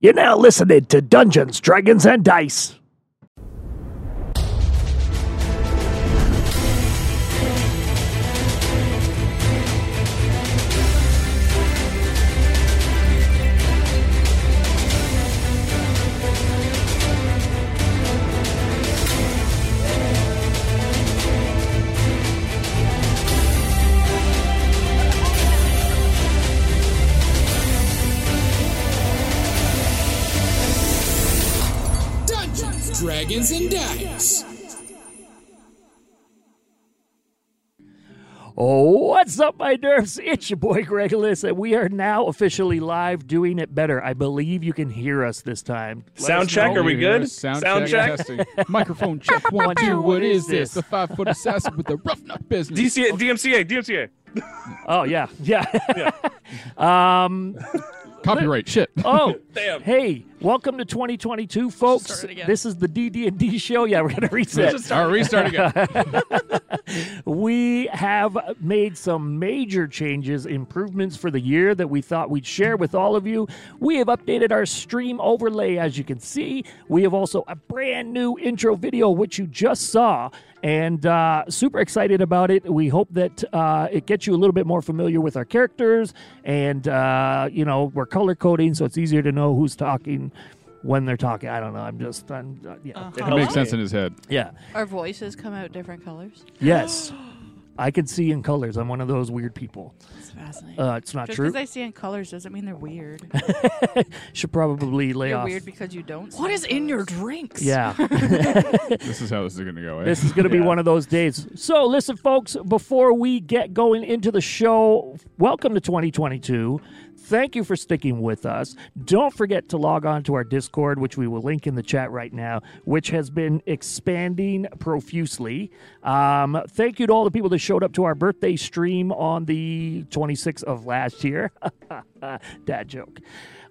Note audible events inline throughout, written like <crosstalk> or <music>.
You're now listening to Dungeons, Dragons, and Dice. Dungeons, Dragons, and Dice. What's up, my nerves? It's your boy Greg List, and we are now officially live doing it better. I believe you can hear us this time. Let Sound us check, know. are we good? Oh, Sound, Sound check. check? Testing. Microphone <laughs> check. One, two. What is this? The five <laughs> foot assassin with the rough nut business. DCA, DMCA, DMCA. Oh, yeah. Yeah. <laughs> um, Copyright. Shit. oh, Damn. hey, welcome to 2022, folks. This is the DD&D show. Yeah, we're going to reset. All right, restart <laughs> again. We have made some major changes, improvements for the year that we thought we'd share with all of you. We have updated our stream overlay, as you can see. We have also a brand new intro video, which you just saw, and uh, super excited about it. We hope that uh, it gets you a little bit more familiar with our characters, and uh, you know we're color coding, so it's easier to know who's talking. When they're talking, I don't know. I'm just, I'm, uh, yeah. It It helps. makes sense in his head. Yeah. Our voices come out different colors. Yes. <gasps> I can see in colors. I'm one of those weird people. It's fascinating. Uh, it's not Just true. because I see in colors doesn't mean they're <laughs> weird. Should probably lay You're off. weird because you don't. What is in your <laughs> drinks? Yeah. This is how this is going to go. Eh? this is going to be Yeah. one of those days. So, listen, folks, before we get going into the show, welcome to 2022. Thank you for sticking with us. Don't forget to log on to our Discord, which we will link in the chat right now, which has been expanding profusely. Um, thank you to all the people that showed up to our birthday stream on the 26th of last year. <laughs> Dad joke.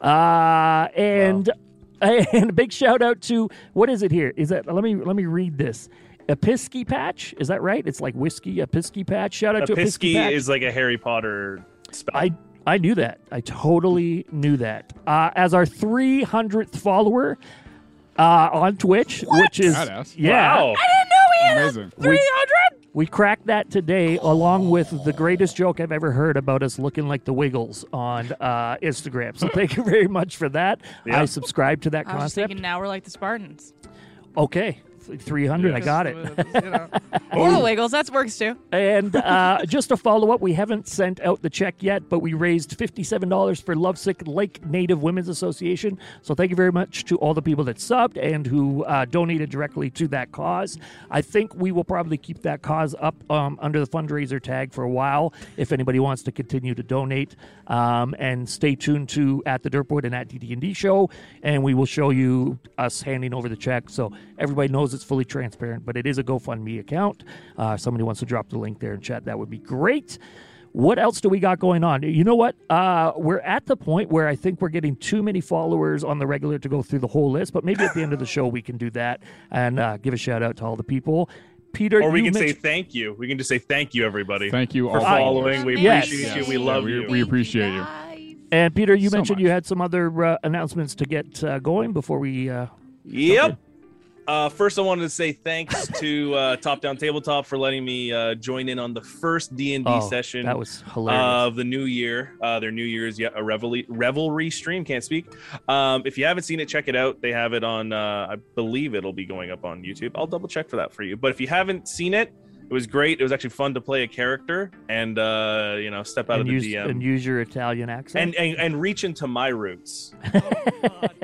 Uh, and <laughs> and a big shout out to what is it here? Is that let me let me read this. Episky Patch, is that right? It's like whiskey. Episky Patch. Shout out to Episky Episky Patch. is like a Harry Potter spell. I I knew that. I totally knew that. Uh, as our 300th follower uh, on Twitch, which is Badass. yeah, Wow. <laughs> Amazing. we, we cracked that today, along with the greatest joke I've ever heard about us looking like the Wiggles on uh, Instagram. So thank you very much for that. Yeah. I subscribe to that I was just concept. thinking now we're like the Spartans. okay, 300. I got it. Oh. Or the Wiggles. That works too. And uh, <laughs> just to follow up, we haven't sent out the check yet, but we raised $57 for Lovesick Lake Native Women's Association. So thank you very much to all the people that subbed and who uh, donated directly to that cause. I think we will probably keep that cause up um, under the fundraiser tag for a while if anybody wants to continue to donate. Um, and stay tuned to at the Dirtboard and at DD&D show, and we will show you us handing over the check so everybody knows it's fully transparent. But it is a GoFundMe account. Uh, if somebody wants to drop the link there in chat, that would be great. What else do we got going on? You know what? Uh, we're at the point where I think we're getting too many followers on the regular to go through the whole list, but maybe at the end of the show we can do that and uh, give a shout out to all the people. Peter, Or we you can say mentioned- thank you. We can just say thank you, everybody. Thank you for all. following. We Yes. appreciate Yeah. you. We love we, you. We appreciate you. and Peter, you so mentioned much. you had some other uh, announcements to get uh, going before we. Uh, Yep. Uh, first, I wanted to say thanks to uh, Top Down Tabletop for letting me uh, join in on the first D and D oh, session. that was hilarious. of the new year. Uh, their New Year's yeah, a revelry, revelry stream. Can't speak. Um, if you haven't seen it, check it out. They have it on. Uh, I believe it'll be going up on YouTube. I'll double check for that for you. But if you haven't seen it, it was great. It was actually fun to play a character and uh, you know step out and of the use, DM and and, use your Italian accent. and, and reach into my roots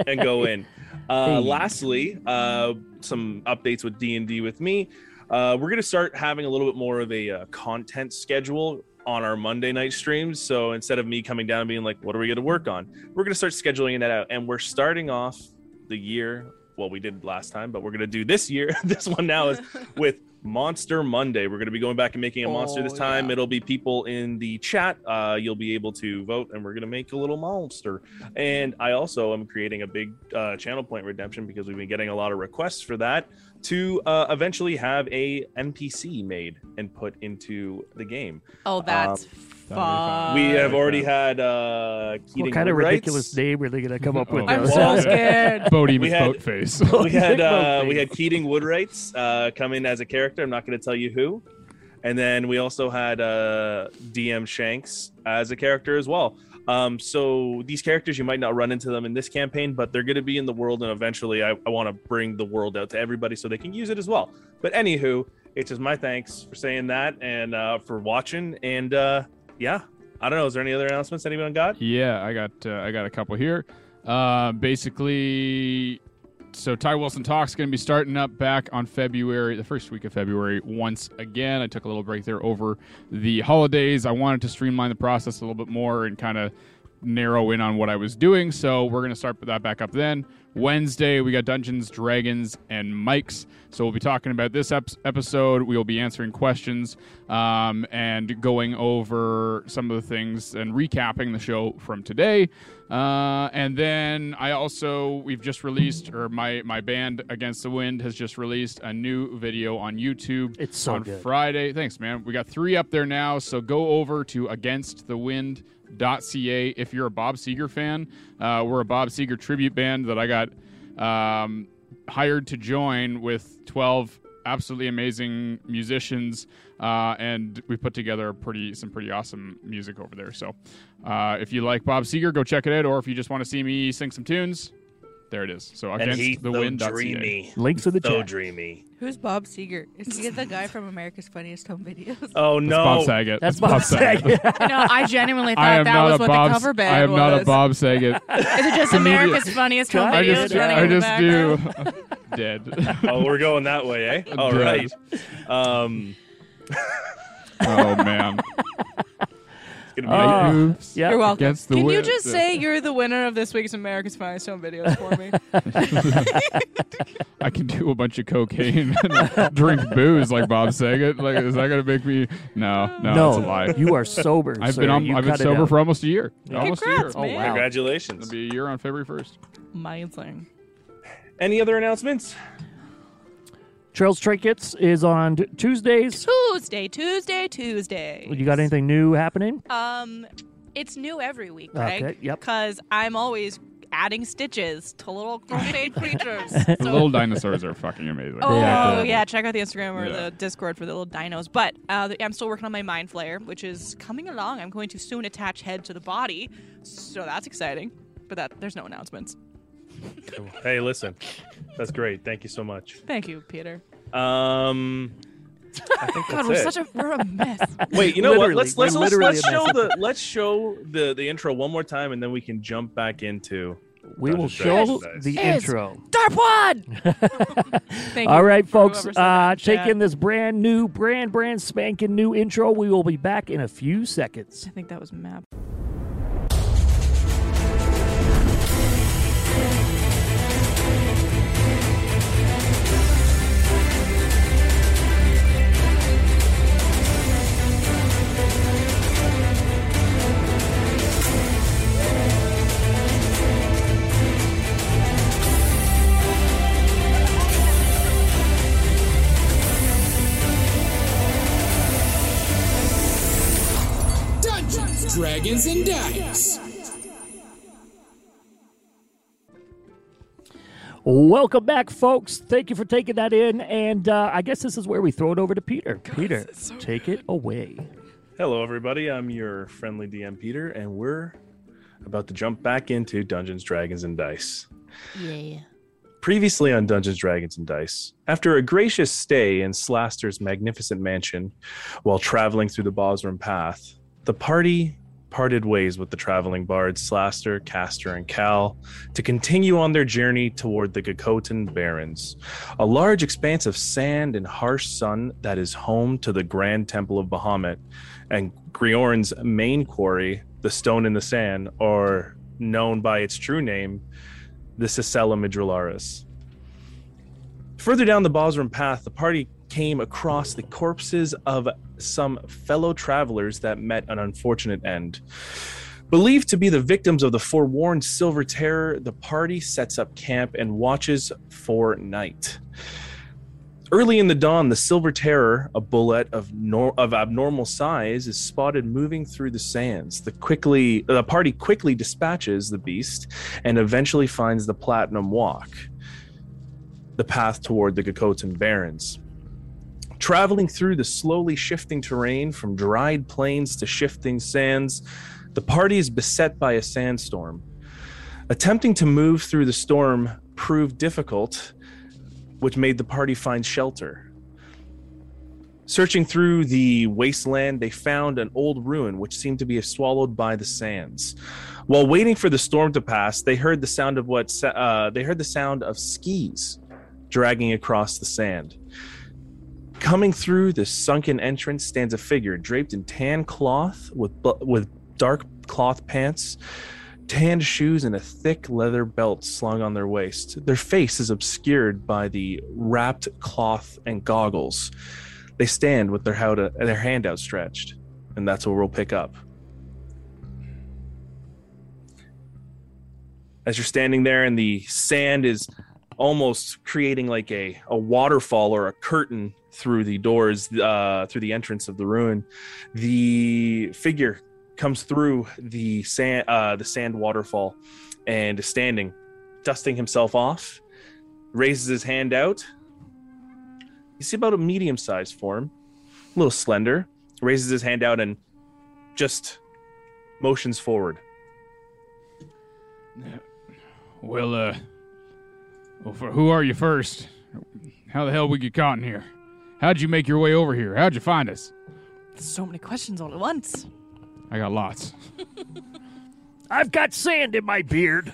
and go in. <laughs> Uh, Hey. Lastly, uh, some updates with D and D with me. Uh, we're gonna start having a little bit more of a uh, content schedule on our Monday night streams. So instead of me coming down and being like, "What are we gonna work on?" We're gonna start scheduling that out, and we're starting off the year. Well, we did last time, but we're gonna do this year. <laughs> this one now <laughs> is with Monster Monday. We're gonna be going back and making a monster this Oh, time. yeah. It'll be people in the chat. Uh, you'll be able to vote, and we're gonna make a little monster. And I also am creating a big uh, channel point redemption because we've been getting a lot of requests for that to uh, eventually have a NPC made and put into the game. Oh, that's Fuck. we have already had uh, Keating What kind of Wrights. ridiculous name are they going to come <laughs> up with? Oh, now? I'm Well- so scared. Bodie We with had- boat <laughs> face. <laughs> we had uh, Both we had names. Keating Woodwrights uh, come in as a character. I'm not going to tell you who. And then we also had uh, DM Shanks as a character as well. Um, so these characters you might not run into them in this campaign, but they're going to be in the world, and eventually I, I want to bring the world out to everybody so they can use it as well. But anywho, it's just my thanks for saying that and uh, for watching. And uh, yeah, I don't know. Is there any other announcements anyone got? Yeah, I got uh, I got a couple here. Uh, basically, so Ty Wilson Talk's going to be starting up back on February, the first week of February. Once again, I took a little break there over the holidays. I wanted to streamline the process a little bit more and kind of narrow in on what I was doing. So we're going to start that back up then. Wednesday, we got Dungeons, Dragons, and Mics. So we'll be talking about this ep- episode. We will be answering questions um, and going over some of the things and recapping the show from today. Uh, and then I also, we've just released, or my, my band Against the Wind has just released a new video on YouTube. It's so on good. Friday. Thanks, man. We got three up there now. So go over to againstthewind.ca if you're a Bob Seger fan. Uh, we're a Bob Seger tribute band that I got um, hired to join with 12 absolutely amazing musicians. Uh, and we put together pretty some pretty awesome music over there. So uh, if you like Bob Seger, go check it out. Or if you just want to see me sing some tunes, there it is. So againstthewind.ca. Links in the so chat. dreamy. <laughs> Who's Bob Seger? Is he the guy from America's Funniest Home Videos? Oh That's Bob no! Saget. <laughs> That's Bob Saget. no, I genuinely I thought am that not was a what Bob. the cover band I am was. not a Bob <laughs> Is Saget. it just comedian. America's Funniest Home I I Videos just, do. running I in the just background? do. <laughs> Dead. <laughs> oh, we're going that way, eh? All Dead. right. Um, Oh <laughs> man. it's gonna be Oh. <laughs> Oops. Yeah. You're welcome. Against the Can you wind. just say you're the winner of this week's America's Finest Home Videos <laughs> for me? I can do a bunch of cocaine <laughs> and drink booze like Bob Saget. Like, is that gonna make me? No, no, no, that's a lie. you are sober. <laughs> I've sir. been on, You I've been cut it sober out. for almost a year. Almost a year. Congrats, man. Oh, wow. Congratulations. It'll be a year on February first. Amazing. Any other announcements? Trails Trinkets is on Tuesdays. Tuesday, Tuesday, Tuesday. You got anything new happening? Um, it's new every week, right? Okay, yep. Because I'm always adding stitches to <laughs> little crochet creatures. The <laughs> So- little dinosaurs are fucking amazing. Oh Yeah. yeah. check out the Instagram or Yeah. the Discord for the little dinos. But uh, I'm still working on my mind flayer, which is coming along. I'm going to soon attach head to the body, so that's exciting. But that there's no announcements. Hey, listen. That's great. Thank you so much. Thank you, Peter. Um, I think <laughs> God, that's we're it. such a we're <laughs> a mess. Wait, you know what? Literally, Let's let's we're let's, literally let's a show the let's show the the intro one more time, and then we can jump back into. We will Dungeons and show Dragons. the It's- intro. Darpwad. <laughs> Thank All you right, for folks. whoever said that Uh, in chat. take in this brand new, brand, brand spanking new intro. We will be back in a few seconds. I think that was map. Dungeons, Dragons, and Dice. Welcome back, folks. Thank you for taking that in. And uh, I guess this is where we throw it over to Peter. Peter, take it away. Hello, everybody. I'm your friendly DM Peter, and we're about to jump back into Dungeons, Dragons, and Dice. Yeah. Previously on Dungeons, Dragons, and Dice, after a gracious stay in Slaster's magnificent mansion while traveling through the Bosrum Path, the party parted ways with the traveling bards Slaster, Castor, and Cal to continue on their journey toward the Gakotan Barrens, a large expanse of sand and harsh sun that is home to the Grand Temple of Bahamut and Griorin's main quarry, the Stone in the Sand, or known by its true name, the Sicella Midralaris. Further down the Bosrum path, the party came across the corpses of some fellow travelers that met an unfortunate end. Believed to be the victims of the forewarned Silver Terror, the party sets up camp and watches for night. Early in the dawn, the Silver Terror, a bullet of nor- of abnormal size, is spotted moving through the sands. The quickly the party quickly dispatches the beast and eventually finds the Platinum Walk, the path toward the Gokotan Barrens. Traveling through the slowly shifting terrain from dried plains to shifting sands, the party is beset by a sandstorm. Attempting to move through the storm proved difficult, which made the party find shelter. Searching through the wasteland, they found an old ruin which seemed to be swallowed by the sands. While waiting for the storm to pass, they heard the sound of what sa- uh, they heard the sound of skis dragging across the sand. Coming through this sunken entrance stands a figure draped in tan cloth with bu- with dark cloth pants, tanned shoes, and a thick leather belt slung on their waist. Their face is obscured by the wrapped cloth and goggles. They stand with their how to, their hand outstretched, and that's where we'll pick up. As you're standing there, and the sand is almost creating like a, a waterfall or a curtain through the doors, uh, through the entrance of the ruin. The figure comes through the sand, uh, the sand waterfall, and is standing, dusting himself off, raises his hand out. You see about a medium-sized form, a little slender. Raises his hand out and just motions forward. Well, uh, well, for, who are you first? How the hell we get caught in here? How'd you make your way over here? How'd you find us? So many questions all at once. I got lots. I've got sand in my beard.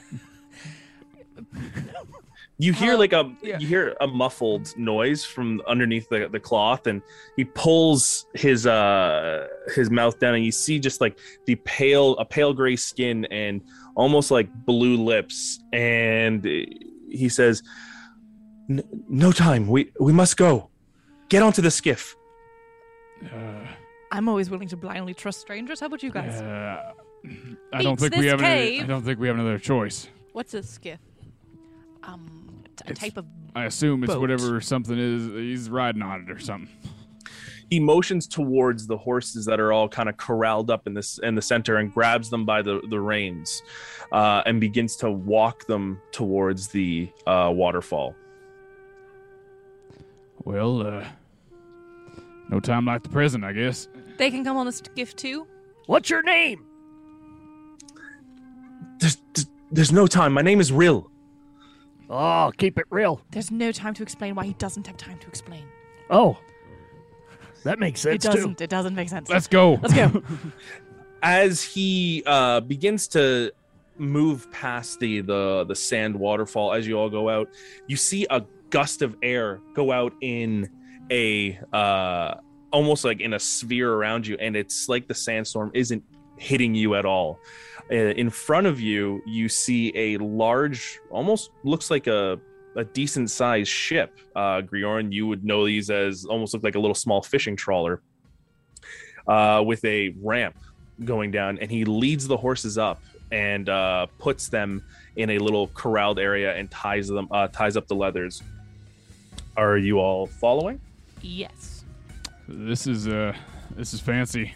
You hear like a yeah. you hear a muffled noise from underneath the, the cloth, and he pulls his uh his mouth down, and you see just like the pale a pale gray skin and almost like blue lips, and he says, "N- "No time. We we must go. Get onto the skiff." Uh, I'm always willing to blindly trust strangers. How about you guys? uh, I don't Beats think we this have another, I cave. don't think we have another choice. What's a skiff? Um, t- a It's- type of I assume it's Boat. whatever something is he's riding on it or something. He motions towards the horses that are all kind of corralled up in this in the center, and grabs them by the the reins, uh, and begins to walk them towards the uh, waterfall. Well, uh, no time like the present, I guess. they can come on the skiff too. What's your name? There's, there's- there's no time. My name is Rill. Oh, keep it real. There's no time to explain why he doesn't have time to explain. Oh, that makes It sense too. doesn't. It doesn't make sense. Let's go. Let's go. <laughs> As he uh, begins to move past the, the the sand waterfall, as you all go out, you see a gust of air go out in a uh, almost like in a sphere around you, and it's like the sandstorm isn't hitting you at all. Uh, in front of you, you see a large, almost looks like a a decent sized ship. Uh, Griorn, you would know these as almost look like a little small fishing trawler uh, with a ramp going down, and he leads the horses up and uh, puts them in a little corralled area and ties them uh, ties up the leathers. Are you all following? yes. This is uh, this is fancy.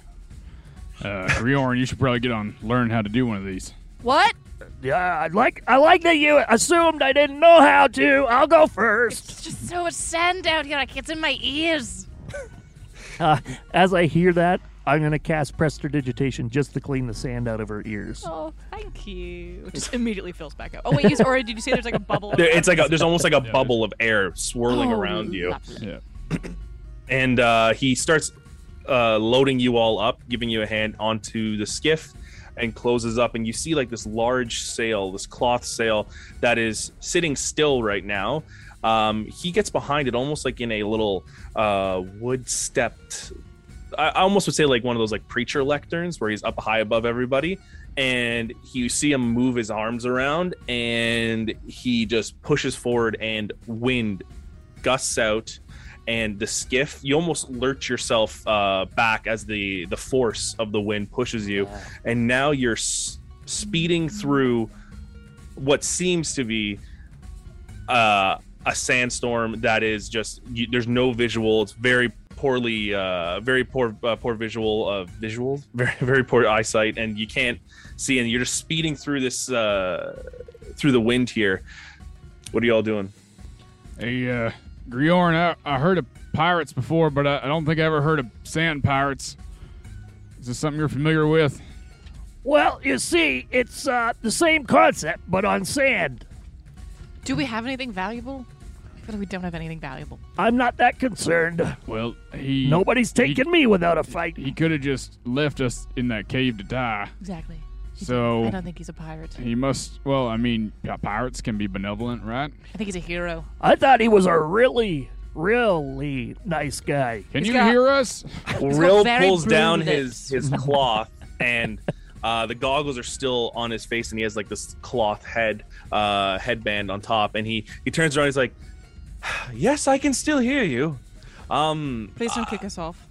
Uh, Riorn, you should probably get on learn how to do one of these. What? Yeah, I like I like that you assumed I didn't know how to. I'll go <laughs> first. It's just so much sand out here. Like it's in my ears. Uh, as I hear that, I'm gonna cast prestidigitation just to clean the sand out of her ears. Oh, thank you. It just immediately fills back up. Oh wait, you s- or did you say there's like a bubble? <laughs> There, it's like a, there's almost like a Yeah. bubble of air swirling Oh, around you, lovely. Yeah. and uh, he starts uh, loading you all up, giving you a hand onto the skiff. And closes up, and you see like this large sail, this cloth sail that is sitting still right now. Um, he gets behind it almost like in a little uh, wood stepped I I almost would say like one of those like preacher lecterns where he's up high above everybody and you see him move his arms around and he just pushes forward and wind gusts out and the skiff you almost lurch yourself uh, back as the the force of the wind pushes you and now you're s- speeding through what seems to be uh, a sandstorm that is just you, there's no visual. It's very poorly, uh, very poor, uh, poor visual uh, visual, <laughs> very very poor eyesight, and you can't see. And you're just speeding through this uh, through the wind here. What are y'all doing? Hey, uh, Griorn, I, I heard of pirates before, but I, I don't think I ever heard of sand pirates. Is this something you're familiar with? Well, you see, it's uh, the same concept, but on sand. Do we have anything valuable? But we don't have anything valuable. I'm not that concerned. Well, he Nobody's taking me without a fight. he could have just left us in that cave to die. Exactly. I So don't think he's a pirate. he must. Well, I mean, yeah, pirates can be benevolent, right? I think he's a hero. I thought he was a really, really nice guy. Can He's you got- hear us? Rill very pulls blue down lips. <laughs> his his cloth, and uh, the goggles are still on his face, and he has like this cloth head uh, headband on top. And he he turns around, he's like, <sighs> "Yes, I can still hear you." Um, Please don't kick us off.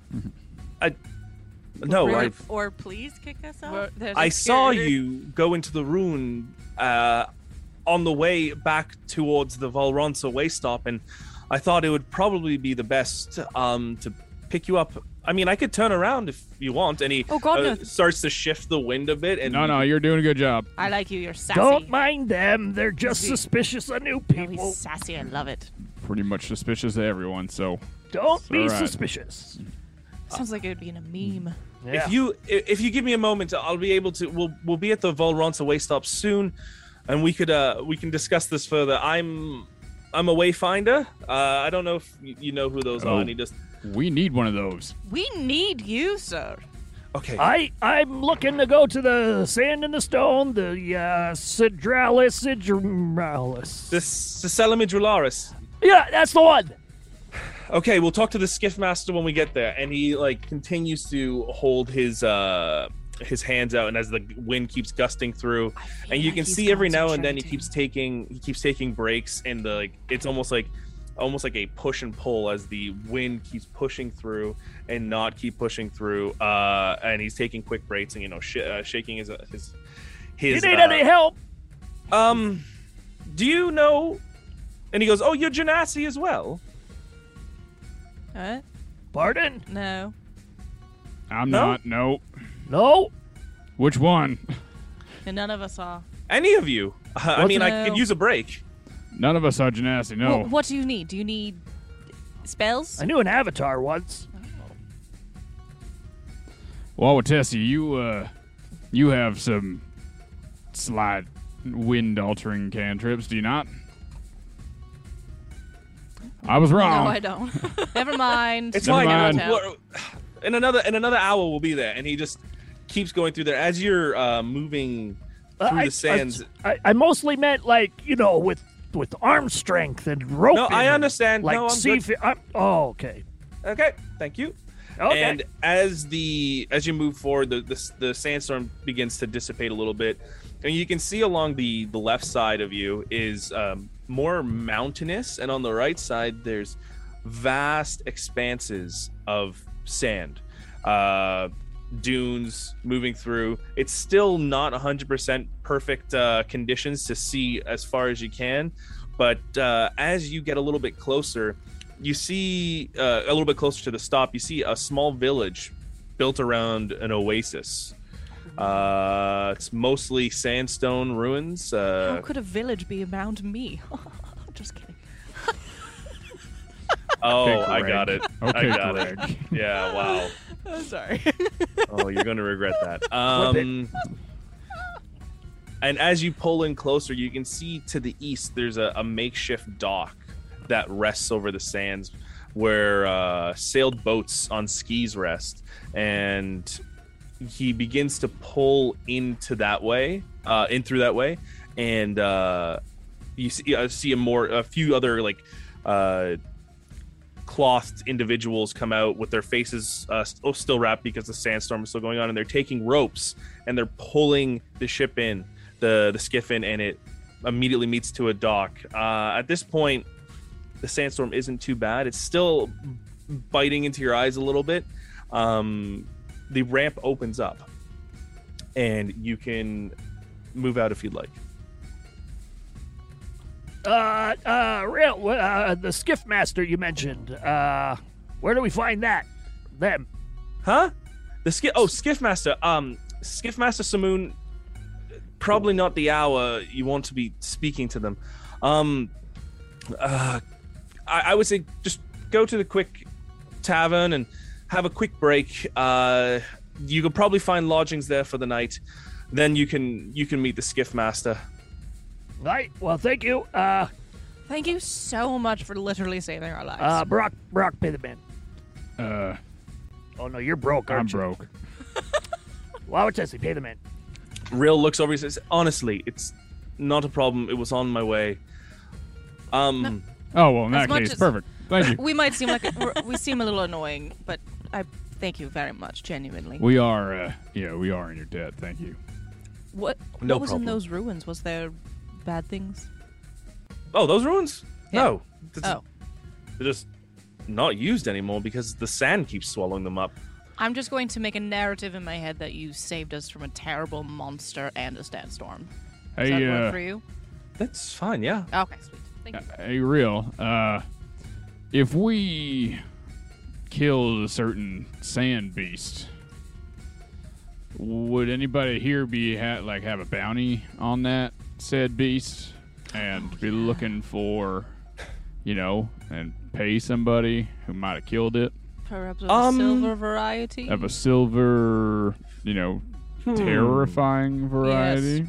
no, or, Oh, I or please kick us off. Well, There's a I saw scary- you go into the ruin uh, on the way back towards the Valronsa way stop, and I thought it would probably be the best um, to pick you up. I mean, I could turn around if you want. And he Oh, God, uh, no. starts to shift the wind a bit. And No, no, you're doing a good job. I like you. You're sassy. Don't mind them. They're just Is he- suspicious of new No, he's people. sassy. I love it. Pretty much suspicious of everyone. So Don't be Alright. suspicious. Sounds like it would be in a meme. Yeah. If you i- if you give me a moment, I'll be able to. We'll we'll be at the Volronsa way stop soon, and we could uh we can discuss this further. I'm I'm a wayfinder. Uh, I don't know if you you know who those are. Oh. I need to. we need one of those. We need you, sir. Okay. I I'm looking to go to the sand and the stone, the uh, Sidralis, Sidralis. This Sisalamidrularis. yeah, that's the one. Okay, we'll talk to the skiff master when we get there. And he like continues to hold his uh his hands out, and as the wind keeps gusting through, and you like can he's see every now and then he concentrating. keeps taking he keeps taking breaks, and the like it's almost like almost like a push and pull as the wind keeps pushing through and not keep pushing through. Uh, and he's taking quick breaks and you know sh- uh, shaking his his his. you need uh, any help? um, do you know? And he goes, "Oh, you're Janassi as well." Huh? Pardon? No. I'm No? not. No. No. Which one? None of us are. Any of you. <laughs> I mean, I No. could use a break. None of us are Genasi. No. Wh- what do you need? Do you need spells? I knew an avatar once. Well, Tessie, you uh, you have some slight wind-altering cantrips, do you not? I was wrong. No, I don't. <laughs> Never mind. It's Never fine. mind. Well, In another in another hour, we'll be there. And he just keeps going through there as you're uh, moving Uh, through I, the sands. I, I, I mostly meant like you know with with arm strength and rope. no, I understand. Like no, I'm sea. good. Fi- I'm, oh, okay. Okay, thank you. Okay. And as the as you move forward, the, the the sandstorm begins to dissipate a little bit, and you can see along the the left side of you is um, more mountainous, and on the right side there's vast expanses of sand, uh, dunes moving through. It's still not 100% perfect uh, conditions to see as far as you can, but uh, as you get a little bit closer, you see uh, a little bit closer to the stop you see a small village built around an oasis uh, it's mostly sandstone ruins How uh, could a village be around me? <laughs> Just kidding. oh Okay, i Greg. got it Okay, <laughs> i got Greg. it yeah wow I'm sorry. oh you're gonna regret that Flip it. um and as you pull in closer you can see to the east there's a, a makeshift dock that rests over the sands where uh, sailed boats on skis rest and he begins to pull into that way uh, in through that way and uh, you see, uh, see a more a few other like uh, clothed individuals come out with their faces uh, st- oh, still wrapped because the sandstorm is still going on, and they're taking ropes and they're pulling the ship in, the the skiff in, and it immediately meets to a dock. Uh, at this point, the sandstorm isn't too bad. It's still biting into your eyes a little bit. Um, the ramp opens up, and you can move out if you'd like. Uh, uh, real, uh, the skiff master you mentioned. Uh, where do we find that? Them. Huh? The skiff. Oh, Skiffmaster. Um, Skiffmaster Samoon. Probably not the hour you want to be speaking to them. Um, uh, I, I would say just go to the quick tavern and have a quick break. Uh, you could probably find lodgings there for the night. Then you can you can meet the Skiffmaster. Right. Well, thank you. Uh, <laughs> Thank you so much for literally saving our lives. uh, Brock, Brock, pay the man. Uh, Oh no, you're broke, I'm aren't you? broke. Why would Tessie pay the man? Real looks over. He says, "Honestly, it's not a problem. It was on my way." Um. Oh well, in As that much case, as- perfect. Thank you. we might seem like we're- we seem a little annoying, but I thank you very much, genuinely. We are, uh, yeah, we are in your debt. Thank you. What, No what was problem. in those ruins? Was there bad things? Oh, those ruins? Yeah. No. That's- Oh, They're just not used anymore because the sand keeps swallowing them up. I'm just going to make a narrative in my head that you saved us from a terrible monster and a sandstorm. Does Hey, that work uh, for you? That's fine, yeah. Okay, sweet. Thank you. hey, real. Uh, if we killed a certain sand beast, would anybody here be ha- like have a bounty on that said beast and be looking for, you know, and pay somebody who might have killed it Perhaps with Um, a silver variety. of a silver, you know, terrifying variety?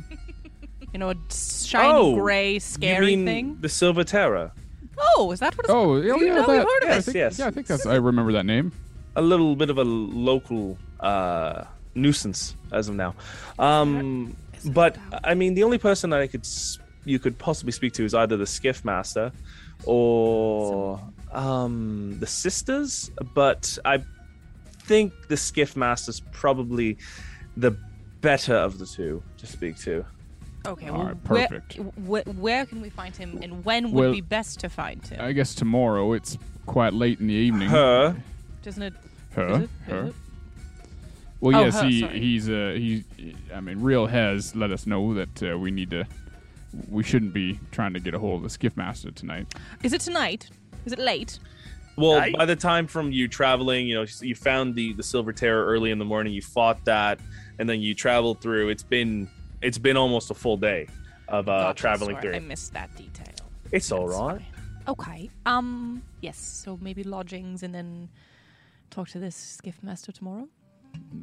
you know, a shiny Oh, gray, scary you mean thing. the Silver Terror? Oh, is that what it's Oh, yeah, You yeah, know, that, we've heard of yeah, I it. think, Yes, yeah, I yes. think that's I remember that name. A little bit of a local uh, nuisance as of now. Um, but I mean, the only person that I could s- you could possibly speak to is either the Skiff Master or um, the Sisters. But I think the Skiff Master's probably the better of the two to speak to. Okay, All well, right, perfect. Where, wh- where can we find him, and when would Well- be best to find him? I guess tomorrow it's quite late in the evening. Her Doesn't it? Her, is it- is her. it? Well, Oh, yes, her, he sorry. he's uh he. I mean, Real has let us know that uh, we need to. We shouldn't be trying to get a hold of the skiff master tonight. Is it tonight? Is it Uh, late? Oh, Well, Right? by the time from you traveling, you know, you found the the Silver Terror early in the morning. You fought that, and then you traveled through. It's been it's been almost a full day of uh, Gotcha, traveling sorry, through. I missed that detail. it's all right. Okay. Um. Yes. So maybe lodgings, and then talk to this skiff master tomorrow.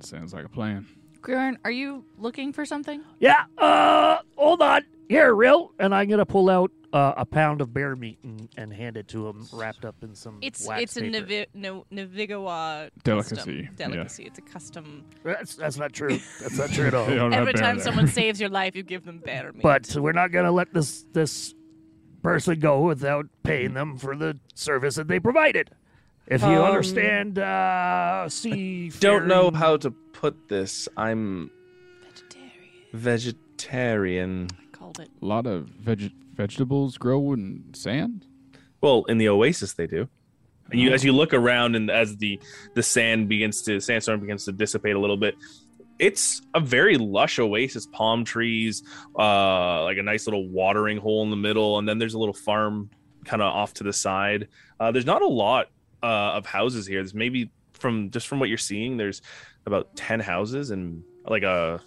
Sounds like a plan. Garen, are you looking for something? Yeah. Uh, hold on. Here, real. And I'm gonna pull out uh, a pound of bear meat and, and hand it to him, wrapped up in some. It's wax it's a paper. Navi- no, Navigawa custom- Delicacy, yeah. Delicacy. It's a custom. That's that's not true. That's not <laughs> true at all. They don't have Every bear time there. <laughs> someone saves your life, you give them better meat. But we're not gonna let this this person go without paying them for the service that they provided. If you Um, understand, uh, see. Don't know how to put this. I'm vegetarian. vegetarian. I called it. a lot of veg- vegetables grow in sand. Well, in the oasis they do. And you, as you look around, and as the the sand begins to sandstorm begins to dissipate a little bit, it's a very lush oasis. Palm trees, uh, like a nice little watering hole in the middle, and then there's a little farm kind of off to the side. Uh, there's not a lot uh, of houses here. There's maybe from just from what you're seeing, there's about ten houses and like a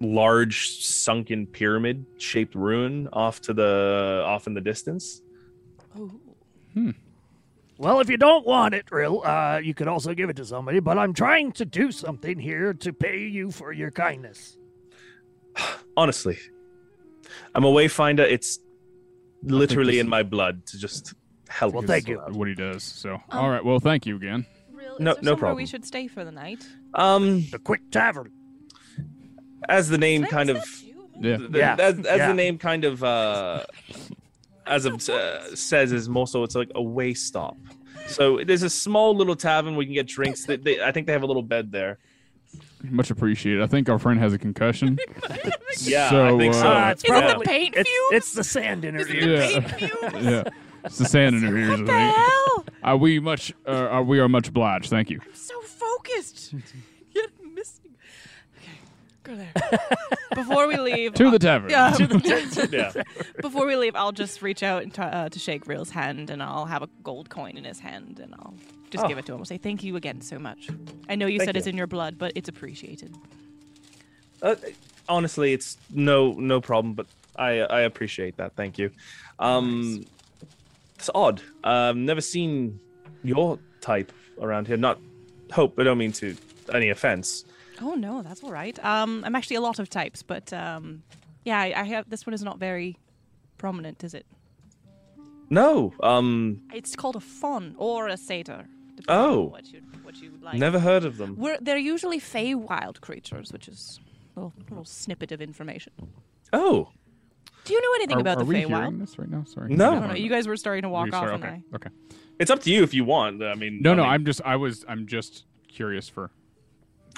large sunken pyramid shaped ruin off to the off in the distance. Well, if you don't want it, Rill, uh, you could also give it to somebody. But I'm trying to do something here to pay you for your kindness. honestly i'm a wayfinder it's literally this- in my blood to just help Well, thank you. That's What he does. So, Oh. all right. Well, thank you again. Real, is No- there no somewhere problem. We should stay for the night. um The Quick Tavern. as the name kind of Yeah. the, Yeah. as, as Yeah. the name kind of uh as of uh, says is more so it's like a way stop so there's a small little tavern we can get drinks that they, i think they have a little bed there Much appreciated. I think our friend has a <laughs> concussion. Yeah, I So, think so. uh, Uh, it's probably paint it's, fumes? it's the sand in her ear. yeah. yeah. It's the sand in her ears. I think. Hell, Are we much? Uh, are we are much obliged. Thank you. so focused. Yet missing. Okay, go there. Before we leave, <laughs> to the tavern. Yeah. Yeah. Before we leave, I'll just reach out and t- uh, to shake Real's hand, and I'll have a gold coin in his hand, and I'll just give it to him. I'll say, "Thank you again so much. I know you Thank said it's you. in your blood, but it's appreciated." Uh, honestly, it's no no problem, but I I appreciate that. Thank you. Um, It's odd. I've never seen your type around here. Not hope. I don't mean to any offense. Oh no, that's all right. Um, I'm actually a lot of types, but um, yeah, I, I have this one is not very prominent, is it? No. Um, It's called a fawn or a satyr. depending Oh. on what you what you would like. never heard of them. We're, they're usually fey wild creatures, which is a little, little snippet of information. Oh, Do you know anything Are, about are the we fey hearing wild? this right now? Sorry. No. I don't know. Oh, You guys were starting to walk You off, sorry, and okay. I. Okay. it's up to you if you want. I mean, No, I no. mean- I'm just. I was. I'm just curious for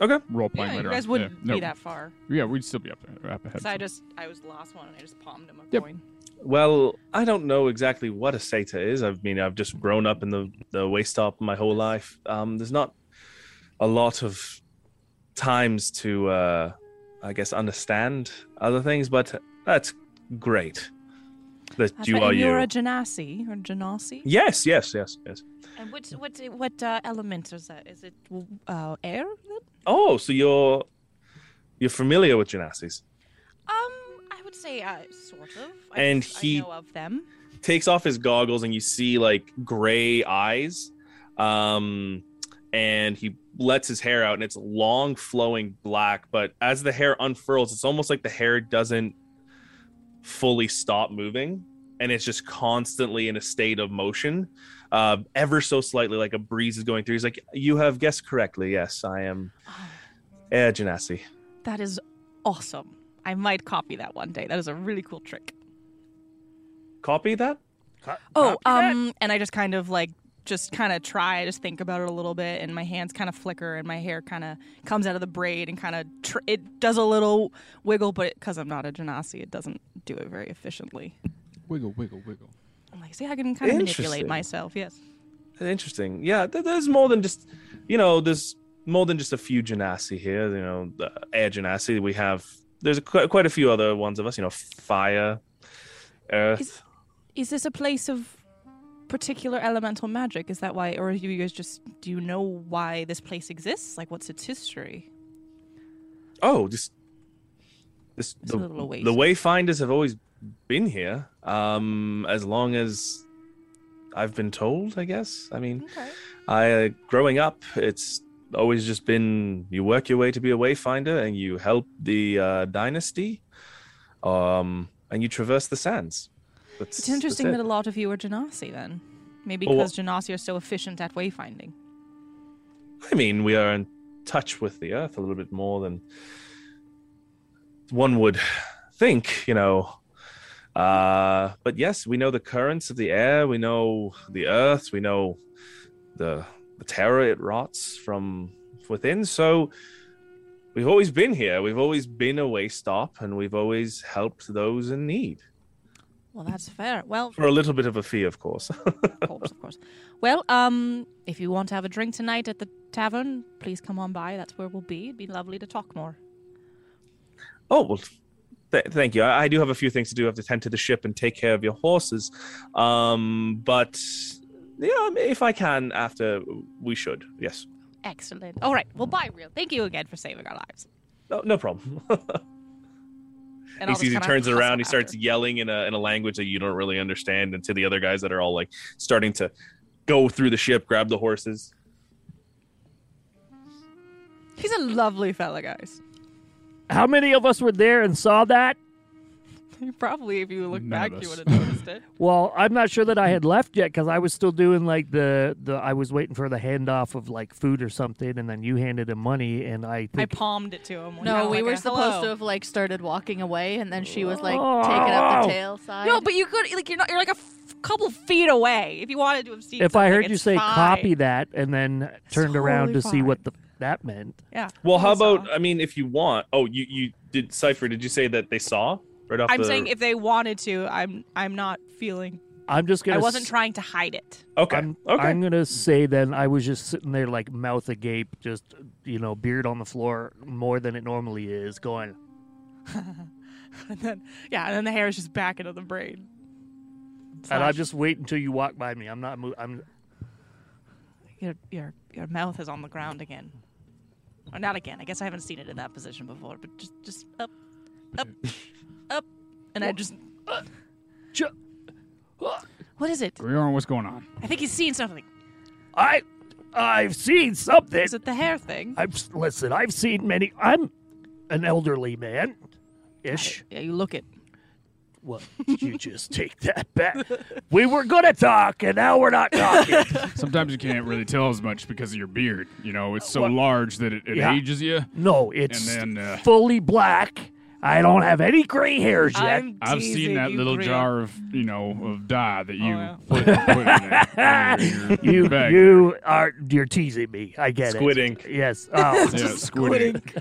okay. role playing Yeah, you later. guys on. wouldn't yeah, no. be that far. Yeah, we'd still be up, up ahead. So I just, I was the last one, and I just palmed him a Yep. coin. Well, I don't know exactly what a satyr is. I mean, I've just grown up in the the waist top my whole life. Um, there's not a lot of times to, uh, I guess, understand other things, but that's great that That's you right. are And you. You're a genasi or genasi. Yes, yes, yes, yes. And what, what, what uh, element is that? Is it uh, air? Then? Oh, so you're you're familiar with Genasis. Um, I would say uh, sort of. I, And I he- know of them. takes off his goggles and you see like gray eyes um and he lets his hair out and it's long flowing black but as the hair unfurls it's almost like the hair doesn't fully stop moving and it's just constantly in a state of motion uh, ever so slightly like a breeze is going through he's like you have guessed correctly yes i am air genasi That is awesome. I might copy that one day. That is a really cool trick. copy that Oh, um, and I just kind of like just kind of try, just think about it a little bit, and my hands kind of flicker, and my hair kind of comes out of the braid, and kind of tr- it does a little wiggle, but because I'm not a genasi, it doesn't do it very efficiently. wiggle, wiggle, wiggle. I'm like, see, I can kind of manipulate Interesting. myself. Yes. Interesting. Yeah, th- there's more than just, you know, there's more than just a few Genasi here. You know, the air Genasi. We have there's qu- quite a few other ones of us. You know, fire, earth. Is- Is this a place of particular elemental magic? Is that why, or are you guys just do you know why this place exists? Like, what's its history? oh, just this It's the, a little waste. the wayfinders have always been here. Um, as long as I've been told, I guess. I mean, Okay. I uh, growing up, it's always just been you work your way to be a wayfinder and you help the uh, dynasty, um, and you traverse the sands. That's, It's interesting that's that it. a lot of you are genasi then. Maybe Well, because genasi are so efficient at wayfinding. I mean, we are in touch with the earth a little bit more than one would think, you know. Uh, but yes, we know the currents of the air, we know the earth, we know the the terror it rots from within. So we've always been here. We've always been a way stop, and we've always helped those in need. Well, that's fair. Well, For a little bit of a fee, of course. of course, of course. Well, um, if you want to have a drink tonight at the tavern, please come on by. That's where we'll be. It'd be lovely to talk more. Oh well, th- thank you. I-, I do have a few things to do. I have to tend to the ship and take care of your horses. Um, but yeah, if I can, after we should. Yes, Excellent. All right. Well, bye, real. Thank you again for saving our lives. no, no problem. And I'll he just sees <laughs> he kinda turns hustle around. He starts after. yelling in a in a language that you don't really understand, and to the other guys that are all like starting to go through the ship, grab the horses. He's a lovely fella, guys. <laughs> How many of us were there and saw that? Probably, if you look None back, of you us. would have noticed <laughs> it. Well, I'm not sure that I had left yet because I was still doing like the, the I was waiting for the handoff of like food or something, and then you handed him money, and I I think, palmed it to him. like, No, kinda we like were a, supposed "Hello." to have like started walking away, and then she was like taking up the tail side. No, but you could like you're not you're like a f- couple feet away if you wanted to have seen. if I something, heard you it's say fine. copy that and then turned around to totally see what the, that meant, yeah. Well, how we saw. about? uh, I mean, if you want. Oh, you you did cipher. Did you say that they saw right off? I'm the- saying if they wanted to, I'm I'm not feeling I'm just I gonna. wasn't s- trying to hide it. Okay. I'm, okay. I'm gonna say then I was just sitting there like mouth agape, just you know, beard on the floor more than it normally is, going. <laughs> And then, yeah, and then the hair is just back into the braid. And I'm just waiting until you walk by me. I'm not. Mo- I'm. Your, your, your mouth is on the ground again. Or not again. I guess I haven't seen it in that position before, but just, just up, <laughs> up, up. And I just, Ju- what is it? Grior, what's going on? I think he's seen something. I, I've seen something. Is it the hair thing? I've s- listen. I've seen many. I'm an elderly man, ish. Yeah, you look it. Well, you just take that back. We were gonna talk, and now we're not talking. Sometimes you can't really tell as much because of your beard. You know, it's so Well, large that it, it yeah. ages you. No, it's And then, uh, fully black. I don't have any gray hairs yet. I'm I've seen teasing that you, Oh, little Griot. jar of you know of dye that you yeah. put, <laughs> put in it. <laughs> you you are you're teasing me. I get Squid it. ink. <laughs> Yes. Oh. yeah, squid ink.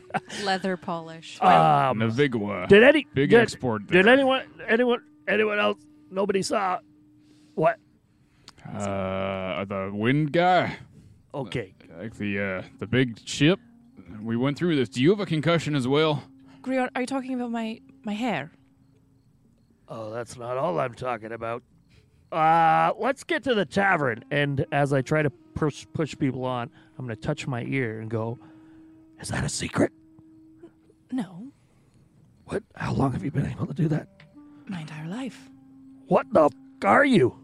Leather polish. um, Navigua. did any Big did, export. did there. anyone anyone anyone else? Nobody saw. What? Uh, the wind guy, Okay. like the uh, the big ship. We went through this. Do you have a concussion as well? Griot, are you talking about my my hair? Oh, that's not all I'm talking about. Uh, let's get to the tavern. And as I try to push push people on, I'm gonna touch my ear and go, "Is that a secret? No, What? How long have you been able to do that? my entire life. What the f- are you?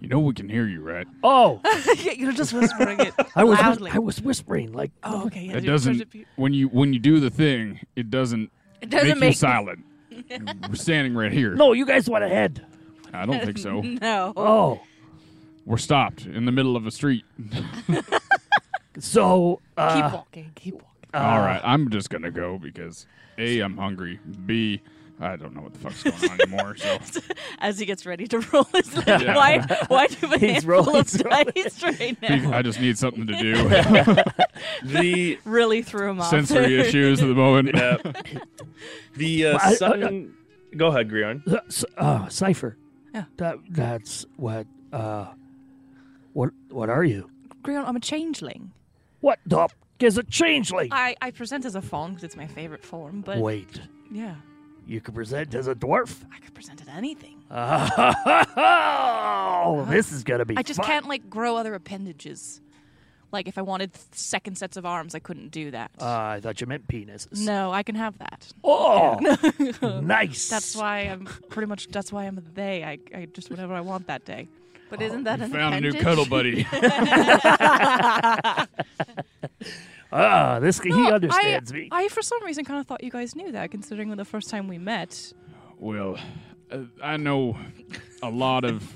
You know we can hear you, right? Oh, yeah, <laughs> you're just whispering <laughs> it I was whis- loudly. I was whispering like oh, okay. Yeah, It you touch doesn't. it- When you when you do the thing, it doesn't. It doesn't you make- silent. <laughs> We're standing right here. No, you guys went ahead. I don't think <laughs> so. No. Oh, We're stopped in the middle of a street. so uh, Ah. Keep walking. Keep walking. All right, I'm just gonna go because a I'm hungry. B I don't know what the fuck's going on anymore. <laughs> So <laughs> As he gets <laughs> ready to roll his like, Yeah. why why <laughs> do you have a He's handful rolling, of he's rolling. dice right now? I just need something to <laughs> do. the Really threw him off. <laughs> Sensory issues at the moment. uh, the uh, I- I- sun. Go ahead, Grion. uh, s- uh, cipher. Yeah. That that's what uh, what what are you? Griot, I'm a changeling. What the f- is a changeling? I, I present as a fawn because it's my favorite form, but Wait, yeah, you can present as a dwarf. I could present as anything. Oh, this is gonna be. I just fun. can't like grow other appendages. Like if I wanted th- second sets of arms, I couldn't do that. Uh, I thought you meant penises. no, I can have that. <laughs> Oh, nice. That's why I'm pretty much. That's why I'm a they. I, I just whatever I want that day. But isn't that an Found a new appendage? cuddle buddy. Ah, this he No, understands I, me. I for some reason kind of thought you guys knew that, considering when the first time we met. well, uh, I know a lot of.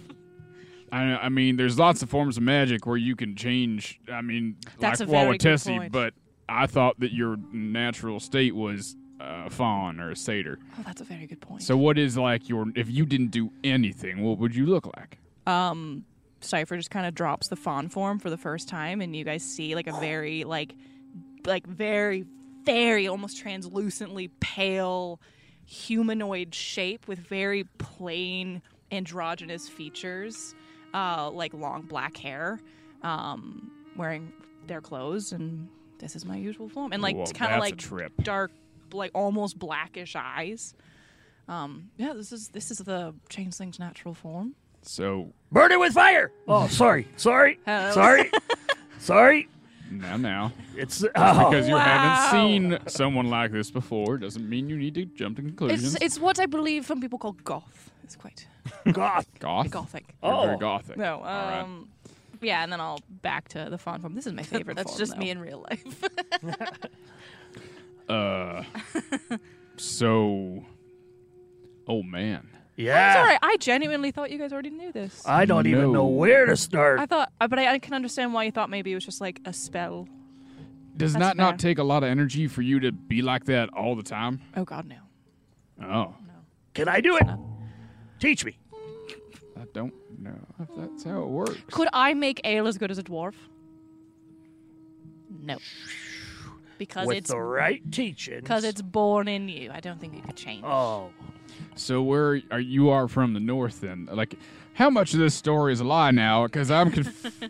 I, I mean, there's lots of forms of magic where you can change. I mean, That's like a very good Wawatessi, point. but I thought that your natural state was a fawn or a satyr. Oh, that's a very good point. So, what is like your. If you didn't do anything, what would you look like? um Cypher just kind of drops the fawn form for the first time and you guys see like a very like like very very almost translucently pale humanoid shape with very plain androgynous features uh like long black hair um wearing their clothes and this is my usual form and like Whoa, kind of that's a like trip. dark like almost blackish eyes um yeah this is this is the changeling's natural form So, Burn it with fire. Oh, <laughs> sorry, sorry, Hello. <laughs> sorry, sorry. now, now. It's oh. Because you Wow. haven't seen someone like this before doesn't mean you need to jump to conclusions. It's, it's what I believe some people call goth. It's quite Oh, goth. goth. gothic. You're very Oh. gothic. No, um, All right. yeah, and then I'll back to the font form. This <laughs> is my favorite. That's form, just though. me in real life. Uh, so, oh man, Ah. Yeah. Sorry, I genuinely thought you guys already knew this. I, I don't even No. know where to start. thought, uh, but I, I can understand why you thought maybe it was just like a spell. does That's not not fair. take a lot of energy for you to be like that all the time. Oh God, no. Oh, Can I do it? Teach me. I don't know if that's how it works. Could I make ale as good as a dwarf? No, because With it's the right teaching. because it's born in you. I don't think you could change. Oh. So where are you are from the north then? Like, how much of this story is a lie now? Because I'm <laughs> conf-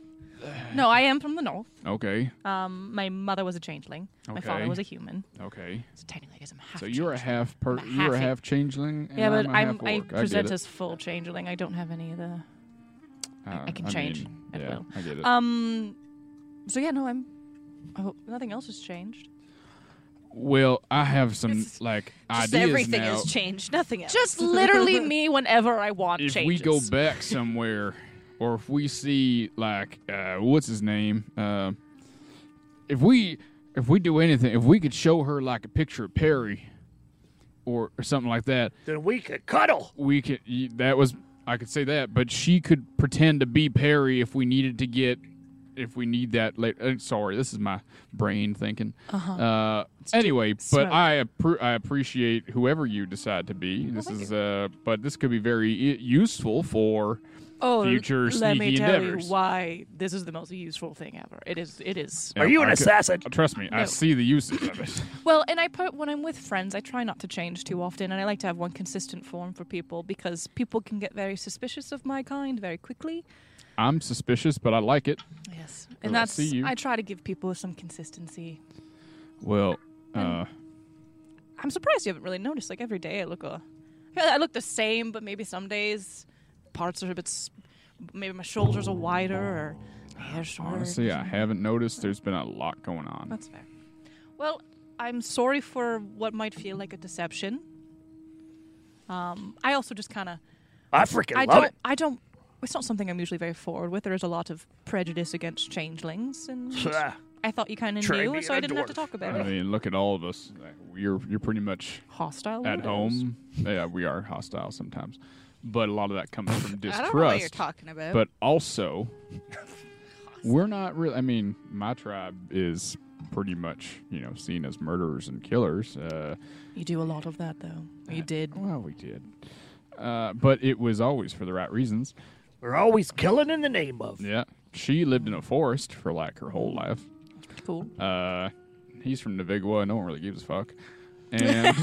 No, I am from the north. okay, Um, my mother was a changeling. My father Okay. was a human. okay. So technically, I guess I'm half. So you're a changeling. half per- I'm a you're a halfie. half changeling. and Yeah, but a I'm, I half-orc. get present it. as full changeling. I don't have any of the. Uh, I can change mean, at yeah, will. I get it. Um. So yeah, no, I'm. I hope nothing else has changed. well, I have some like Just ideas everything now. has changed. Nothing <laughs> else. Just <laughs> literally me whenever I want. if changes. we go back somewhere or if we see like uh, what's his name uh, if we if we do anything if we could show her like a picture of perry or, or something like that Then we could cuddle. we could y- that was i could say that but she could pretend to be perry if we needed to get if we need that later sorry this is my brain thinking uh-huh. anyway but i appre- i appreciate whoever you decide to be this is uh but this could be very I- useful for oh, future let me sneaky tell endeavors. you why this is the most useful thing ever. It is. It is. Are you I an could- uh, assassin? trust me i No. see the usage of it Well, and I put when I'm with friends, I try not to change too often, and I like to have one consistent form for people because people can get very suspicious of my kind very quickly. i'm suspicious but i like it Yes, Well, I and that's see you. I try to give people some consistency. well uh I'm surprised you haven't really noticed. Like every day, I look a, I look the same, but maybe some days parts are a bit. s- Maybe my shoulders are wider or my hair's shorter. honestly i haven't noticed there's been a lot going on That's fair. Well, I'm sorry for what might feel like a deception. Um, I also just kind of I freaking I love don't it. I don't it's not something I'm usually very forward with. There is a lot of prejudice against changelings and Ah, I thought you kind of Try knew, being so I a didn't have to dwarf. talk about i it. mean look at all of us Like, you're you're pretty much Hostile at weirdos. home. Yeah, we are hostile sometimes, but a lot of that <laughs> comes from I don't know what you're distrust. talking about. But <laughs> also, we're not really. I mean, my tribe is pretty much you know seen as murderers and killers. Uh, You do a lot of that though. You did. well, we did, uh, but it was always for the right reasons. We're always killing in the name of. Yeah, she lived in a forest for like her whole life. Cool. Uh, he's from Navigua. No one really gives a <laughs> fuck. And <laughs>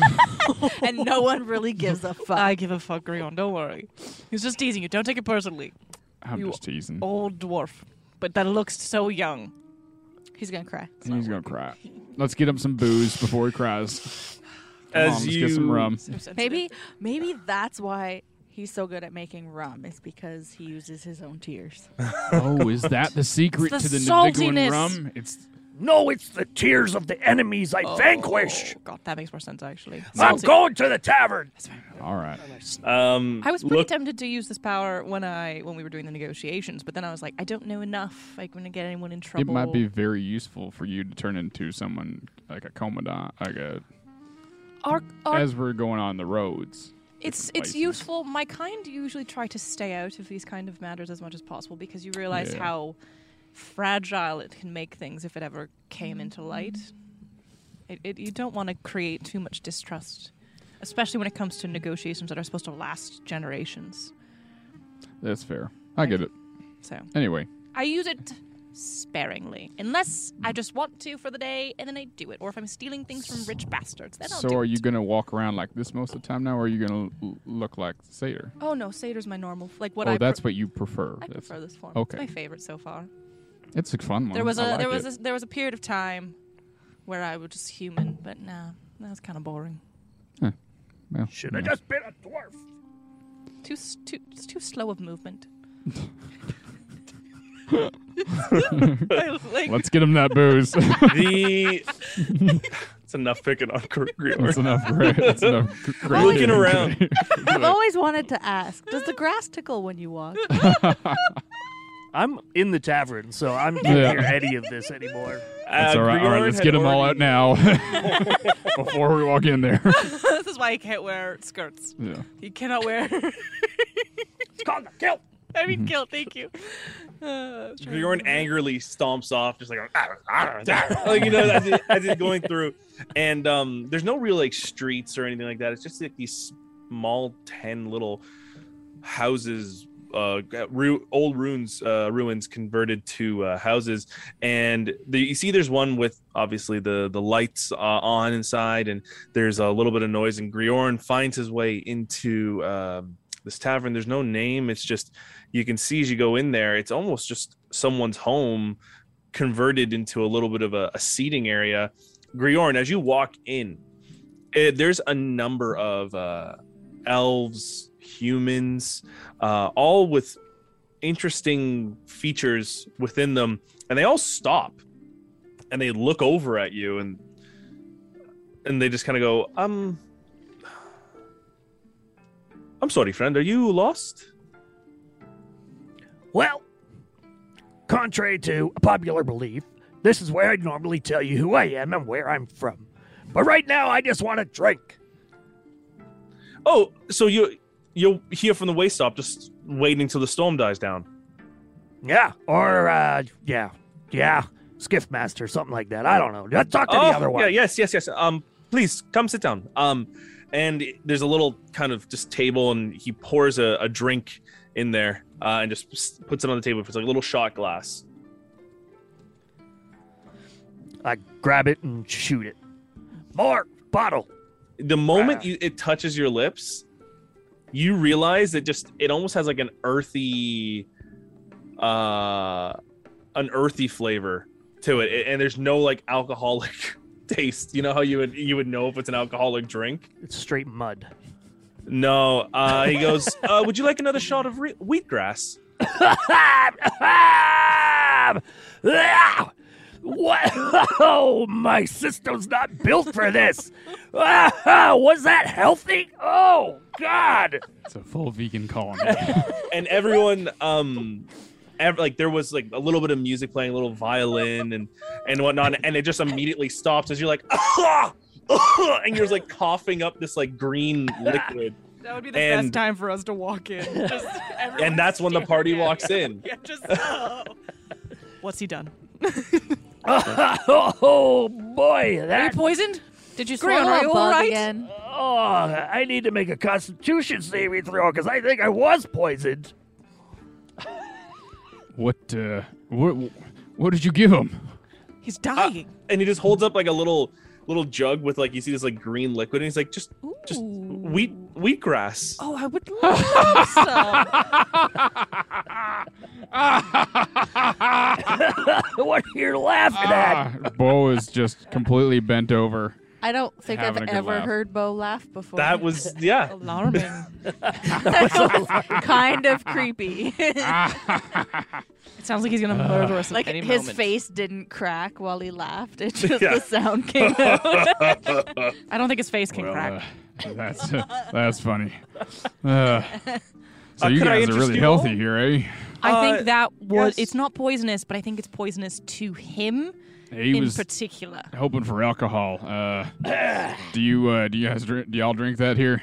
and no one really gives a fuck. I give a fuck, Grion, don't worry. He's just teasing you. Don't take it personally. I'm You just teasing. Old dwarf. But that looks so young. He's gonna cry. He's gonna cry. Let's get him some booze before he cries. Come on, As let's you get some rum. <laughs> Maybe, maybe that's why he's so good at making rum. It's because he uses his own <laughs> tears. <laughs> Oh, is that the secret It's to the the Naviguan saltiness. rum? It's No, it's the tears of the enemies I Oh. vanquished. God, that makes more sense actually. I'm going to the tavern. all right. um I was pretty look- tempted to use this power when I when we were doing the negotiations, but then I was like, I don't know enough. Like, I'm gonna get anyone in trouble. It might be very useful for you to turn into someone like a commandant, like a Our, our, as we're going on the roads. it's different it's places. useful. My kind usually try to stay out of these kind of matters as much as possible because you realize Yeah. how fragile it can make things if it ever came into light. It, it, you don't want to create too much distrust, especially when it comes to negotiations that are supposed to last generations. That's fair. I get it. So. Anyway, I use it sparingly, unless I just want to for the day, and then I do it. Or if I'm stealing things from rich bastards, then I'll so do are it. you gonna walk around like this most of the time now, or are you gonna l- look like Seder? Oh no, satyr's my normal. Like what oh, I. that's pre- what you prefer. I That's, prefer this form. okay. It's my favorite so far. it's a fun one. There was a Um, I like there was <laughs> it. a, there was a period of time where I was just human, but nah, that was kind of boring. Well, Should yeah. have just been a dwarf. Too s- too it's too slow of movement. I, like, Let's get him that <laughs> booze. the it's enough picking on that's Greenwood. enough. Right? That's enough. G- great Looking game. <laughs> around. I've always wanted to ask: Does the grass tickle when you walk? I'm in the tavern, so I'm not Yeah. hear any of this anymore. uh, That's all right. All right, let's get them all out now <laughs> <laughs> before we walk in there. <laughs> this is why I can't wear skirts. yeah. You cannot <laughs> wear. It's called the kilt. I mean, kill. Thank you. Uh, Bjorn angrily stomps off, just like, "Ah, ah, ah," like you know, as it, as it's going through. And um, there's no real like streets or anything like that. It's just like these small ten little houses uh, ru- old ruins uh, ruins converted to uh, houses, and the, you see there's one with obviously the the lights uh, on inside, and there's a little bit of noise, and Griorn finds his way into. um this tavern, there's no name. It's just you can see as you go in there, it's almost just someone's home converted into a little bit of a, a seating area. Griorn, as you walk in, eh, there's a number of uh, elves, humans, uh, all with interesting features within them, and they all stop and they look over at you and and they just kind of go, um. I'm sorry, friend. Are you lost? Well, contrary to popular belief, this is where I'd normally tell you who I am and where I'm from. But right now, I just want a drink. Oh, so you you'll hear from the way stop, just waiting till the storm dies down. Yeah, or, uh, yeah, yeah, Skiff Master, something like that. I don't know. Let's talk to Oh, the other one. Oh, yeah, yes, yes, yes. Um, please come sit down. Um, and there's a little kind of just table, and he pours a, a drink in there, uh, and just s- puts it on the table. It's like a little shot glass. I grab it and shoot it. More bottle. The moment Wow. you, it touches your lips, you realize that just it almost has like an earthy, uh, an earthy flavor to it, and there's no like alcoholic <laughs> taste. You know how you would you would know if it's an alcoholic drink. It's straight mud. <laughs> No, uh, he goes. uh, would you like another shot of re- wheatgrass? what? Oh, my system's not built for this. <laughs> Ah, Was that healthy? Oh, God. It's a full vegan column. And everyone, um, ev- like there was like a little bit of music playing, a little violin and and whatnot, and it just immediately stops as you're like, <laughs> and you're like coughing up this like green liquid, That would be the And- best time for us to walk in. Just everyone and that's when the staring party at walks you. in. Yeah, just. Oh. What's he done? Oh, boy. Are you That, poisoned? Did <laughs> you Graham, swallow are a you bug all right? again? oh, I need to make a constitution saving throw because I think I was poisoned. <laughs> <laughs> what? Uh, what? What did you give him? He's dying. And he just holds up like a little little jug with like you see this like green liquid, and he's like, just just wheat wheatgrass. oh, I would <laughs> love some. what are you laughing at? Ah, Bo is just completely bent over. I don't think I've Having a good ever laugh. heard Bo laugh before. That <laughs> was <laughs> yeah. Alarming. <laughs> kind of creepy. It sounds like he's Uh, gonna murder us. at like any his moment. face didn't crack while he laughed. <laughs> It just Yeah. the sound came out. I don't think his face can Well, crack. uh, that's that's funny. <laughs> Uh, so Uh, you could guys are I interest really you healthy all? here, eh? I uh, think that was. yes. It's not poisonous, but I think it's poisonous to him He in was particular. hoping for alcohol. <clears throat> Uh, do you uh, do you guys drink, do y'all drink that here?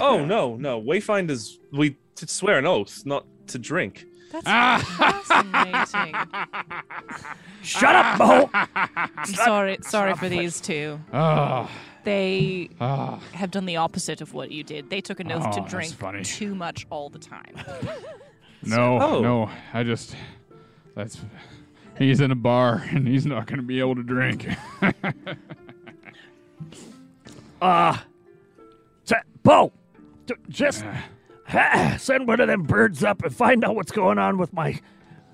Oh no, no. Wayfinders we t- swear an oath not to drink. That's Ah! fascinating. <laughs> Shut up, Mo. I'm sorry, sorry for these two. Ah, They ah. have done the opposite of what you did. They took an oath Oh, to that's drink funny. too much all the time. No, Oh. no. I just that's he's in a bar <laughs> and he's not going to be able to drink. <laughs> T- Bo, d- just Uh. <sighs> send one of them birds up and find out what's going on with my,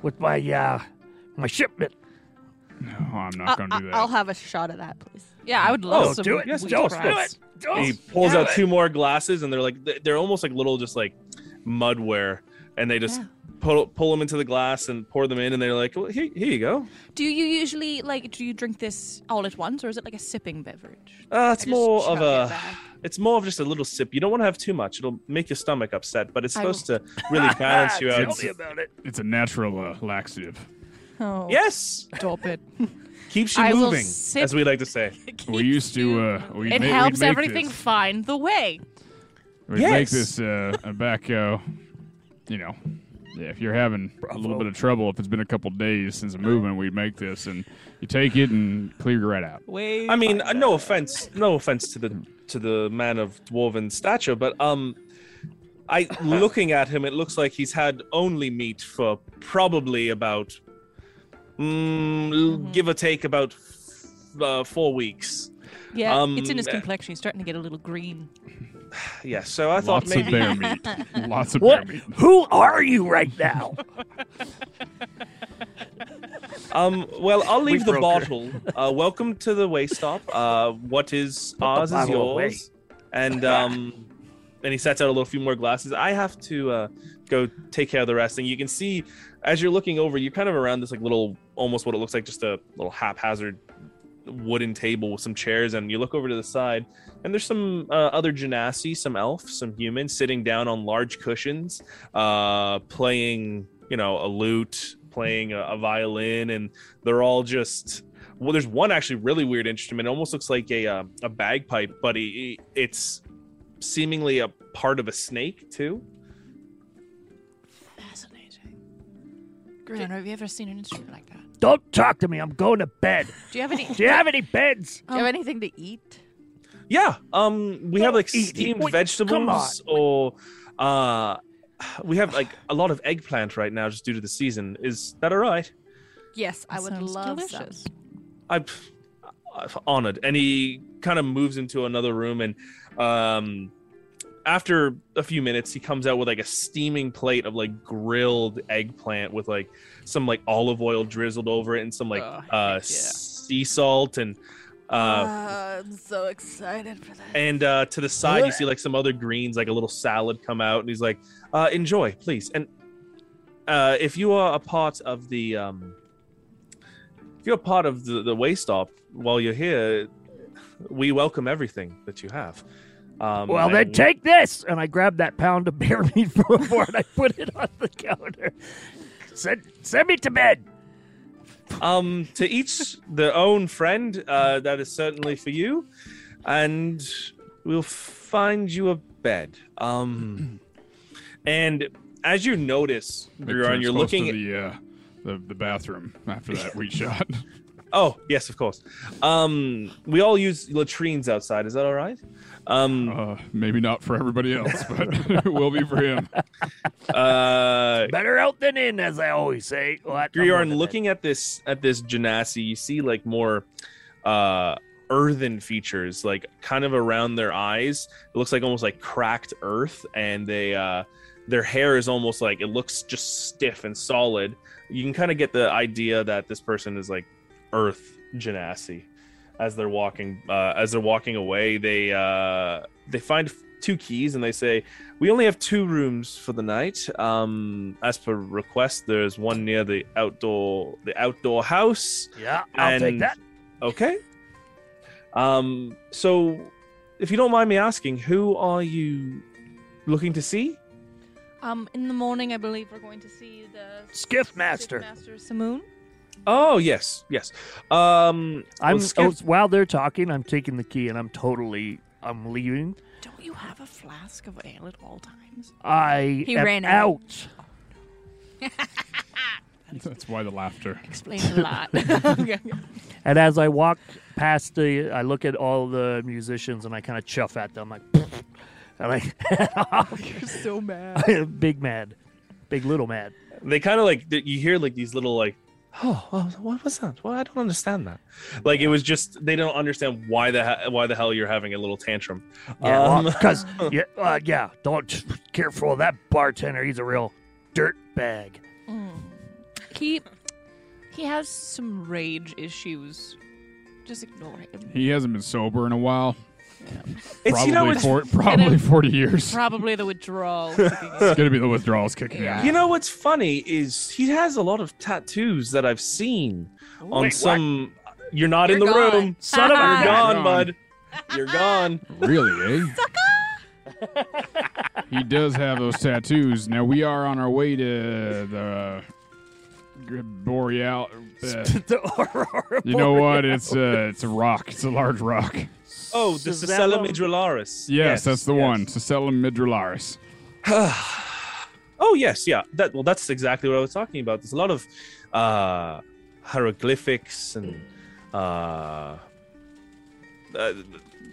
with my, uh, my shipment. no, Oh, I'm not going to do that. I'll have a shot of that, please. Yeah, I would love Oh, some. do it. Yes, wheat don't do grass. it. Don't he pulls do out it. two more glasses, and they're like th- they're almost like little just like mudware, and they just pull pull them into the glass and pour them in, and they're like, well, here, here you go. Do you usually like? Do you drink this all at once, or is it like a sipping beverage? Uh, it's just more chug of it a back. it's more of just a little sip. You don't want to have too much; it'll make your stomach upset. But it's I will- supposed to <laughs> really balance you out. Tell me about it. it's a natural uh, laxative. Oh, Yes, Stop <laughs> it. keeps you I will moving, sip- as we like to say. We used to uh, we It helps everything find the way. We Yes. make this uh, a back, uh, you know, yeah, if you're having a little bit of trouble, if it's been a couple days since a movement, we make this and you take it and clear you right out. Wait. I mean, uh, no offense, no offense to the to the man of dwarven stature, but um, I looking at him, it looks like he's had only meat for probably about, mm, l- give or take, about f- uh, four weeks. Yeah, Um, it's in his uh, complexion. He's starting to get a little green. Yeah, so I thought Lots of maybe bear <laughs> meat. Lots of What? bear meat. Who are you right now? <laughs> Um, well, I'll leave the broke her. bottle. Uh, welcome to the way stop. Uh, what is ours is bottle away. yours. And um, and he sets out a little few more glasses. I have to uh, go take care of the rest. And you can see as you're looking over, you're kind of around this like little, almost what it looks like, just a little haphazard wooden table with some chairs. And you look over to the side, and there's some uh, other genasi, some elf, some humans sitting down on large cushions, uh, playing, you know, a lute, playing a, a violin, and they're all just well there's one actually really weird instrument it almost looks like a uh, a bagpipe but he- it's seemingly a part of a snake too Fascinating. Gran, have you ever seen an instrument like that? Don't talk to me. I'm going to bed. Do you have any? Do you have any beds? Um, Do you have anything to eat? yeah um we have like Eat it. steamed Wait, come on. vegetables or uh we have like a lot of eggplant right now just due to the season is that all right Yes, I That would sounds love delicious. some. I'm, I'm honored. And he kind of moves into another room, and um, after a few minutes, he comes out with like a steaming plate of like grilled eggplant with like some like olive oil drizzled over it and some like Oh, uh, sea salt and. Uh, Ah, I'm so excited for that. and uh, to the side, you see like some other greens, like a little salad come out, and he's like, uh, "Enjoy, please." And uh, if you are a part of the, um, if you're a part of the, the way stop while you're here, we welcome everything that you have. Um, Well, then and- take this. And I grabbed that pound of <laughs> bear meat from the board. I put it on the counter. Send, send me to bed. um, to each their own friend. Uh, that is certainly for you, and we'll find you a bed. Um, <clears throat> and as you notice, Buran, Turns you're close looking to the, uh, the the bathroom after that we <laughs> shot. Oh, yes, of course. Um, we all use latrines outside. Is that all right? Um, Uh, maybe not for everybody else, but <laughs> it will be for him. uh, Better out than in, as I always say. Well, that- I'm Griorn, going to looking at this at this genasi, you see like more uh earthen features, like kind of around their eyes. It looks like almost like cracked earth, and they uh their hair is almost like it looks just stiff and solid. You can kind of get the idea that this person is like earth genasi as they're walking uh, as they're walking away they uh, they find two keys and they say we only have two rooms for the night um, as per request there's one near the outdoor the outdoor house bed. Yeah, I'll take and- that. okay um, so if you don't mind me asking who are you looking to see <laughs> Um, in the morning, I believe we're going to see the Skiff master. Master Samoon. oh yes yes um, I'm well, Skip- oh, while they're talking, I'm taking the key and I'm totally I'm leaving. Don't you have a flask of ale at all times? I He am ran out. out. That's why the laughter. Explain a <laughs> lot. And as I walk past the, I look at all the musicians and I kind of chuff at them, like, <laughs> "Pfft," and I <laughs> head off. You're so mad. big mad, big little mad. they kind of like th- you hear like these little like oh well, what was that well i don't understand that like it was just they don't understand why the he- why the hell you're having a little tantrum Yeah, <laughs> um, because yeah, uh, yeah. Don't careful of that bartender. He's a real dirt <laughs> bag. He he has some rage issues. Just ignore him. He hasn't been sober in a while. it's probably you know <laughs> it's for, probably forty years. Probably the withdrawal. kicking in. It's gonna be the withdrawals kicking in. you know what's funny is he has a lot of tattoos that i've seen on Wait, some you're not in the You're gone. room son of a you're gone Gone. bud you're gone Really, eh? he does have those tattoos. Now we are on our way to the Gr- Boreal. <laughs> uh, the aurora. you know what? It's uh, it's a rock. It's a large rock. oh the Is that Cicella one? midralaris yes, Yes, that's the yes. one. Cicellum midralaris. Oh yes, yeah. That well, that's exactly what I was talking about. There's a lot of uh, hieroglyphics and uh, uh,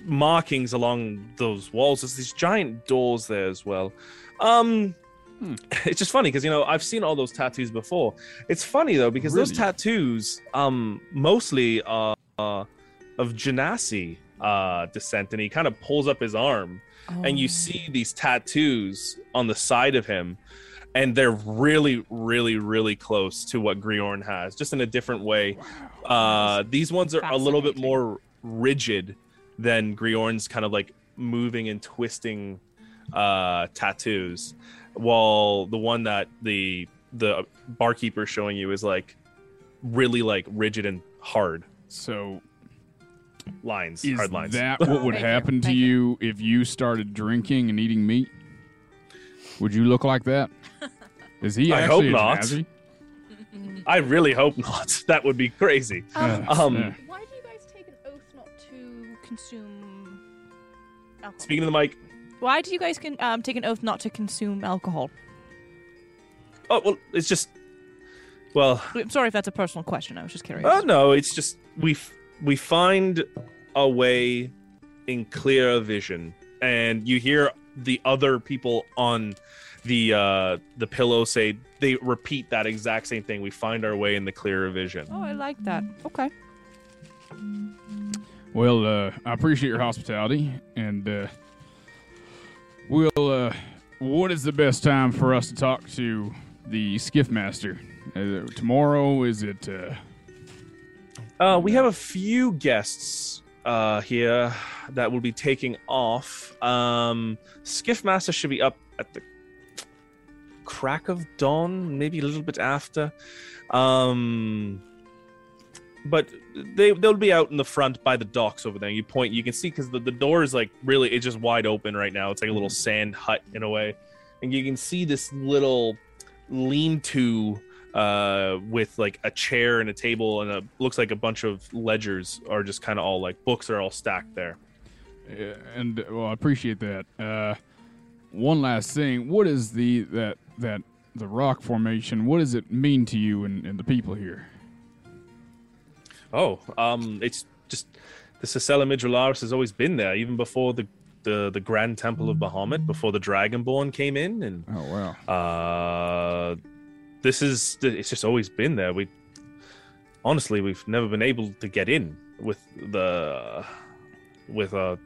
markings along those walls. There's these giant doors there as well. Um, Hmm. <laughs> It's just funny because you know I've seen all those tattoos before. It's funny though because those Really? tattoos, um, mostly are uh, of Genasi uh, descent, and he kind of pulls up his arm, Oh. and you see these tattoos on the side of him, and they're really, really, really close to what Griorn has, just in a different way. Uh, these ones are a little bit Fascinating. more rigid than Griorn's kind of like moving and twisting uh, tattoos, while the one that the the barkeeper showing you is like really like rigid and hard So lines, is hard lines. that what would Thank you, happen to thank you if you started drinking and eating meat? Would you look like that? Is he? I actually hope a not. Janazi? I really hope not. <laughs> That would be crazy. Yeah, Um, yeah. Why do you guys take an oath not to consume alcohol? Speaking of the mic, Why do you guys can, um, take an oath not to consume alcohol? oh well, it's just well, I'm sorry if that's a personal question. I was just curious. Oh no, it's just we f- we find a way in clear vision, and you hear the other people on the uh, the pillow say they repeat that exact same thing. We find our way in the clearer vision. Oh, I like that. Okay. Well, uh, I appreciate your hospitality, and uh, we'll. Uh, what is the best time for us to talk to the skiff master? Is it tomorrow? Is it? Uh, Uh, we have a few guests uh, here that will be taking off. Um, Skiffmaster should be up at the crack of dawn, maybe a little bit after. Um, but they they'll be out in the front by the docks over there. You point, you can see because the, the door is like really it's just wide open right now. It's like a little sand hut in a way, and you can see this little lean-to uh, with like a chair and a table and a looks like a bunch of ledgers are just kind of all like books are all stacked there. Yeah, and well, I appreciate that. Uh, one last thing: what is the that that the rock formation? What does it mean to you and, and the people here? Oh, um, it's just the Sicella Midralaris has always been there, even before the the, the Grand Temple of Bahamut, before the Dragonborn came in, and Oh wow! uh, this is it's just always been there. We honestly we've never been able to get in with the with uh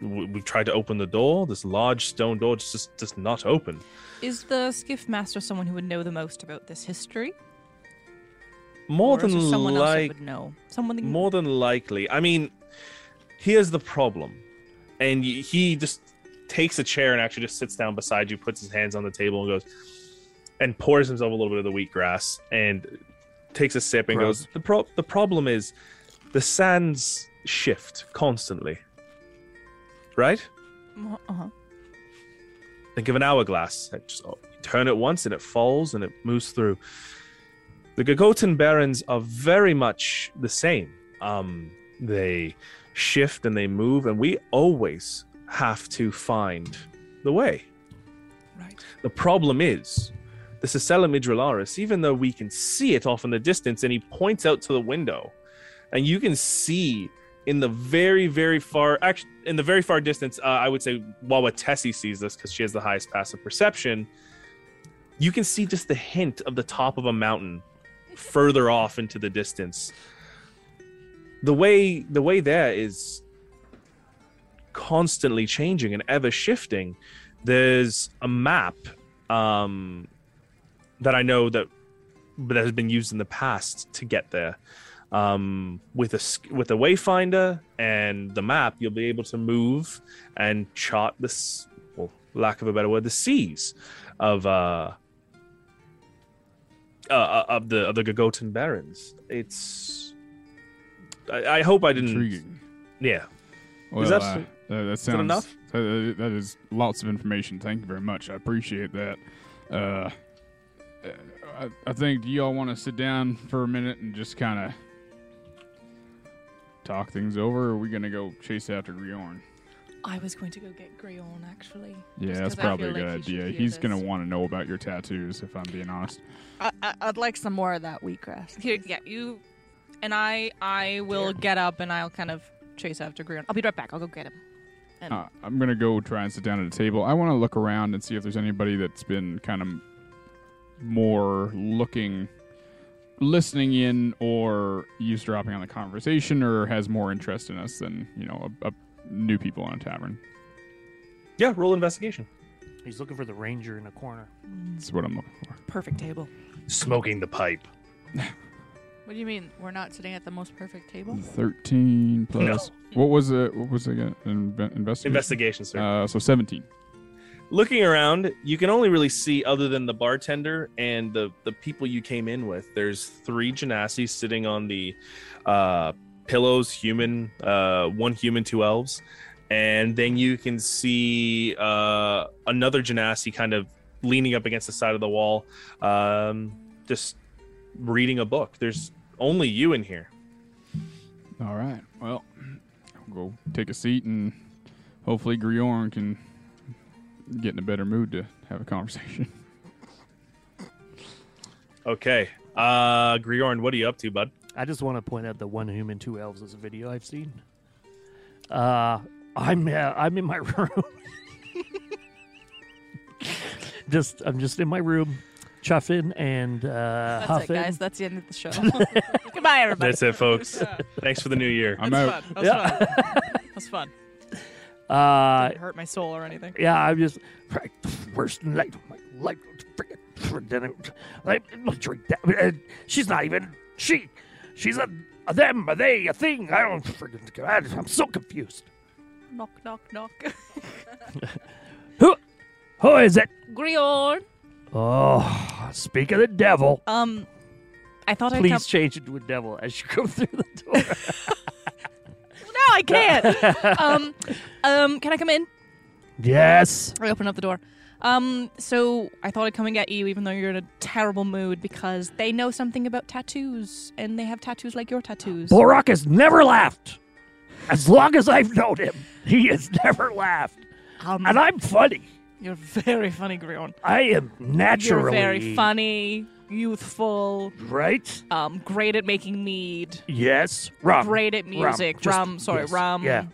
we- we've tried to open the door this large stone door just just does not open Is the skiff master someone who would know the most about this history? more or than is there someone else that like would know? Someone more than likely i mean here's the problem and y- he just takes a chair and actually just sits down beside you puts his hands on the table and goes and pours himself a little bit of the wheatgrass and takes a sip and goes the pro- the problem is the sands shift constantly right Uh-huh. think of an hourglass. It just oh, you turn it once and it falls and it moves through. The Gagotan barons are very much the same. Um, they shift and they move, and we always have to find the way. Right. The problem is the Sicella Midralaris, even though we can see it off in the distance, and he points out to the window, and you can see in the very, very far, actually, in the very far distance, uh, I would say Wawa Tessie sees this because she has the highest passive perception. You can see just the hint of the top of a mountain further off into the distance. The way the way there is constantly changing and ever shifting. There's a map um, that I know that that has been used in the past to get there. Um, with a s- with a wayfinder and the map, you'll be able to move and chart this, well, lack of a better word, the seas of uh, uh of the of the Gagotan barons. It's I, I hope I didn't. Intriguing. Yeah, Well, that- uh, that, that sounds enough? uh, uh, that is lots of information. Thank you very much. I appreciate that. Uh, uh, I, I think do you all want to sit down for a minute and just kind of talk things over? Or are we gonna go chase after Griorn? I was going to go get Grion, actually. Yeah, Just that's 'cause I probably a feel good like he should idea. hear He's this. gonna want to know about your tattoos, if I'm being honest. I, I, I'd like some more of that wheatgrass. Here, yeah, you and I. I will get up and I'll kind of chase after Grion. I'll be right back. I'll go get him. And Uh, I'm gonna go try and sit down at a table. I want to look around and see if there's anybody that's been kind of more looking, listening in, or eavesdropping on the conversation, or has more interest in us than you know a, a new people in a tavern. Yeah, roll investigation. He's looking for the ranger in the corner. That's what I'm looking for. perfect table. Smoking the pipe. What do you mean? We're not sitting at the most perfect table? Thirteen plus. What was it? What was it? Again? Inve- investigation. Investigation, sir. Uh, so seventeen. Looking around, you can only really see, other than the bartender and the the people you came in with. There's three Genasi sitting on the uh, pillows, human, uh, one human, two elves, and then you can see uh, another Genasi kind of leaning up against the side of the wall, um, just reading a book. There's only you in here. All right. Well, <clears throat> I'll go take a seat and hopefully Griorn can get in a better mood to have a conversation. <laughs> Okay, uh, Griorn, what are you up to, bud? I just want to point out that one human, two elves is a video I've seen. Uh, I'm uh, I'm in my <laughs> room. just I'm just in my room, chuffing and uh, That's it, huffing. guys. That's the end of the show. Goodbye, everybody. That's it, folks. <laughs> Thanks for the new year. I'm That's out. fun. That's Yeah. fun. That's fun. <laughs> Uh, Didn't hurt my soul or anything. yeah, I'm just right, worst night of my life. Friggin' dinner. I don't drink that. and She's not even she. She's a, a them, a they, a thing. I don't friggin' I- I'm so confused. knock, knock, knock. Who who is it? Grion. Oh, speak of the devil. Um, I thought I Please kept. change it to a devil as you go through the <laughs> door. No, I can't. um, um, can I come in? yes. I open up the door. Um, so I thought I'd come and get you, even though you're in a terrible mood because they know something about tattoos and they have tattoos like your tattoos. Borak has never laughed. As long as I've known him, he has never laughed. Um, And I'm funny. you're very funny, Grion. I am naturally You're very funny, youthful, Right? um, great at making mead, Yes. Rum. great at Rum. music, Just- rum, sorry, yes. rum, Yeah.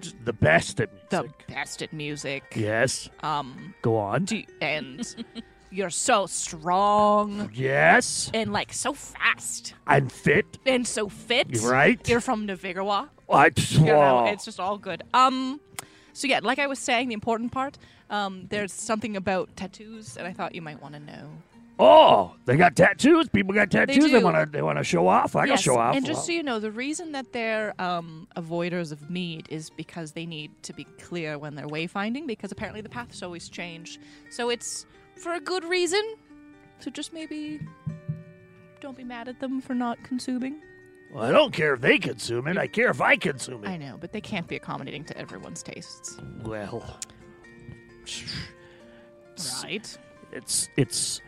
Just the best at the music. best at music. yes. Um, Go on. do, and <laughs> you're so strong yes. and like so fast I'm fit. and so fit. You're right. You're from Navigarawa. I Oh. you know, it's just all good. Um, so yeah, like I was saying, the important part. Um, there's something about tattoos, and I thought you might want to know. Oh, they got tattoos. People got tattoos. They do. want to. They want to show off. I got to show off. and just Well, so you know, the reason that they're um, avoiders of mead is because they need to be clear when they're wayfinding, because apparently the paths always change. So it's for a good reason. So just maybe don't be mad at them for not consuming. I don't care if they consume it. I care if I consume it. I know, but they can't be accommodating to everyone's tastes, Well, right? it's it's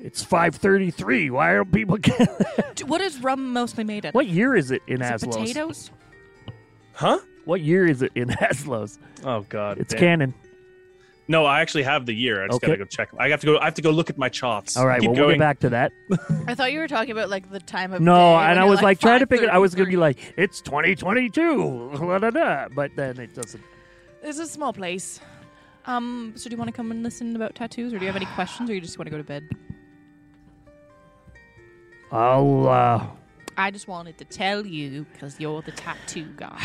it's five thirty three. Why don't people <laughs> get? D- what is rum mostly made of? what year is it in Is it Aslos? potatoes? Huh? What year is it in <laughs> Aslos? Oh God, It's damn. canon. No, I actually have the year. I just Okay. gotta go check. I have to go. I have to go look at my charts. All right, Keep well we'll going. get back to that. I thought you were talking about like the time of No, day and when I you're, was like, trying to pick it. I was gonna be 5:33. like, it's twenty twenty two, <laughs> but then it doesn't. It's a small place. Um, so do you want to come and listen about tattoos, or do you have any questions, or you just want to go to bed? I'll. uh I just wanted to tell you because you're the tattoo guy.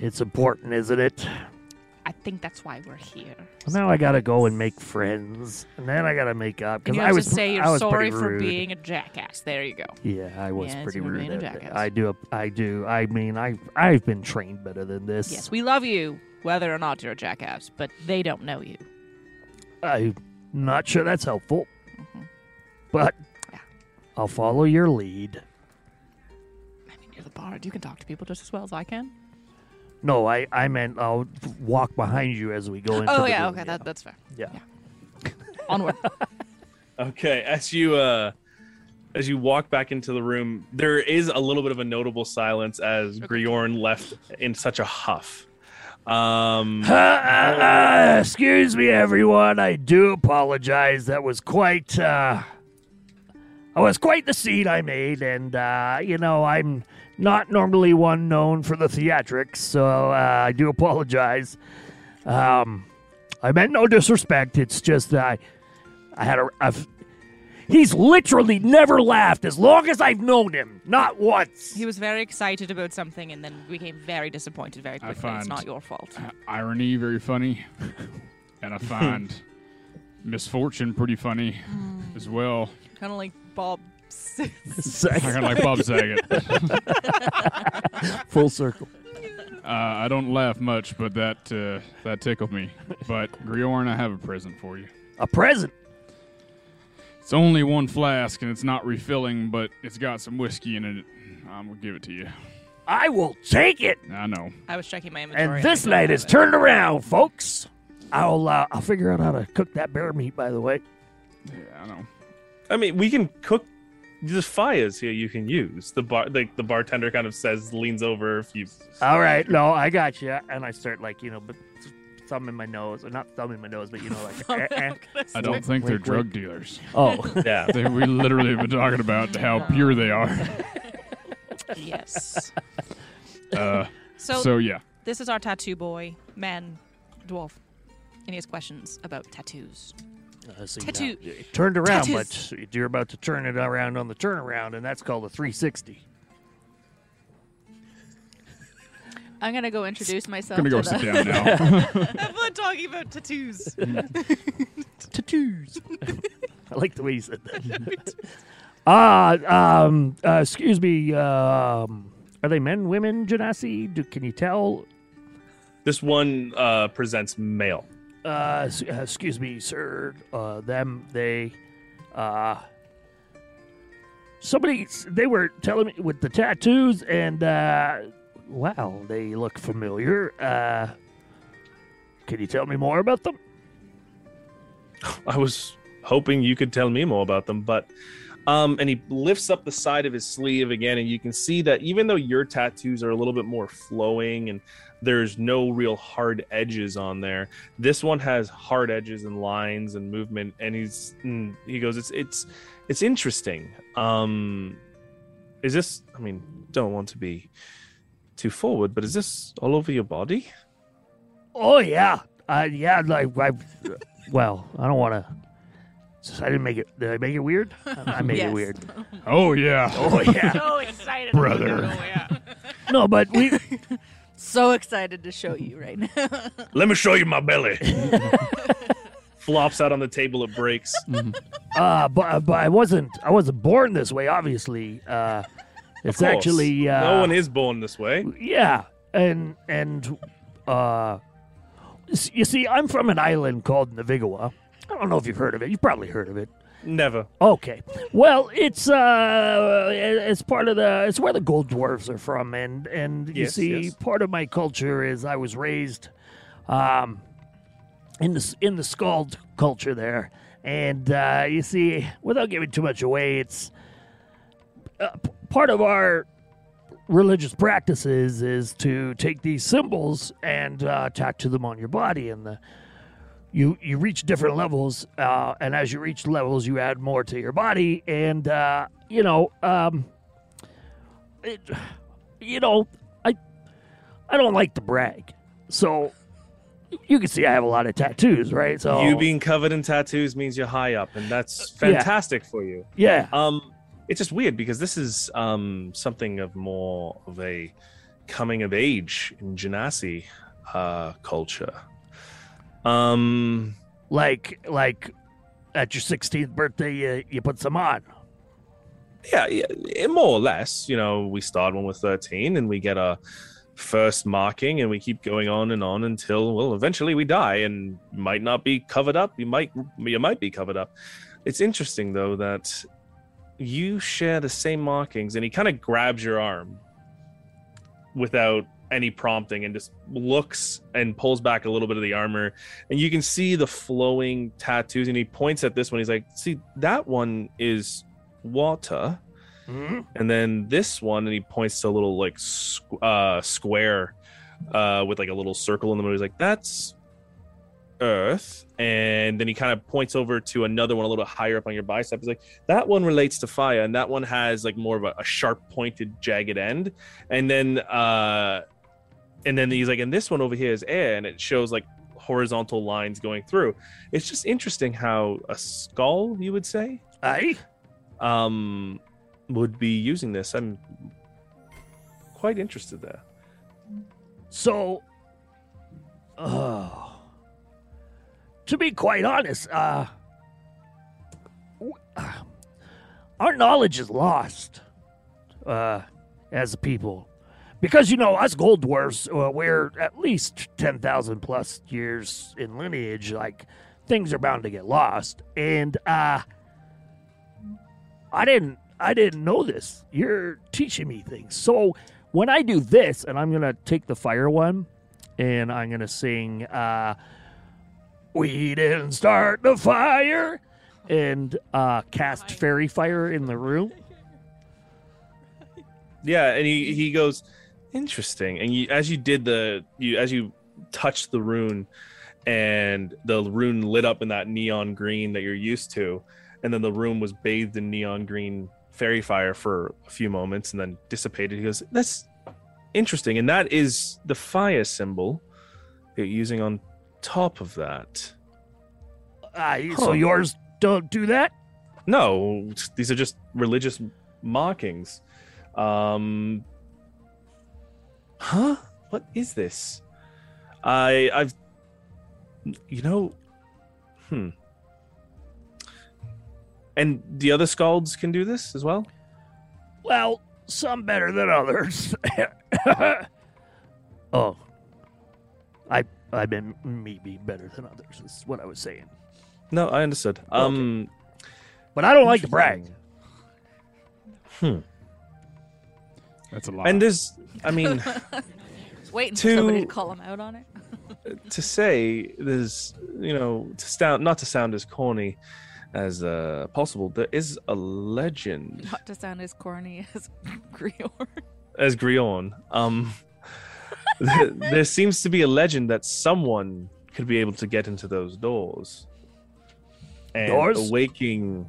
It's important, isn't it? I think that's why we're here. Now I gotta go and make friends, and then I gotta make up because And you I have was to say I you're was pretty sorry for rude. being a jackass. There you go. Yeah, I was Yes, pretty you were rude. being a at it. jackass. I do. I do. I mean, I I've been trained better than this. Yes, we love you, whether or not you're a jackass, but they don't know you. I'm not sure that's helpful, Mhm. but Yeah. I'll follow your lead. I mean, you're the bard. You can talk to people just as well as I can. No, I I meant I'll walk behind you as we go into. Oh the yeah, room, okay, That, that's fair. yeah. yeah. <laughs> Onward. Okay, as you uh, as you walk back into the room, there is a little bit of a notable silence as Griorn left in such a huff. Um, Uh, uh, uh, excuse me, everyone. I do apologize. That was quite. uh I was quite the scene I made, and, uh, you know, I'm not normally one known for the theatrics, so uh, I do apologize. Um, I meant no disrespect. It's just that I, I had a. I've, he's literally never laughed as long as I've known him. Not once. <laughs> He was very excited about something and then became very disappointed very quickly. find- It's not your fault. irony very funny, <laughs> and I find misfortune pretty funny as well. Kind of like Bob. I kind of like Bob Saget. uh, Full circle. I don't laugh much, but that uh, that tickled me. But Griorn, I have a present for you. A present. It's only one flask, and it's not refilling, but it's got some whiskey in it. I'm gonna give it to you. I will take it. I know. I was checking my inventory. And I this don't have night is it. turned around, folks. I'll uh, I'll figure out how to cook that bear meat. By the way, Yeah, I know. I mean, we can cook. There's fires here you can use. The bar, like the bartender, kind of says, leans over if you. all right, no, I got you. And I start like you know, but thumb in my nose, or not thumb in my nose, but you know, <laughs> Oh, like. eh, eh. I don't think they're wait. drug dealers. Oh, <laughs> Yeah. They, we literally have been talking about how pure they are. <laughs> Yes. Uh, So, so yeah, this is our tattoo boy, man, dwarf, and he has questions about tattoos. I see now. Tattoo. It turned around, Tattoos. but you're about to turn it around on the turnaround, and that's called a 360. I'm gonna go introduce myself. gonna go to <laughs> the- sit down now. We're talking about tattoos. tattoos. <laughs> I like the way you said that. <laughs> Ah, um, uh, excuse me. Um, are they men, women, Janassi? Do, can you tell? This one uh, presents male. Uh, s- uh, excuse me, sir. Uh, them, they, uh, somebody. s- They were telling me with the tattoos, and uh, wow, they look familiar. Uh, can you tell me more about them? I was hoping you could tell me more about them, but um, and he lifts up the side of his sleeve again, and you can see that even though your tattoos are a little bit more flowing and there's no real hard edges on there, this one has hard edges and lines and movement. And he's and he goes, it's it's it's interesting. Um, is this? I mean, don't want to be too forward, but is this all over your body? Oh yeah, uh, yeah. Like, I, <laughs> well, I don't want to. I didn't make it. Did I make it weird? I I made it Yes. weird. oh yeah, Oh yeah. so excited. brother. no, but we. So excited to show you right now. Let me show you my belly. Flops out on the table. It breaks. Uh, but but I wasn't. I wasn't born this way. Obviously, uh, it's Of course. actually. Uh, no one is born this way. Yeah, and and uh, s- you see, I'm from an island called Navigua. I don't know if you've heard of it. You've probably heard of it. Never. Okay. Well, it's uh, it's part of the it's where the gold dwarves are from, and and you Yes, see, yes. part of my culture is I was raised, um, in the in the Scald culture there, and uh, you see, without giving too much away, it's uh, p- part of our religious practices is to take these symbols and uh, tattoo them on your body, and the you you reach different levels, uh, and as you reach levels, you add more to your body, and uh, you know, um, it, you know, I I don't like to brag, so you can see I have a lot of tattoos, right? So You being covered in tattoos means you're high up, and that's Oh. Uh, Yeah. fantastic for you. yeah, Um, it's just weird because this is um something of more of a coming of age in Genasi uh, culture. Um, like like at your 16th birthday, you you put some on. yeah, yeah, eh, more or less. You know, we start when we're 13 and we get our first marking and we keep going on and on until, well, eventually we die and might not be covered up. You might, you might be covered up. It's interesting though that you share the same markings and he kind of grabs your arm without any prompting and just looks and pulls back a little bit of the armor and you can see the flowing tattoos and he points at this one he's like see that one is water Mhm. and then this one, and he points to a little like squ- uh, square uh, with like a little circle in the middle. He's like, "That's Earth, and then he kind of points over to another one a little bit higher up on your bicep. He's like, that one relates to fire, and that one has like more of a, a sharp, pointed, jagged end. And then, uh, and then he's like, and this one over here is air, and it shows like horizontal lines going through. It's just interesting how a skull, you would say, Aye. um, would be using this. I'm quite interested there. So, oh, to be quite honest, uh, w- uh, our knowledge is lost uh, as a people. Because, you know, us gold dwarfs, uh, we're at least 10,000 plus years in lineage. Like, things are bound to get lost. And, uh, I didn't I didn't know this. You're teaching me things. So when I do this, and I'm gonna take the fire one, and I'm gonna sing uh We didn't start the fire and uh cast fairy fire in the room. Yeah, and he he goes, interesting. And you, as you did the you as you touched the rune, and the rune lit up in that neon green that you're used to, and then the room was bathed in neon green fairy fire for a few moments, and then dissipated. He goes, that's interesting, and that is the fire symbol that you're using on top of that. Uh, Huh. so yours don't do that? No, these are just religious markings. Um, huh? What is this? I, I've, you know, hmm. And the other scalds can do this as well. Well, some better than others. <laughs> oh. I I meant me be better than others, is what I was saying. No, I understood. Um, But I don't like to brag. That's a lot. and there's, I mean. Waiting To- for somebody to call him out on it. to say there's you know to sound not to sound as corny as uh possible there is a legend Not to sound as corny as <laughs> Grior. as grion um th- there seems to be a legend that someone could be able to get into those doors and Doors? awaking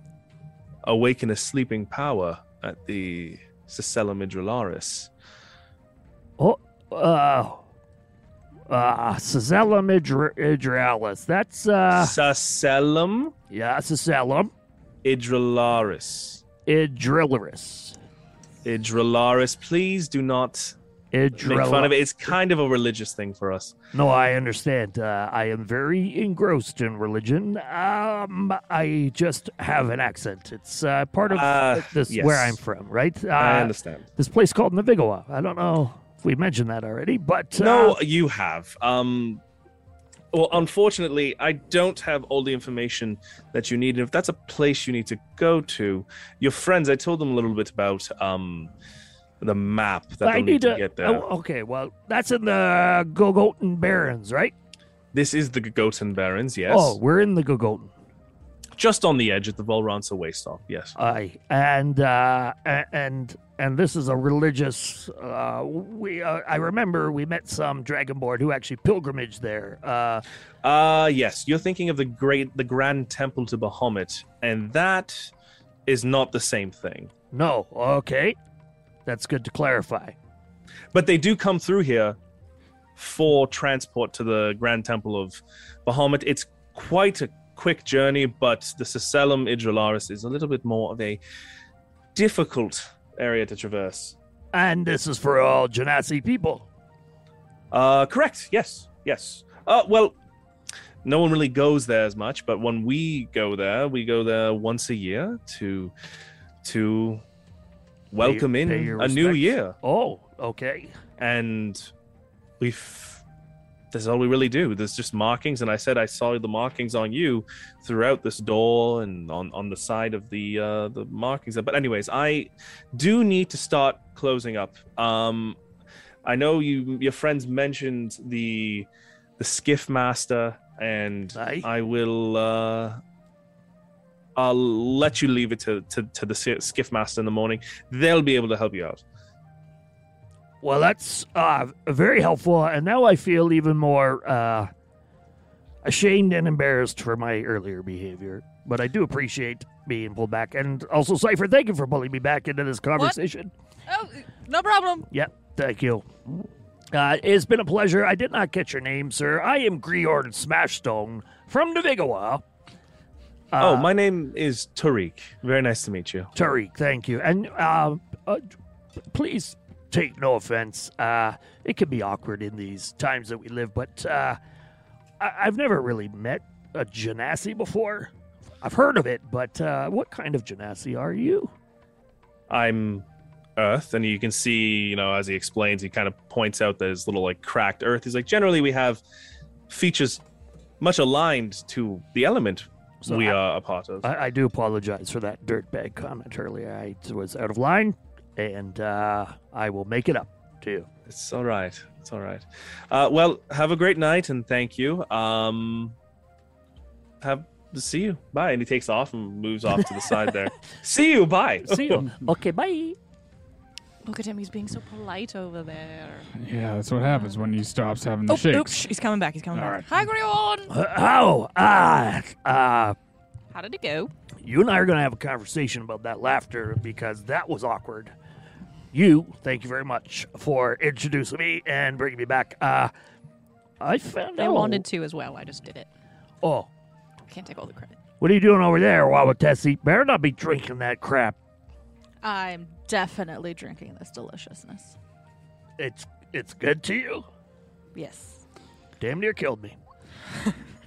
awaken a sleeping power at the Sicella Midralaris. Oh, uh, uh, Sazellum Idr- Idralis. That's, uh, Sicellum yeah, Sazellum Idralaris. Idrilleris. Idralaris, please do not make Idrilla- fun of it. It's kind of a religious thing for us. No, I understand. Uh, I am very engrossed in religion. Um, I just have an accent. It's uh, part of Uh, this yes. where I'm from, right? Uh, I understand. This place called Navigoa. I don't know if we mentioned that already, but uh, No, you have. Um, well, unfortunately, I don't have all the information that you need. And if that's a place you need to go to, your friends, I told them a little bit about um, the map that I they need to. get there. oh, okay, well, that's in the Gogoten Barrens, right? This is the Goten Barrens, yes. Oh, we're in the Gogoten. Just on the edge at the Volransa waste off, yes. Aye, and uh, a- and and this is a religious. Uh, we uh, I remember we met some dragonborn who actually pilgrimage there. Uh, Uh yes, you're thinking of the great the Grand Temple to Bahamut, and that is not the same thing. no, okay, that's good to clarify. But they do come through here for transport to the Grand Temple of Bahamut. It's quite a quick journey, but the Sicellum Idralaris is a little bit more of a difficult area to traverse. And this is for all Genasi people. Uh, correct. Yes. Yes. Uh, well, no one really goes there as much, but when we go there, we go there once a year to to welcome in pay your a new respects. year, Oh, okay. and we've. That's all we really do. There's just markings, and I said I saw the markings on you throughout this door and on, on the side of the uh, the markings. But anyways, I do need to start closing up. Um, I know you your friends mentioned the the skiff master, and Aye. I will uh, I'll let you leave it to, to to the si- skiff master in the morning. They'll be able to help you out. Well, that's uh, very helpful, and now I feel even more uh, ashamed and embarrassed for my earlier behavior, but I do appreciate being pulled back. And also, Cypher, thank you for pulling me back into this conversation. Oh, no problem. Yep, thank you. Uh, it's been a pleasure. I did not catch your name, sir. I am Griorn Smashstone from Navigawa. oh, my name is Tariq. Very nice to meet you. Tariq, thank you. And uh, uh, please take no offense. Uh, it can be awkward in these times that we live, but uh, I- I've never really met a Genasi before. I've heard of it, but uh, what kind of Genasi are you? I'm Earth, and you can see, you know, as he explains, he kind of points out that his little like cracked Earth. He's like, generally, we have features much aligned to the element So we I- are a part of. I, I do apologize for that dirtbag comment earlier. I was out of line, and uh, I will make it up to you. It's all right. It's all right. Uh, well, have a great night, and thank you. Um, have see you. Bye. And he takes off and moves off to the side <laughs> there. See you. Bye. See you. <laughs> okay, bye. Look at him. He's being so polite over there. Yeah, that's what happens when you stops having the oh, shakes. oops. He's coming back. He's coming All back. Hi, right. Grion. Uh, oh, ah, uh, How did it go? you and I are going to have a conversation about that laughter because that was awkward. You, thank you very much for introducing me and bringing me back. Uh, I found I Oh. out. wanted to as well. I just did it. Oh, Can't take all the credit. what are you doing over there, Wawatessi? Better not be drinking that crap. I'm definitely drinking this deliciousness. It's it's good to you. Yes. Damn near killed me.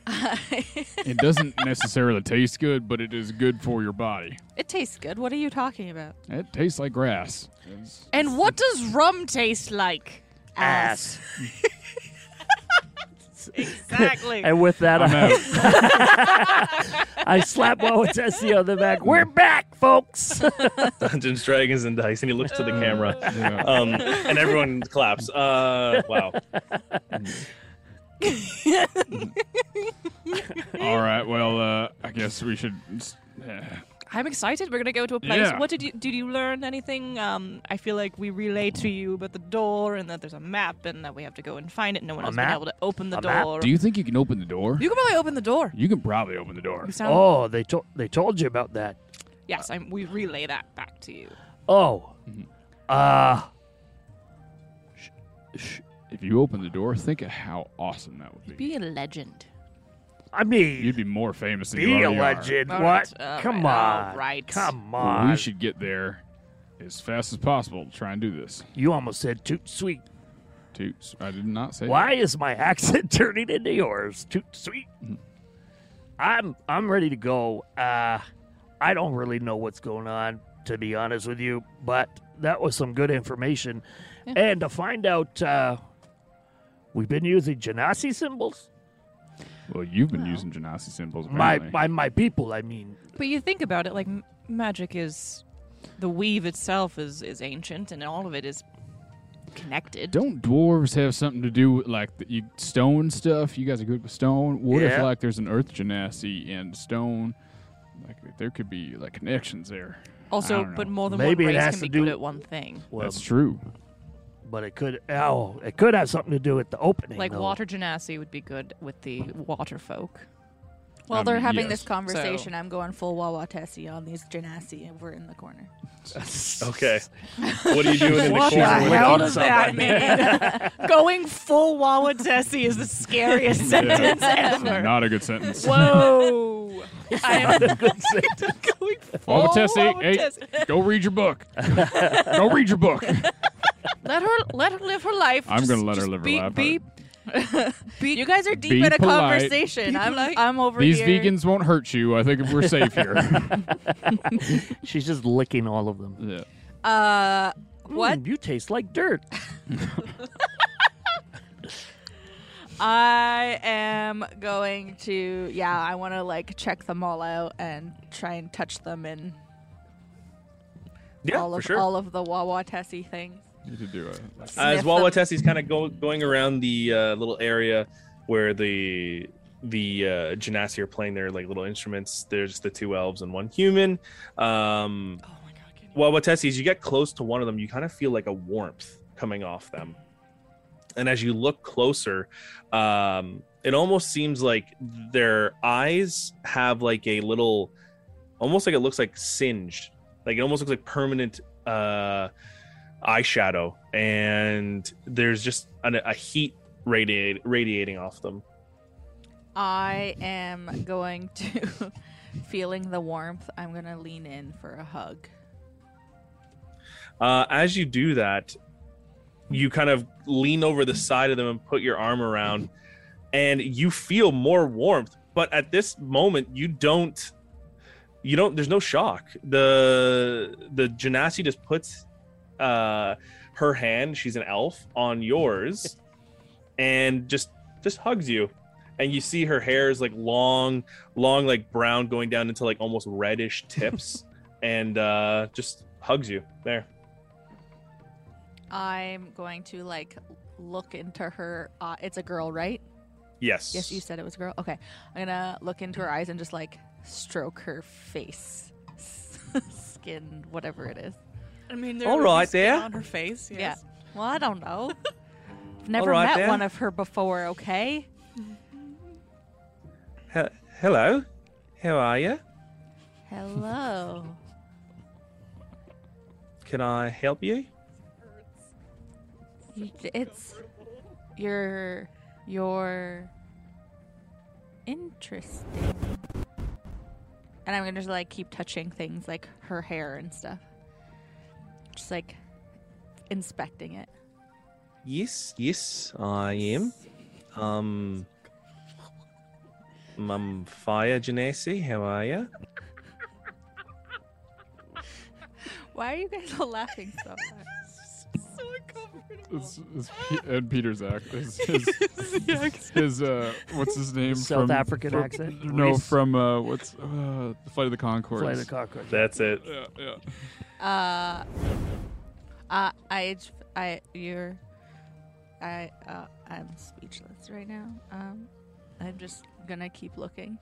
It doesn't necessarily taste good, but it is good for your body. It tastes good. What are you talking about? It tastes like grass. It's- And what does rum taste like? Ass. Exactly. And with that, I'm I, out. <laughs> I slap Wawatessi on the back. We're <laughs> back, folks. <laughs> Dungeons, Dragons, and Dice, and he looks to the camera. <laughs> Yeah. Um, and everyone claps. Uh, wow. All right. Well, uh, I guess we should. eh, I'm excited. We're gonna go to a place. Yeah. What did you did you learn anything? Um, I feel like we relayed to you about the door and that there's a map and that we have to go and find it. No one A has been map? able to open the A map? door. Do you think you can open the door? You can probably open the door. You can probably open the door. You sound- oh, they told they told you about that. Yes, I'm, we relay that back to you. Oh, uh, If you open the door, think of how awesome that would be. Be a legend. I mean, You'd be more famous than you be a already are. legend. All What? right, all Come right, all on. right. Come Well, on. we should get there as fast as possible to try and do this. You almost said toot sweet. Toots, I did not say. Why is my <laughs> accent turning into yours? Toot sweet. Mm. I'm I'm ready to go. Uh, I don't really know what's going on, to be honest with you. But that was some good information, and to find out, uh, we've been using Genasi symbols. That. Well, you've been using Genasi symbols. My apparently. my my people. I mean, But you think about it, like m- magic is the weave itself is is ancient, and all of it is connected. Don't dwarves have something to do with like the, you, stone stuff? You guys are good with stone. What if Yeah. like there's an earth genasi and stone? Like there could be like connections there. I also, don't but know. more than Maybe it one race has to can be do- good at one thing. well, That's true. but it could. Oh, it could have something to do with the opening. Like though. water genasi would be good with the water folk. While I they're mean, having Um, yes. this conversation, I'm going full Wawa Tessie on these Genasi and we're in the corner. Okay. What are you doing in the What the corner? with hell it? does that mean? <laughs> Going full Wawa Desi is the scariest <laughs> sentence This is ever. not a good sentence. Whoa! I am going full Wawa Tessie, Wawa hey, Tessie. go read your book. go read your book. Let her let her live her life. I'm gonna let her live her be, life. Be, be, you guys are deep Be in a polite. conversation. Be I'm polite. I'm over These here. vegans won't hurt you. I think if we're safe here. <laughs> She's just licking all of them. yeah. Uh, what? Mm, you taste like dirt. I am going to. Yeah, I want to like check them all out and try and touch them in Yeah, all for of sure. all of the Wawa Tessie things. You could do it. As sniff Wawa them. Tessie's kind of go, going around the uh, little area where the the uh, Genasi are playing their like little instruments. There's the two elves and one human. Um, Oh my god! can you- Wawa Tessie, as you get close to one of them, you kind of feel like a warmth coming off them. and as you look closer um it almost seems like their eyes have like a little almost like it looks like singed like it almost looks like permanent uh eyeshadow and there's just an, a heat radiate, radiating off them I am going <laughs> to, feeling the warmth, I'm going to lean in for a hug. Uh, as you do that, you kind of lean over the side of them and put your arm around, and you feel more warmth. But at this moment, you don't. You don't. There's no shock. the The Genasi just puts uh, her hand. She's an elf on yours, and just just hugs you. And you see her hair is like long, long, like brown, going down into like almost reddish tips, and uh, just hugs you there. I'm going to like look into her. Uh, it's a girl, right? Yes. Yes, you said it was a girl. Okay, I'm gonna look into her eyes and just like stroke her face, <laughs> skin, whatever it is. I mean, there All would be right skin there. on her face. Yes. Yeah. Well, I don't know. I've never right met then. one of her before. Okay. He- hello. How are you? <laughs> Hello. Can I help you? You- it's your your interesting. And I'm gonna just like keep touching things like her hair and stuff. Just like inspecting it. Yes, yes, I am. Um, Mum Fire Janassi, how are you? Why are you guys all laughing <laughs> so hard? It's, it's Pe- and Peter's act. His, his, his, uh, what's his name? South from- African from- accent. No, Reese. from uh, what's uh, the Flight of the Concords. Flight of the Conchords. That's it. yeah, yeah. Uh, uh, I, j- I, you're, I, uh, I'm speechless right now. Um, I'm just gonna keep looking.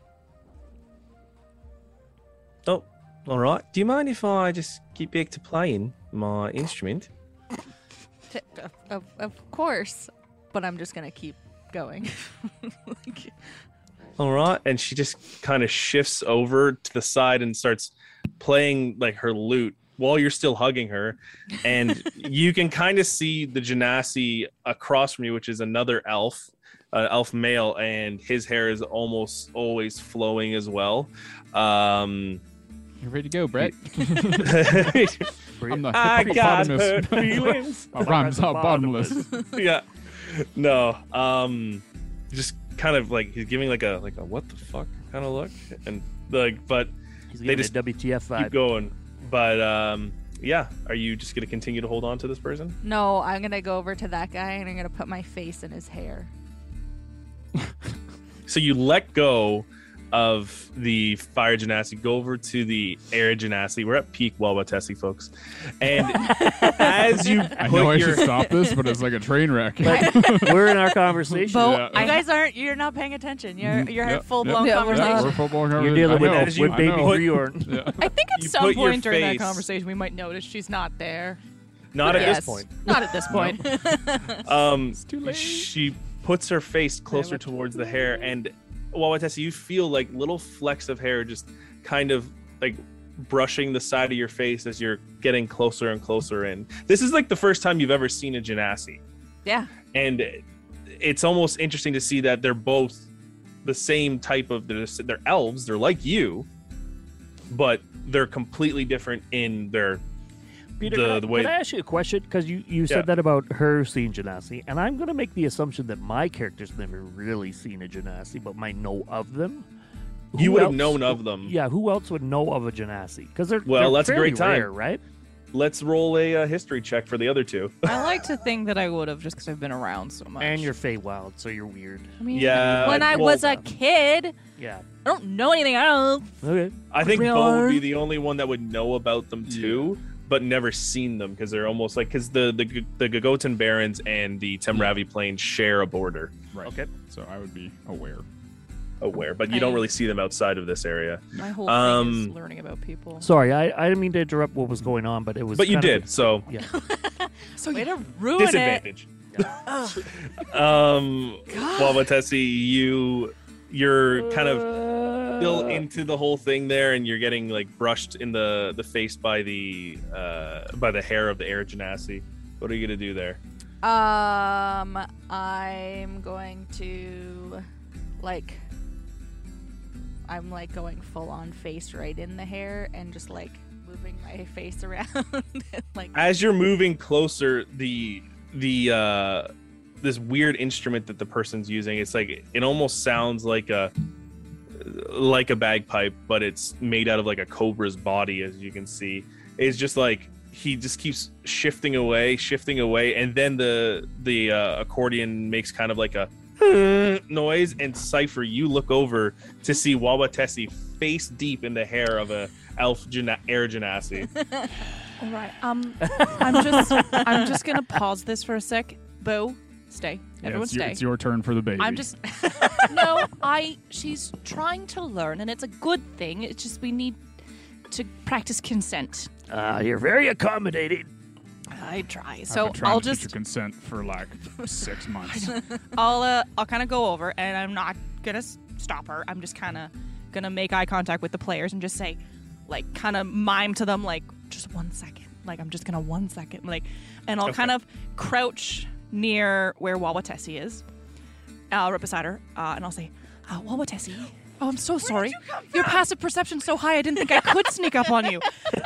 Oh, all right. Do you mind if I just get back to playing my instrument? T- Of, of, of course, but I'm just gonna keep going. <laughs> Like, All right. And she just kind of shifts over to the side and starts playing like her lute while you're still hugging her. And you can kind of see the Genasi across from you, which is another elf, uh, elf male, and his hair is almost always flowing as well. Um, <laughs> You're ready to go, Brett. <laughs> I'm the <laughs> I got her <laughs> hippopotamus. feelings. My rhyme's not bottomless. yeah. No. Um just kind of like he's giving like a like a what the fuck kind of look and like but He's They giving just a WTF keep vibe. going. But um yeah, are you just going to continue to hold on to this person? no, I'm gonna go over to that guy and I'm gonna put my face in his hair. So you let go of the fire genasi, go over to the air genasi. We're at peak Wabatesi, folks. And as you put I know I your should stop this, but it's like a train wreck. We're in our conversation. Bo, Yeah. Mm-hmm. you guys aren't. You're not paying attention. You're you're Yeah, full blown yeah, yeah, conversation. we're football You're conversation. I dealing with, know, as you- with I baby know. <laughs> Reorn. Yeah. I think at You some put your point during that face- conversation, we might notice she's not there. not at Yes. this point. Not <laughs> at this <laughs> point. Um It's too late. She puts her face closer towards the hair, and Wawatessa, you feel like little flecks of hair just kind of like brushing the side of your face as you're getting closer and closer in. This is like the first time you've ever seen a Genasi. Yeah. And it's almost interesting to see that they're both the same type of they're, they're elves, they're like you, but they're completely different in their Peter, the- can, I- the way- can I ask you a question? Because you, you said Yeah. that about her seeing Genasi, and I'm going to make the assumption that my character's never really seen a Genasi, but might know of them. You Who would have else- known of them. Yeah, who else would know of a Genasi? Because they're Well, they're that's a fairly great time. rare, right? Let's roll a uh, history check for the other two. <laughs> I like to think that I would have just because I've been around so much. And you're Feywild, so you're weird. I mean, yeah. when I roll was a them. kid, I Yeah. don't know anything else. Okay. I think We Bo would are- be the only one that would know about them too, but never seen them because they're almost like because the the G- the Gagotan Barrens and the Temravi Plains share a border. Right. Okay. So I would be aware. Aware, but you don't really see them outside of this area. my whole thing Um, is learning about people. Sorry, I, I didn't mean to interrupt what was going on, but it was. But you kind of did, so a- yeah. So Way you to ruin <laughs> it. disadvantage. <laughs> Um, Wabatesi, you you're kind of Uh. still into the whole thing there, and you're getting like brushed in the the face by the uh, by the hair of the air genasi. What are you gonna do there? Um, I'm going to, like, I'm like going full on face right in the hair and just like moving my <laughs> face around. and, <laughs> like, as you're moving closer the the uh this weird instrument that the person's using it's like it almost sounds like a like a bagpipe but it's made out of like a cobra's body as you can see it's just like he just keeps shifting away shifting away and then the the uh, accordion makes kind of like a <laughs> noise and cipher you look over to see wabatesi face deep in the hair of a elf gena- air genasi All right. Um, I'm just I'm just <laughs> gonna pause this for a sec. Bo, stay. Yeah, Everyone it's, your, stay. it's your turn for the baby. I'm just <laughs> no. I she's trying to learn, and it's a good thing. It's just we need to practice consent. Uh, you're very accommodating. I try. I've So been trying I'll to get your just consent for <laughs> like six months. I'll uh, I'll kind of go over, and I'm not gonna s- stop her. I'm just kind of gonna make eye contact with the players and just say, like, kind of mime to them, like, just one second. Like, I'm just gonna one second, like, and I'll kind of crouch near where Wawatessi is, uh, right beside her, uh, and I'll say, uh, Wawatessi. Oh, I'm so sorry. Your passive perception's so high, I didn't think I could sneak up <laughs> on you.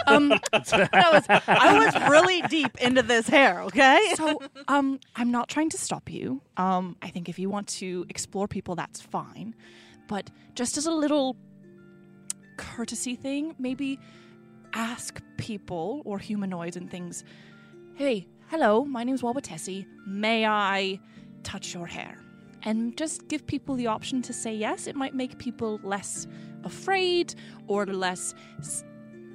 Um, I was, I was really deep into this hair, okay? so, um, I'm not trying to stop you. Um, I think if you want to explore people, that's fine. But just as a little courtesy thing, maybe ask people or humanoids and things, hey, hello, my name's Wabatessi. May I touch your hair? And just give people the option to say yes. It might make people less afraid or less s-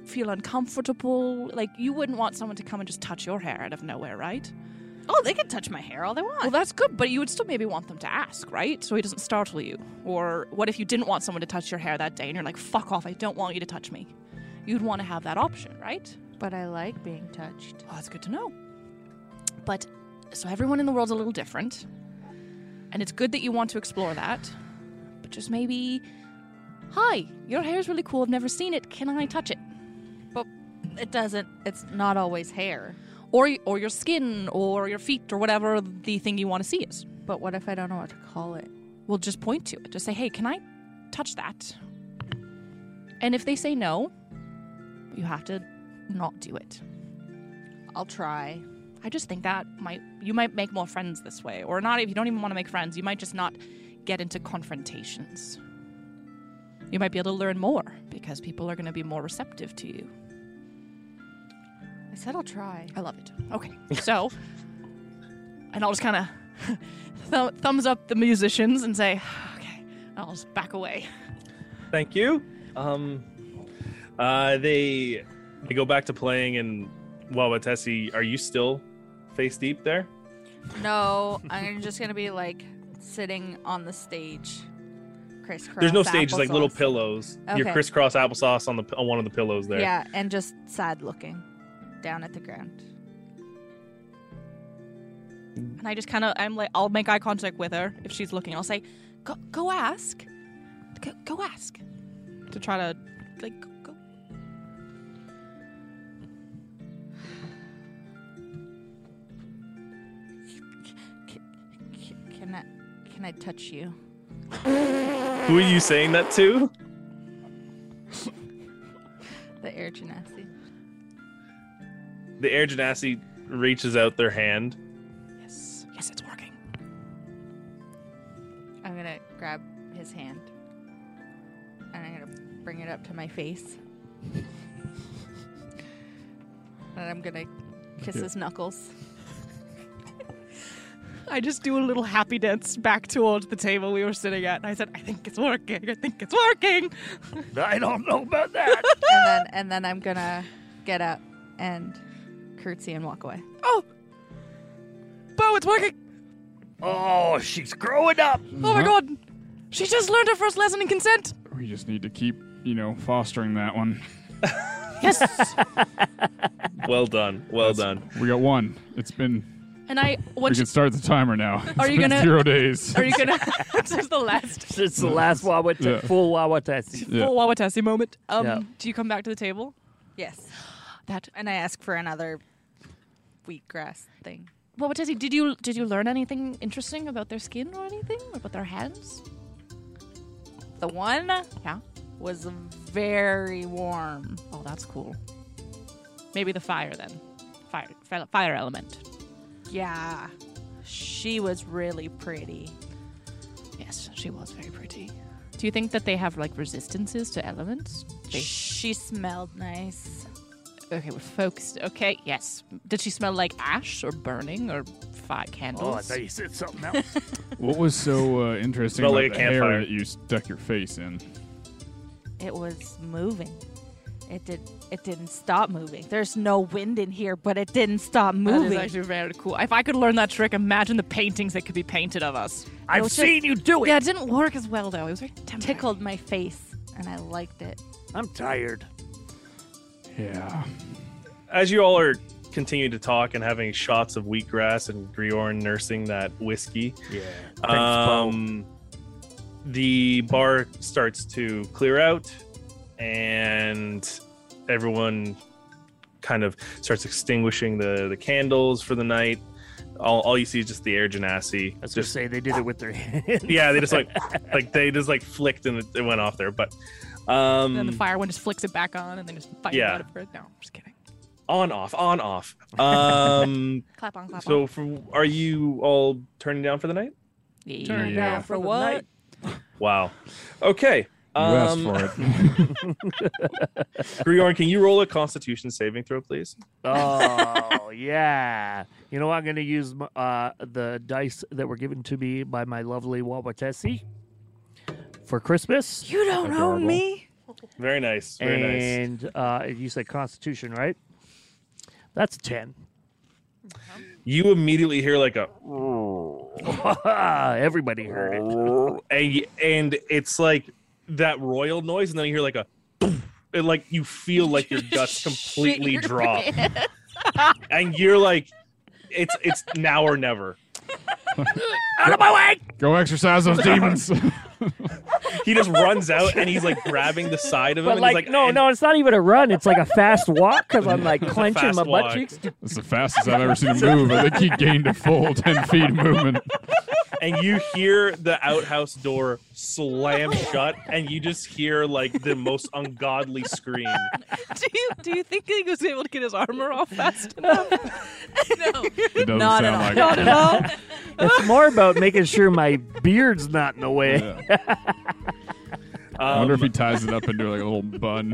feel uncomfortable. Like, you wouldn't want someone to come and just touch your hair out of nowhere, right? Oh, they can touch my hair all they want. Well, that's good, but you would still maybe want them to ask, right? So he doesn't startle you. Or what if you didn't want someone to touch your hair that day and you're like, fuck off, I don't want you to touch me? You'd want to have that option, right? <laughs> But I like being touched. Oh, that's good to know. But so everyone in the world's a little different. And it's good that you want to explore that. But just maybe, hi, your hair's really cool. I've never seen it. Can I touch it? It doesn't, it's not always hair. Or, or your skin or your feet or whatever the thing you want to see is. But what if I don't know what to call it? We'll just point to it. Just say, hey, can I touch that? And if they say no, you have to not do it. I'll try. I just think that might you might make more friends this way. Or not if you don't even want to make friends, you might just not get into confrontations. You might be able to learn more because people are gonna be more receptive to you. I said I'll try. I love it. Okay. So, and I'll just <laughs> kind of th- thumbs up the musicians and say, okay, I'll just back away. Thank you. Um, uh, they they go back to playing, and Wabatesi, are you still face deep there? No, I'm just gonna be like sitting on the stage, crisscross. There's no stage, it's like little applesauce. pillows. Your Okay. crisscross applesauce on the on one of the pillows there. Yeah, and just sad looking down at the ground. And I just kind of, I'm like, I'll make eye contact with her if she's looking. I'll say Go, go ask. Go, go ask. to try to, like, go- go. C- Can I, can I touch you? Who are you saying that to? The air genasi. The air genasi reaches out their hand. Yes. Yes, it's working. I'm gonna grab his hand, and I'm gonna bring it up to my face, <laughs> and I'm gonna kiss his knuckles. I just do a little happy dance back towards the table we were sitting at. And I said, I think it's working. I think it's working. I don't know about that. and then and then I'm gonna get up and curtsy and walk away. Oh! Bo, it's working. oh, she's growing up. Oh my god. She just learned her first lesson in consent. we just need to keep, you know, fostering that one. Yes. Well done. Well done. We got one. It's been And I We once can start the timer <laughs> now. It's Are you been gonna- zero days? <laughs> <laughs> are you gonna? this is the last It's the last Wawa te- Yeah. full Wawa test. Yeah. full Wawatessi moment. Oh, Um, Yeah. do you come back to the table? Yes. That And I ask for another wheatgrass thing. well, what does he? Did you did you learn anything interesting about their skin or anything or about their hands? The one Yeah. was very warm. Oh, that's cool. Maybe the fire then, fire fi- fire element. Yeah. She was really pretty. Yes, she was very pretty. Do you think that they have like resistances to elements? They, She smelled nice. okay, we're focused. Okay, yes. Did she smell like ash or burning or fire candles? Oh, I thought you said something else. What was so uh, interesting Smell about like a the hair campfire. that you stuck your face in? It was moving. It did it didn't stop moving. There's no wind in here, but it didn't stop That moving. is actually very cool. If I could learn that trick, imagine the paintings that could be painted of us. I've was just- seen you do it. Yeah, it didn't work as well though. It was very temporary. Tickled my face and I liked it. I'm tired. Yeah. As you all are continuing to talk and having shots of wheatgrass and Griorn nursing that whiskey, Yeah. um, the bar starts to clear out and everyone kind of starts extinguishing the, the candles for the night. All, all you see is just the air genasi. I was gonna Just say they did it with their <laughs> hands. <laughs> yeah, they just like like they just like flicked and it, it went off there. But um, And then the fire one just flicks it back on, and then just fight Yeah. about it for it. No, I'm just kidding. <laughs> on off on off. Um, Clap on, clap so for, are you all turning down for the night? Turn down it Yeah. for the what? night. Wow. Okay. You Um, asked <laughs> for it. Griorn, can you roll a Constitution saving throw, please? Oh yeah. You know what? I'm gonna use m- uh, the dice that were given to me by my lovely Wawatessi for Christmas. You don't Oh, Adorable. own me? Very nice. Very nice. and uh, you said Constitution, right? That's ten. You immediately hear like a Oh. <laughs> Everybody heard Oh. it. and, y- and it's like that royal noise, and then you hear like a and like you feel <laughs> like your guts completely drop, and you're like, it's it's now or never. Out of my way! Go exercise <laughs> those demons. <laughs> He just runs out and he's like grabbing the side of him, But and like, he's like, no, and- no, it's not even a run. It's like a fast walk because I'm <laughs> like clenching fast my butt walk. cheeks. That's the fastest I've ever seen him move. I think he gained <laughs> a full 10 feet of movement. and you hear the outhouse door slam shut, and you just hear like the most ungodly scream. do you do you think he was able to get his armor off <laughs> fast enough? no. It doesn't Not at sound all. like Not it. at all. It's more about making sure my beard's not in the way. Yeah. Um, I wonder if he ties it up into like a <laughs> little bun.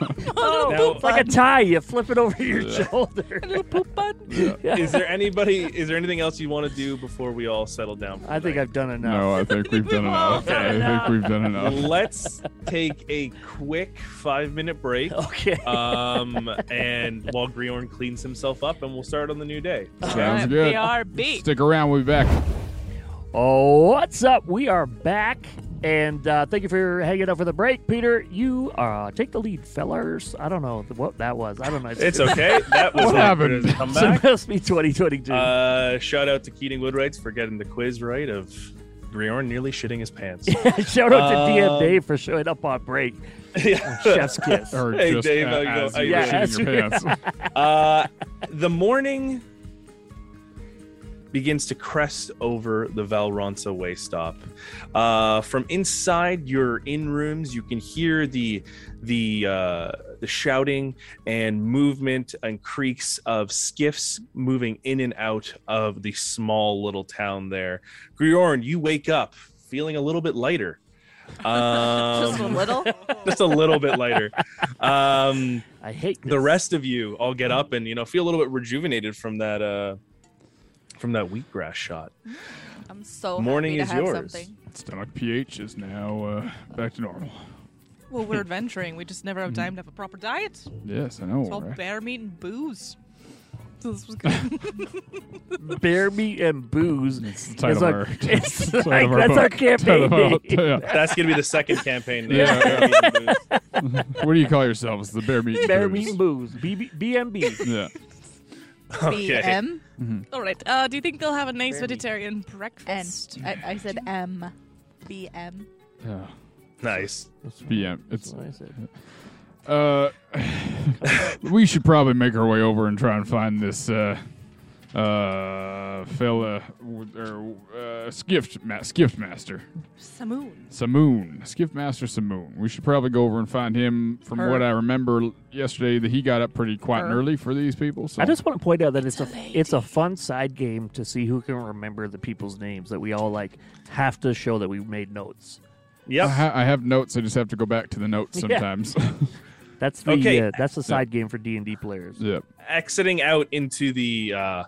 Now- it's like a tie. You flip it over your shoulder. uh, is there anybody? Is there anything else you want to do before we all settle down? for I the think night? I've done enough. no, I think <laughs> we've done enough. I think we've done enough. Let's take a quick five-minute break. Okay. Um, and while Griorn cleans himself up, and we'll start on the new day. Sounds good. BRB. Stick around. We'll be back. Oh, what's up? We are back, and uh, thank you for hanging out for the break, Peter. You uh, take the lead, fellers. I don't know what that was. I don't know. It's okay. That was What an happened? awkward Come So <laughs> it back. must be 2022. Uh, shout out to Keating Woodwrights for getting the quiz right of Griorn nearly shitting his <laughs> pants. <laughs> Shout out to DM um, Dave for showing up on break. Yeah. <laughs> Chef's kiss. Or Hey, just Dave, a- how you as doing? you were Yeah, as shitting your pants. <laughs> Uh, the morning begins to crest over the Valronsa way stop. Uh, from inside your in rooms, you can hear the the uh, the shouting and movement and creaks of skiffs moving in and out of the small little town there. Griorn, you wake up feeling a little bit lighter. Um, Just <laughs> a little? just a little bit lighter. Um, I hate the this. rest of you all get up and you know feel a little bit rejuvenated from that uh from that wheatgrass shot I'm so Morning happy to is have yours. something. Stomach pH is now uh, back to normal. Well, we're adventuring. We just never have time to have a proper diet. It's Yes, I know. all Mm. right? bear meat and booze. So <laughs> this was good. Bear meat and booze. It's the is title of our- our- <laughs> it's <laughs> title like- of our that's our book. <laughs> Title campaign. of our- name. <laughs> yeah. that's gonna be the second campaign that- Yeah, What do you call yourselves? The bear <laughs> meat. Bear Blues. <laughs> meat and booze. BB BMB. Yeah. <laughs> Okay. BM? <laughs> All right. Uh, do you think they'll have a nice Very- vegetarian N. breakfast? I, I said M. BM. Ugh. Nice. yeah, That's it's what I said. Uh, <laughs> we should probably make our way over and try and find this uh, uh, fella w- or uh, skift ma- skift master Samoon. Samoon, skift master Samoon. We should probably go over and find him. From Her. what I remember l- yesterday, that he got up pretty quiet and Her. early for these people. So I just want to point out that it's a it's a fun side game to see who can remember the people's names that we all like have to show that we made notes. I, Yep. ha- I have notes. I just have to go back to the notes Yeah. sometimes. <laughs> That's the Okay. uh, that's the side game for D and D players. yeah. Exiting out into the uh,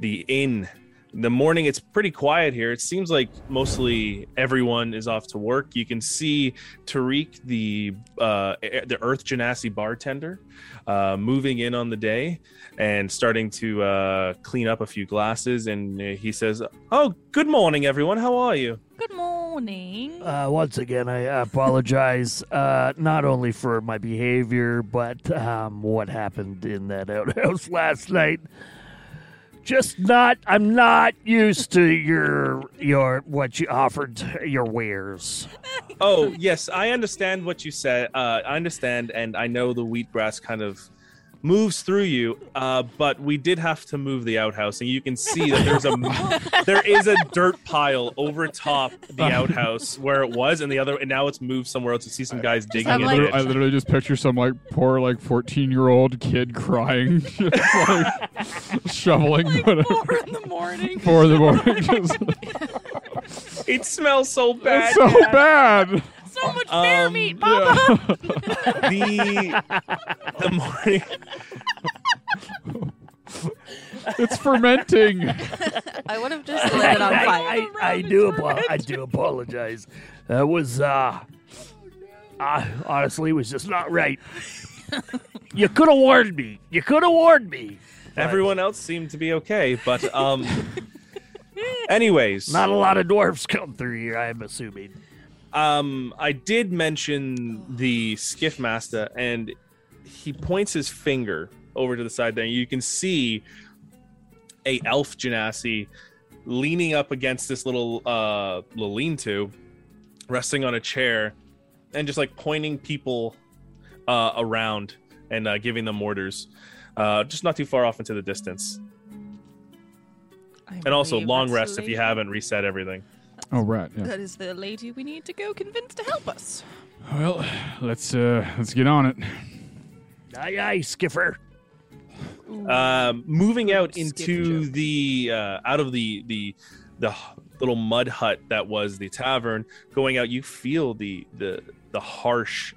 the inn. In the morning, it's pretty quiet here. It seems like mostly everyone is off to work. You can see Tariq, the uh, e- the Earth Genasi bartender, uh, moving in on the day and starting to uh, clean up a few glasses. And uh, he says, "Oh, good morning, everyone. How are you?" Good morning. Uh, once again, I apologize uh, not only for my behavior, but um, what happened in that <laughs> outhouse last night. Just not, I'm not used to your your what you offered your wares. Oh yes, I understand what you said. Uh, I understand, and I know the wheatgrass kind of moves through you. Uh, but we did have to move the outhouse, and you can see that there's a there is a dirt pile over top the outhouse where it was, and the other, and now it's moved somewhere else. You see some guys digging I'm I, into like- literally, I it. literally just picture some like poor like fourteen year old kid crying, <laughs> just like shoveling <laughs> whatever. Four in the morning. <laughs> four in the morning. Just, It smells so bad. it's so bad. So much bear Um, meat. Yeah. <laughs> The the morning. it's fermenting. I would have just Set lit <laughs> it on I- fire. I, I, I do apo- I do apologize. That was uh, I honestly was just not right. you could have warned me. You could have warned me. Everyone else seemed to be okay, but <laughs> um. Anyways, Not a lot of dwarfs come through here. I'm assuming. um i did mention the skiff master and he points his finger over to the side there you can see a elf genasi leaning up against this little uh little lean-to resting on a chair and just like pointing people uh around and uh, giving them orders uh just not too far off into the distance and also long rest if you haven't reset everything Oh right. Yeah. That is the lady we need to go convince to help us. Well, let's uh let's get on it. Aye, aye, Skiffer. um, moving out Skip into joke. the uh, out of the the the h- little mud hut that was the tavern going out you feel the the the harsh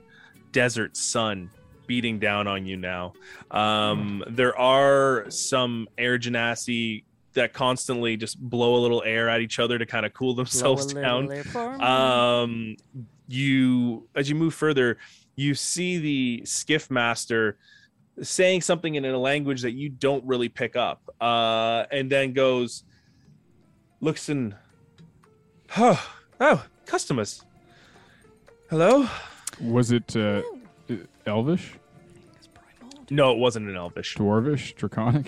desert sun beating down on you now um, there are some air genasi that constantly just blow a little air at each other to kind of cool themselves <laughs> down um you as you move further you see the skiff master saying something in a language that you don't really pick up uh and then goes looks and oh oh customers hello Was it uh Elvish? no it wasn't an elvish Dwarvish? Draconic?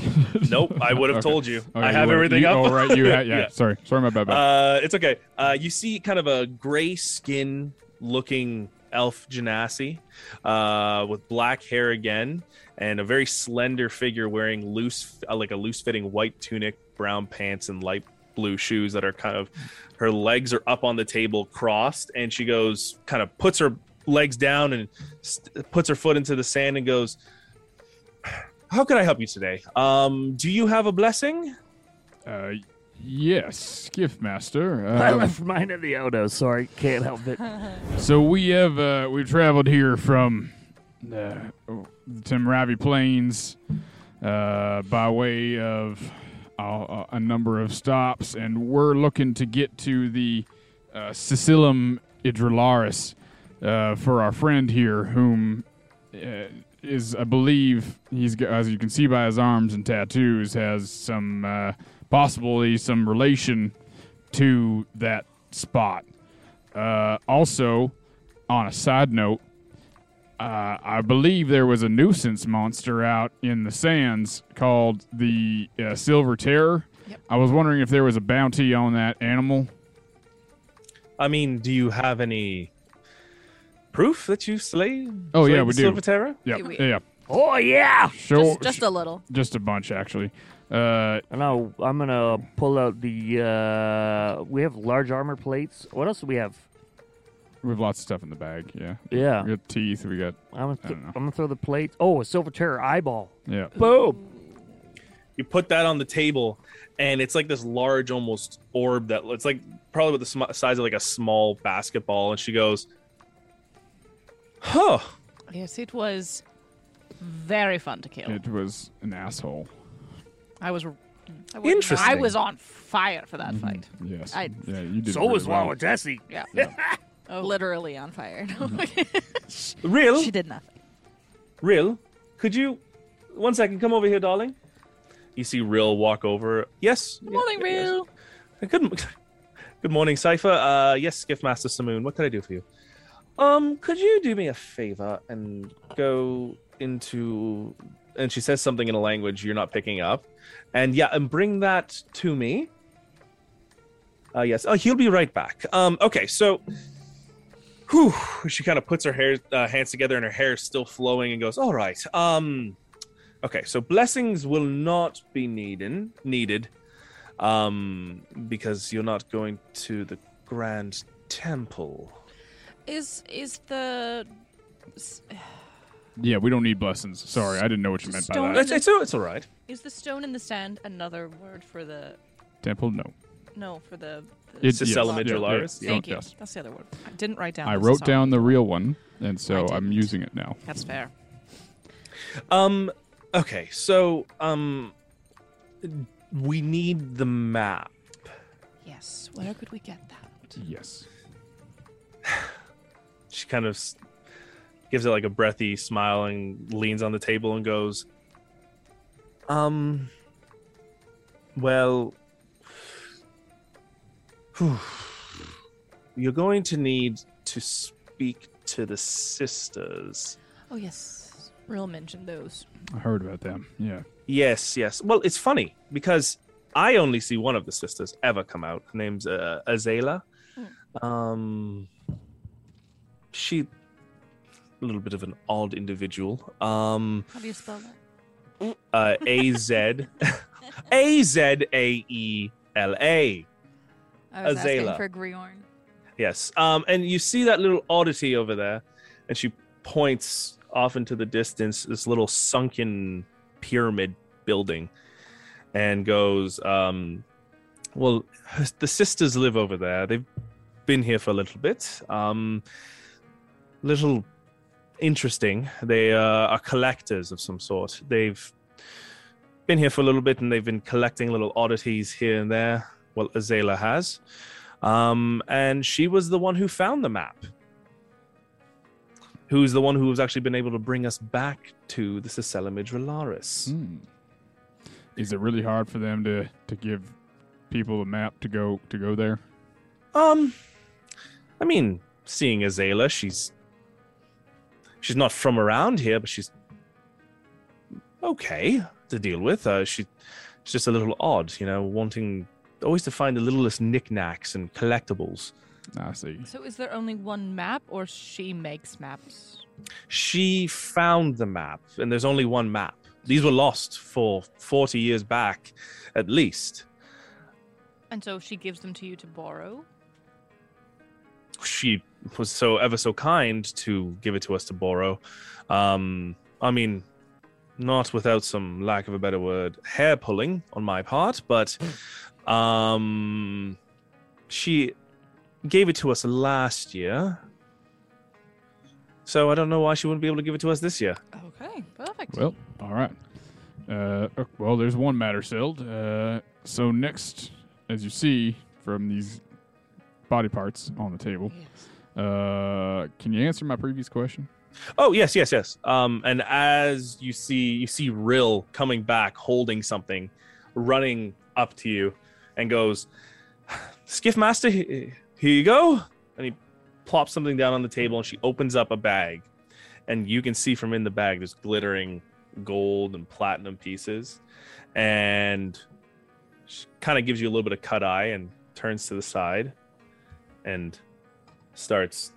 <laughs> nope i <laughs> would have Okay. told you Okay, i you have were- everything you, up Oh right, <laughs> you had yeah, Yeah. sorry. Sorry my bad. <laughs> bad. Uh, it's okay. Uh, you see kind of a gray skin looking elf genasi uh, with black hair again and a very slender figure wearing loose uh, like a loose fitting white tunic brown pants and light blue shoes that are kind of her legs are up on the table crossed and she goes kind of puts her legs down and st- puts her foot into the sand and goes how can i help you today um do you have a blessing Uh, yes, Skiff Master. <laughs> I Um, left mine in the outhouse. Sorry, can't help it. so we have uh, we've traveled here from uh, the Timravi Plains uh, by way of uh, a number of stops, and we're looking to get to the uh, Sicilum Idralaris uh, for our friend here, whom uh, is, I believe, he's got- as you can see by his arms and tattoos, has some uh, possibly some relation to that spot. Uh, also, on a side note, Uh, I believe there was a nuisance monster out in the sands called the uh, Silver Terror. I was wondering if there was a bounty on that animal. I mean, do you have any proof that you slay? Oh, slayed yeah, we the do. Silver Terror? Yeah, Do we- yeah, Oh yeah. sure, just, just a little. just a bunch actually. Uh, And I'll, I'm gonna pull out the. uh We have large armor plates. What else do we have? we have lots of stuff in the bag. Yeah, Yeah, we got teeth. We got I'm gonna, I th- don't know. I'm gonna throw the plate. Oh, a silver terror eyeball. yeah. Boom. You put that on the table, and it's like this large, almost orb that it's like probably about the sm- size of like a small basketball. And she goes, "Huh." Yes, it was very fun to kill. It was an asshole. I was Interesting. I was on fire for Mm-hmm. that fight. Yes. I- yeah, you did. So really was well. Wawadesi. <laughs> Oh. Literally on <laughs> fire. real, she did nothing. real. Could you, one second, come over here, darling. You see, real walk over. Yes. Good Morning, real. Good, m- good morning, Cipher. Uh, yes, Gift Master Samoon. What can I do for you? Um, could you do me a favor and go into? And she says something in a language you're not picking up, and yeah, and bring that to me. Uh, yes. Oh, he'll be right back. Um, okay, so. Whew, she kind of puts her hair, uh, hands together and her hair is still flowing and goes, All right. Um, okay, so blessings will not be needed, needed um, because you're not going to the Grand Temple. Is is the Yeah, we don't need blessings. Sorry, I didn't know what you meant by Stone- that. It's, it's, it's all right. Is the stone in the sand another word for the Temple, no. no for the? the It's Sisela Mitrallaris? Thank you. Yes. That's the other word. I didn't write down. I this, wrote sorry. down the real one, and so I I'm didn't. using it now. That's fair. Um, okay, so um, we need the map. Yes. Where could we get that? Yes. She kind of s- gives it like a breathy smile and leans on the table and goes, um, well, <sighs> whew. you're going to need to speak to the sisters. Oh yes, real mentioned those. I heard about them. Yeah. Yes, yes. Well, it's funny because I only see one of the sisters ever come out. Her name's uh, Azela. Hmm. Um, she a little bit of an odd individual. Um, How do you spell that? uh, A <laughs> Z A Z A E L A. I was Azela. asking for Griorn. Yes. Um, and you see that little oddity over there, and she points off into the distance this little sunken pyramid building, and goes, um, "Well, the sisters live over there. They've been here for a little bit. Um, little interesting. They uh, are collectors of some sort. They've been here for a little bit, and they've been collecting little oddities here and there. Well, Azela has." Um, and she was the one who found the map. Who's the one who has actually been able to bring us back to the Sicela Midralaris? Hmm. Is it really hard for them to to give people a map to go to go there? Um, I mean, seeing Azela, she's she's not from around here, but she's okay to deal with. Uh, she, she's just a little odd, you know, wanting always to find the littlest knickknacks and collectibles. I see. So is there only one map, or she makes maps? she found the map, and there's only one map. These were lost for 40 years back, at least. And so she gives them to you to borrow. She was so ever so kind to give it to us to borrow. Um, I mean, not without some lack of a better word, hair pulling on my part, but um, she gave it to us last year. So I don't know why she wouldn't be able to give it to us this year. Okay, perfect. Well, all right. Uh, uh, well, there's one matter settled. Uh, so next, as you see from these body parts on the table, uh, can you answer my previous question? Oh yes, yes, yes. Um, and as you see, you see Rill coming back, holding something, running up to you, and goes, "Skiff Master, he- here you go." And he plops something down on the table, and she opens up a bag, and you can see from in the bag there's glittering gold and platinum pieces, and kind of gives you a little bit of cut eye and turns to the side, and starts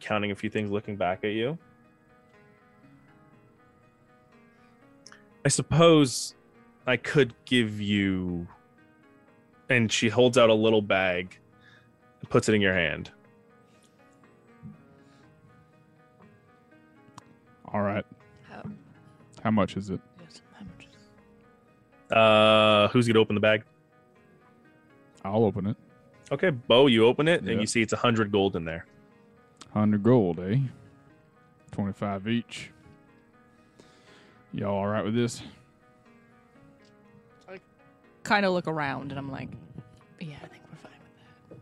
counting a few things, looking back at you. I suppose I could give you. And she holds out a little bag and puts it in your hand. All right. How, How much is it? Uh, who's going to open the bag? I'll open it. Okay, Bo, you open it Yeah. and you see it's 100 gold in there. 100 gold, eh? 25 each. Y'all all right with this? Kind of look around and I'm like, yeah, I think we're fine with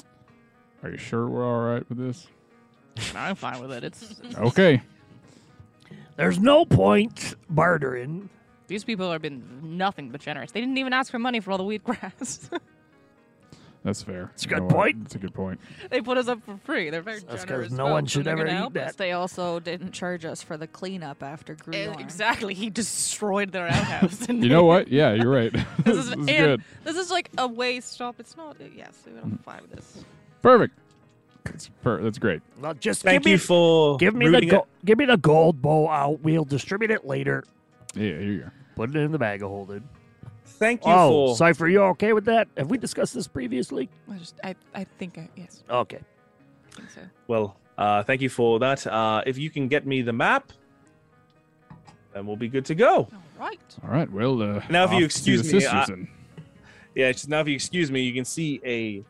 that. Are you sure we're all right with <laughs> this? I'm fine with it. It's Okay. There's no point bartering. These people have been nothing but generous. They didn't even ask for money for all the weed grass. <laughs> That's fair. It's a You good know what? point. It's a good point. they put us up for free. They're very That's 'cause generous. no folks, one and should they're ever gonna eat help that. us. They also didn't charge us for the cleanup after Eh, Grular. Exactly. He <laughs> destroyed their <laughs> outhouse. and You know what? Yeah, you're right. <laughs> <laughs> this is, is and good. This is like a way stop. It's not. Yes, I'm fine with this. Perfect. That's, per- that's great. Not just Thank give me, you for give me the rooting go- give me the gold bowl out. We'll distribute it later. Yeah, here you go. Put it in the bag of holding. it. Thank you Oh, for Cipher, you okay with that? Have we discussed this previously? I just, I, I think I, yes, Okay. I think so. well. Uh, thank you for that. Uh, if you can get me the map, then we'll be good to go. All right. All right. Well, uh, Now if you off to excuse see the me, sisters I- then. Yeah, it's just now if you excuse me, you can see a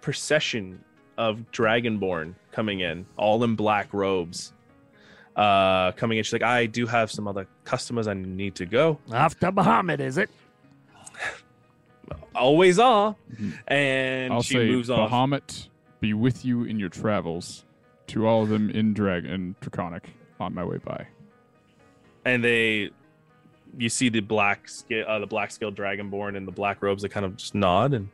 procession of dragonborn coming in, all in black robes. Uh coming in. She's like, I do have some other customers I need to go. Off to Muhammad, is it? Always are. Mhm. And I'll she say, moves off. Bahamut, be with you in your travels. To all of them in drag and draconic on my way by. and they you see the black sca- uh, the black scaled dragonborn and the black robes that kind of just nod and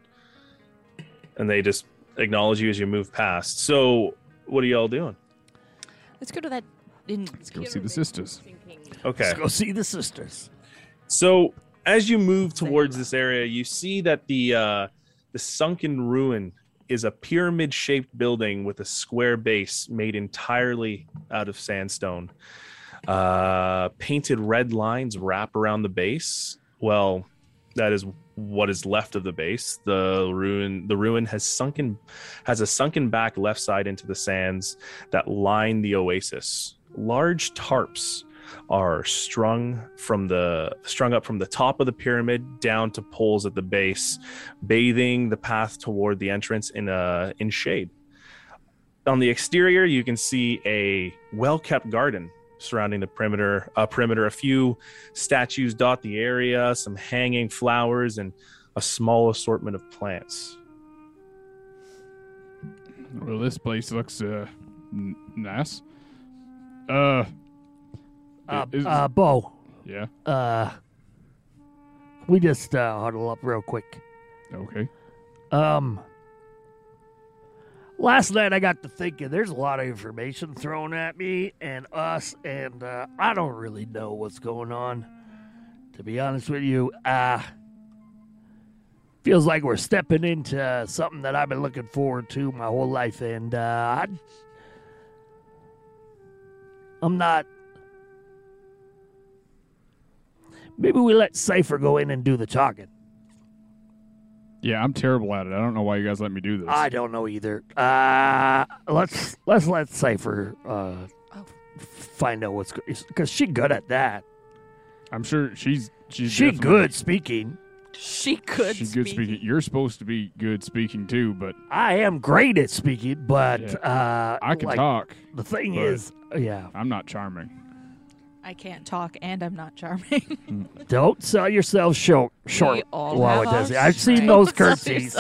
and they just acknowledge you as you move past. So what are y'all doing? Let's go to that. In Let's go see the sisters. Okay. Let's go see the sisters. So as you move towards this area, you see that the uh, the sunken ruin is a pyramid-shaped building with a square base made entirely out of sandstone. Uh, painted red lines wrap around the base. Well, that is what is left of the base. The ruin the ruin has sunken has a sunken back left side into the sands that line the oasis. Large tarps are strung from the strung up from the top of the pyramid down to poles at the base, bathing the path toward the entrance in a in shade. On the exterior, you can see a well-kept garden surrounding the perimeter. A perimeter, a few statues dot the area, some hanging flowers, and a small assortment of plants. Well, this place looks uh, n- nice. Uh, Uh, Is- uh, Bo, yeah. uh, we just uh, huddle up real quick. Okay. Um, last night I got to thinking. There's a lot of information thrown at me and us, and uh, I don't really know what's going on. To be honest with you, uh, feels like we're stepping into something that I've been looking forward to my whole life, and uh, I, I'm not. Maybe we let Cipher go in and do the talking. Yeah, I'm terrible at it. I don't know why you guys let me do this. I don't know either. Uh, let's let's let Cipher uh, Oh. f- find out what's good because she good at that. I'm sure she's she's She definitely- good speaking. She could She's good speaking. You're supposed to be good speaking too, but I am great at speaking, but Yeah. uh, I can like, talk. The thing but- is, yeah, I'm not charming. I can't talk and I'm not charming. don't sell yourself short. Short. all Well, have it our does. I've seen <laughs> those curses.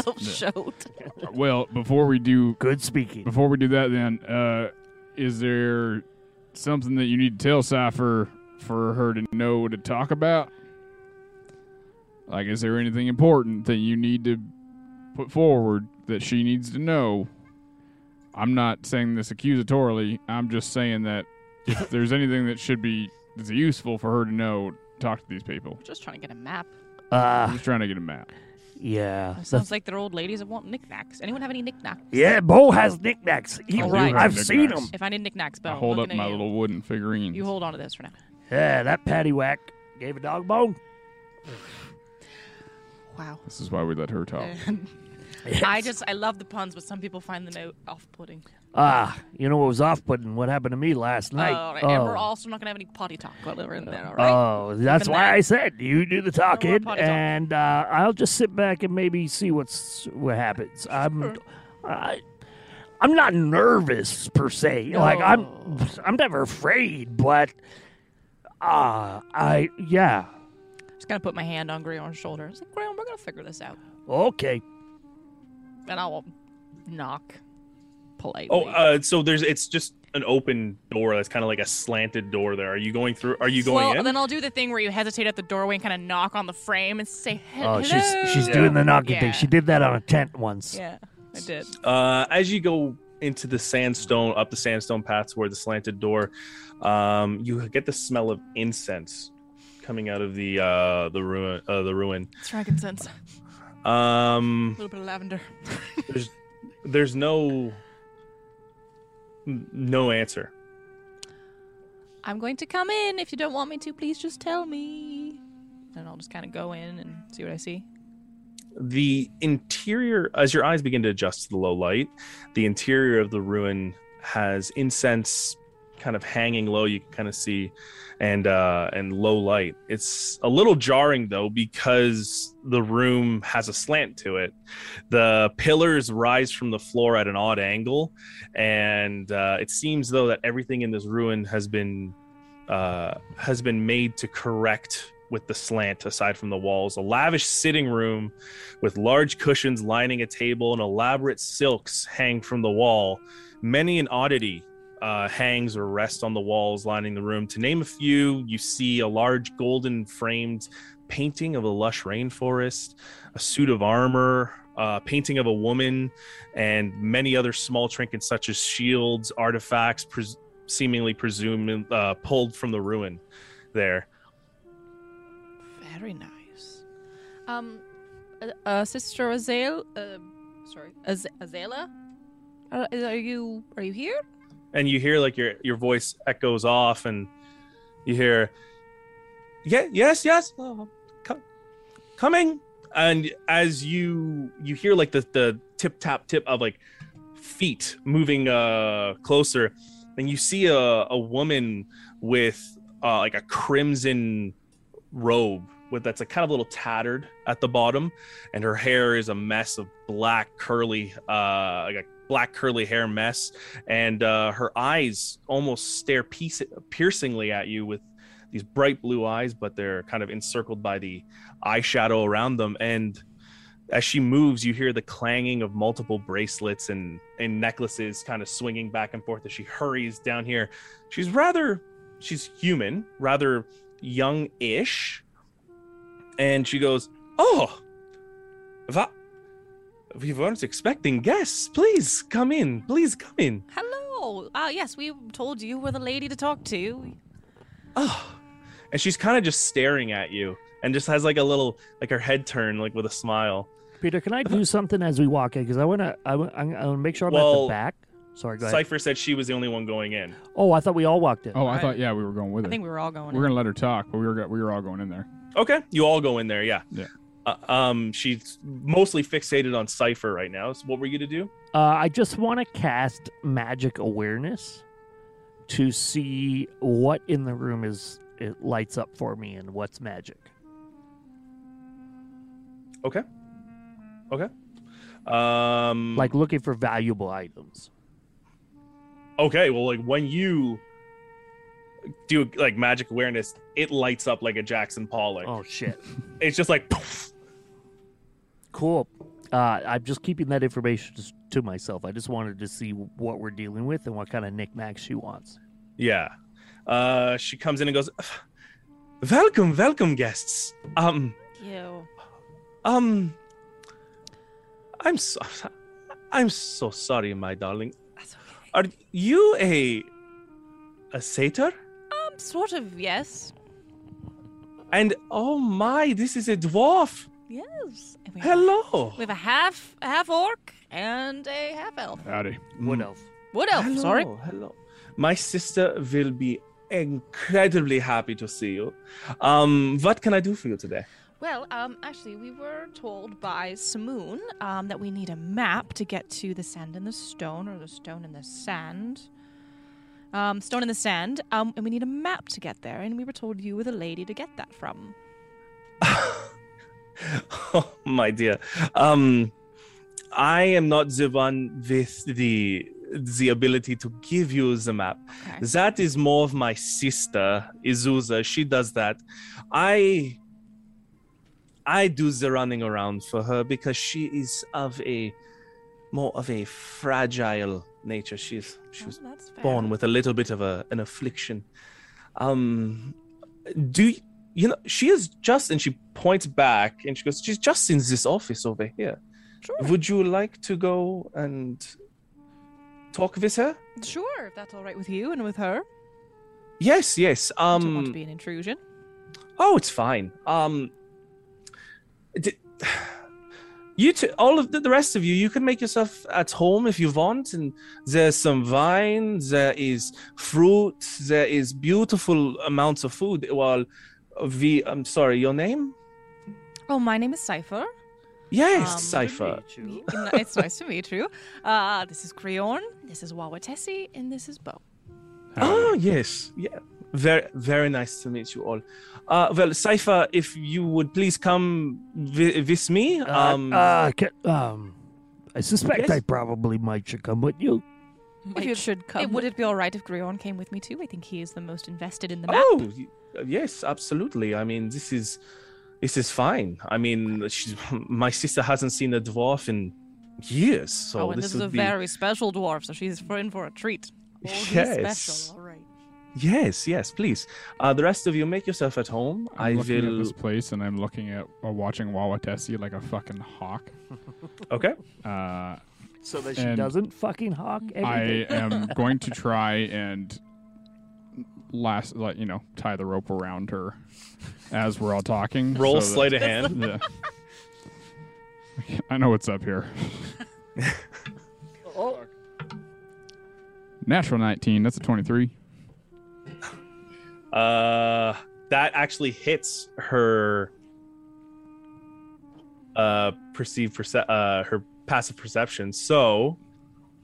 Well, before we do Good <laughs> speaking. before we do that, then uh, is there something that you need to tell Cipher for her to know to talk about? Like, is there anything important that you need to put forward that she needs to know I'm not saying this accusatorily. I'm just saying that if there's anything that should be that's useful for her to know, talk to these people. Just trying to get a map. I'm Uh, just trying to get a map. yeah. It sounds like they're old ladies that want knickknacks. Anyone have any knickknacks? yeah, Bo has knickknacks. He, I do right. have I've seen knickknacks. them. If I need knickknacks, Bo, I hold up I'm looking my at you. little wooden figurines. You hold on to this for now. Yeah, that paddywhack gave a dog bone. Wow. this is why we let her <laughs> talk. I just I love the puns, but some people find them off-putting. Ah, you know what was off-putting? What happened to me last night? all right. Oh, And we're also not gonna have any potty talk while we're in there. All right. Oh, that's Even why that. I said you do the talking, potty talk. and uh, I'll just sit back and maybe see what's what happens. I'm, I, I'm not nervous per se. Like I'm, I'm never afraid, but ah, I yeah, just gonna put my hand on Grayon's shoulder. It's like Grayon, we're gonna figure this out, Uh, okay. and I'll knock politely. Oh, uh, so there's it's just an open door that's kind of like a slanted door there. Are you going through? Are you going well, in? then I'll do the thing where you hesitate at the doorway and kind of knock on the frame and say hello. Oh, she's she's doing the knocking Yeah. thing. She did that on a tent once. Yeah, I did. uh, as you go into the sandstone, up the sandstone path toward the slanted door, um, you get the smell of incense coming out of the uh, the ruin. Uh, the ruin. It's frankincense, a Um, little bit of lavender. <laughs> there's there's no n- no answer. I'm going to come in. If you don't want me to, please just tell me. And I'll just kind of go in and see what I see. the interior as your eyes begin to adjust to the low light the interior of the ruin has incense kind of hanging low you can kind of see and uh and low light it's a little jarring though because the room has a slant to it the pillars rise from the floor at an odd angle and uh, it seems though that everything in this ruin has been uh, has been made to correct with the slant aside from the walls a lavish sitting room with large cushions lining a table and elaborate silks hang from the wall. Many an oddity uh, hangs or rests on the walls lining the room. To name a few, you see a large golden framed painting of a lush rainforest, a suit of armor, a painting of a woman, and many other small trinkets such as shields, artifacts, pres- seemingly presumed uh, pulled from the ruin there. Very nice. Um, uh, uh, Sister Azale, uh, sorry, Az- Azela, Uh, are, are you are you here? and you hear like your your voice echoes off and you hear yeah yes yes oh, co- coming and as you you hear like the the tip tap tip of like feet moving uh closer and you see a, a woman with uh, like a crimson robe with that's a kind of a little tattered at the bottom and her hair is a mess of black curly uh like a black curly hair mess and uh, her eyes almost stare piece- piercingly at you with these bright blue eyes, but they're kind of encircled by the eyeshadow around them. And as she moves, you hear the clanging of multiple bracelets and, and necklaces kind of swinging back and forth as she hurries down here. She's rather, she's human, rather young ish. And she goes, Oh, va- we weren't expecting guests. Please come in. Please come in. Hello. Ah, yes, we told you we're the lady to talk to. oh and she's kind of just staring at you and just has like a little like her head turn like with a smile Peter, can I do something as we walk in? Because I wanna, I wa- I'm- I wanna make sure I'm at the Well, back. Sorry, go ahead. cypher said she was the only one going in oh, I thought we all walked in. Oh, I thought yeah, we were going with I her. think we were all going. we are gonna let her talk, but we were go- we were all going in there. okay you all go in there yeah Yeah. uh, um she's mostly fixated on cypher right now so what were you to do Uh, I just want to cast magic awareness to see what in the room is it lights up for me and what's magic. um Like looking for valuable items. okay well like when you do like magic awareness it lights up like a jackson pollock Oh shit! <laughs> it's just like Cool. Uh, I'm just keeping that information just to myself. I just wanted to see what we're dealing with and what kind of knickknacks she wants. Yeah. Uh, she comes in and goes, "Welcome, welcome, guests. Um, You. um, I'm so, I'm so sorry, my darling. Are you a a satyr? Um, sort of, yes. And oh my, this is a dwarf. Yes. And we, have, Hello. we have a half a half orc and a half elf. Howdy. Wood elf. Wood elf, hello, sorry. Hello. My sister will be incredibly happy to see you. Um, what can I do for you today? Well, um, actually, we were told by Samoon um, that we need a map to get to the sand and the stone, or the stone and the sand. Um, stone and the sand, um, and we need a map to get there, and we were told you were the lady to get that from. oh, <laughs> my dear. Um, I am not the one with the the ability to give you the map. Okay. That is more of my sister Izuza. She does that. I I do the running around for her because she is of a more of a fragile nature. She's she was Oh, that's fair. born with a little bit of a, an affliction. Um, do y- you know she is just and she points back and she goes, she's just in this office over here. Would you like to go and talk with her? Sure, if that's all right with you and with her. Yes, yes. Don't want Um, to be an intrusion. Oh, it's fine. Um, d- you two, all of the, the rest of you, you can make yourself at home if you want. And there's some wine, there is fruit, there is beautiful amounts of food. Well, we, I'm sorry, your name? Oh, my name is Cypher. Yes, Um, Cypher. N- it's nice to meet you. Uh, this is Creorn, this is Wawatessi, and this is Bo. Oh, yes. Yeah. Very, very nice to meet you all. Uh, well, Cypher, if you would please come wi- with me. Um, uh, ca- um, I suspect yes? I probably might should come with you. If you should It, would it be all right if Creorn came with me too? I think he is the most invested in the map. Oh, y- yes, absolutely. I mean, this is this is fine. I mean, she's, <laughs> my sister hasn't seen a dwarf in years, so oh, and this, is would a be very special dwarf, so she's for- in for a treat. Oh, <laughs> yes, all right. yes, yes. Please, uh, the rest of you make yourself at home. i I'm looking at will. this place and I'm looking at uh, watching Wawa Tessie like a fucking hawk. <laughs> Okay. Uh, So that she And doesn't fucking hawk I everything. <laughs> am going to try and last, like you know, tie the rope around her as we're all talking. Roll so <laughs> sleight that- of hand. Yeah. I know what's up here. Oh. Natural 19. That's a 23. <laughs> Uh, that actually hits her. Uh, perceived perce- uh, her passive perception. So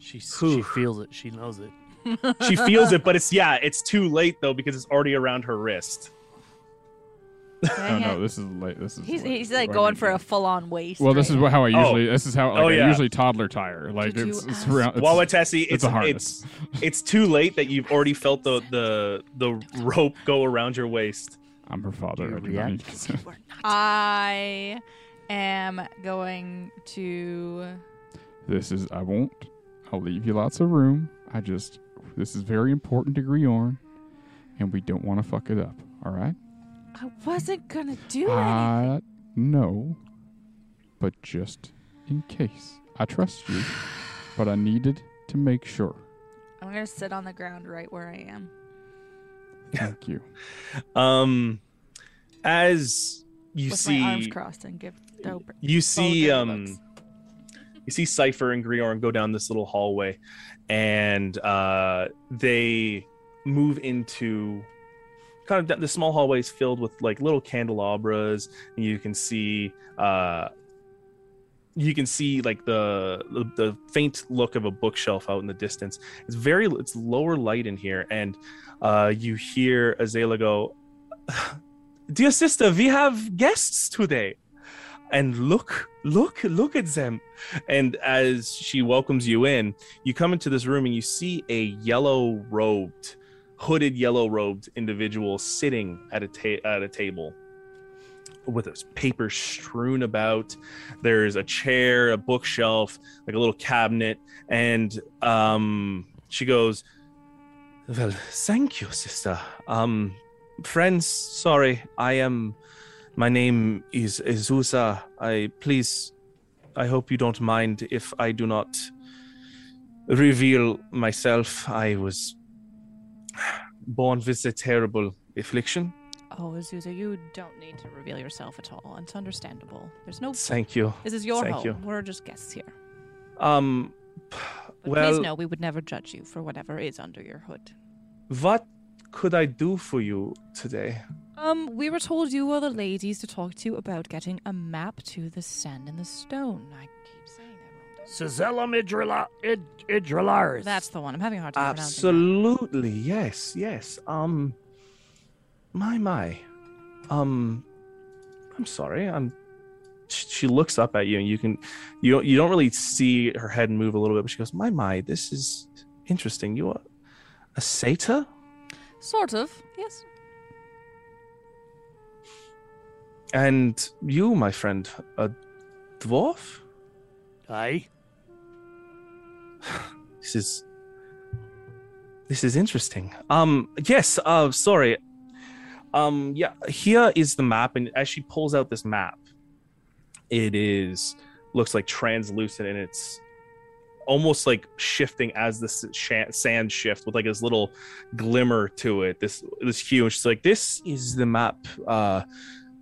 She, she Whew. feels it. She knows it. she feels it, but it's yeah, it's too late though because it's already around her wrist. Oh no, this is late. This is. He's, late. he's like What I going need for to- a full on waist. Uh, Well, this is right what, how I Oh. usually. This is how like, Oh, I yeah. usually toddler tire. Like Did you it's it's, ask- around, it's Wawa Tessie, it's it's it's, a harness. it's too late that you've already felt the the the rope go around your waist. I'm her father. You I do not need react. <laughs> consent. I am going to. This is. I won't. I'll leave you lots of room. I just. This is very important to Griorn, and we don't want to fuck it up. All right. I wasn't gonna do I know, but just in case. I trust you, but I needed to make sure. I'm gonna sit on the ground right where I am. Thank you. Um, as you with see, my arms crossed and give dope. you see, Vulgar um, looks. you see Cipher and Griorn go down this little hallway, and uh, they move into kind of down- the small hallway is filled with like little candelabras, and you can see uh, you can see like the, the the faint look of a bookshelf out in the distance. It's very it's lower light in here, and uh, you hear Azela go, "Dear sister, we have guests today." And look, look, look at them. And as she welcomes you in, you come into this room and you see a yellow robed, hooded yellow robed individual sitting at a ta- at a table with there's paper strewn about. There's a chair, a bookshelf, like a little cabinet, and um, she goes, "Well, thank you, sister. Um, friends, sorry, I am. My name is Izusa. I please, I hope you don't mind if I do not reveal myself. I was born with a terrible affliction. Oh, Azusa, you don't need to reveal yourself at all. It's understandable. There's no. Thank you. This is your thank home. you. We're just guests here. Um, But well, please know we would never judge you for whatever is under your hood. what could I do for you today? Um, we were told you were the ladies to talk to about getting a map to the sand and the stone. I keep saying that Cizellum wrong. Idrila- Id- Idrilaris. That's the one. I'm having a hard time pronouncing that. Absolutely, yes, yes. Um, my my, um, I'm sorry. I'm. sh- She looks up at you, and you can, you don't, you don't really see her head move a little bit, but she goes, "My my, this is interesting. You are a satyr." Sort of, yes. And you, my friend, a dwarf? Aye. This is This is interesting. Um yes, uh sorry. Um yeah, here is the map and as she pulls out this map, it is looks like translucent and it's almost like shifting as the s- sha- sand shifts with like this little glimmer to it this this hue and she's like this is the map uh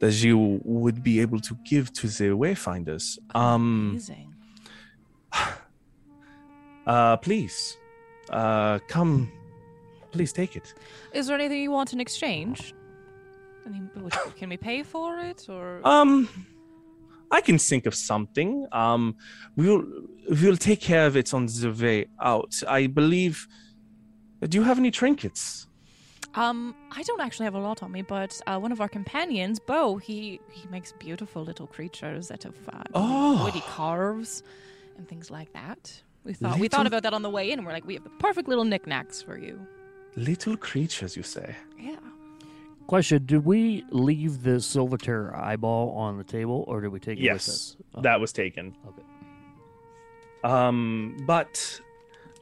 that you would be able to give to the wayfinders um Amazing. uh, please, uh, come, please take it. Is there anything you want in exchange? I mean, would- can we pay for it or? Um, I can think of something. Um, we'll we'll take care of it on the way out. I believe. Do you have any trinkets? Um, I don't actually have a lot on me, but uh, one of our companions, Bo, he he makes beautiful little creatures out of uh, Oh. woody carves and things like that. We thought we thought Little- about that on the way in, and we're like, we have the perfect little knickknacks for you. Little creatures, you say. Yeah. Question: Did we leave the Silverter eyeball on the table, or did we take it Yes, with us? Oh, That was taken. okay. Um, but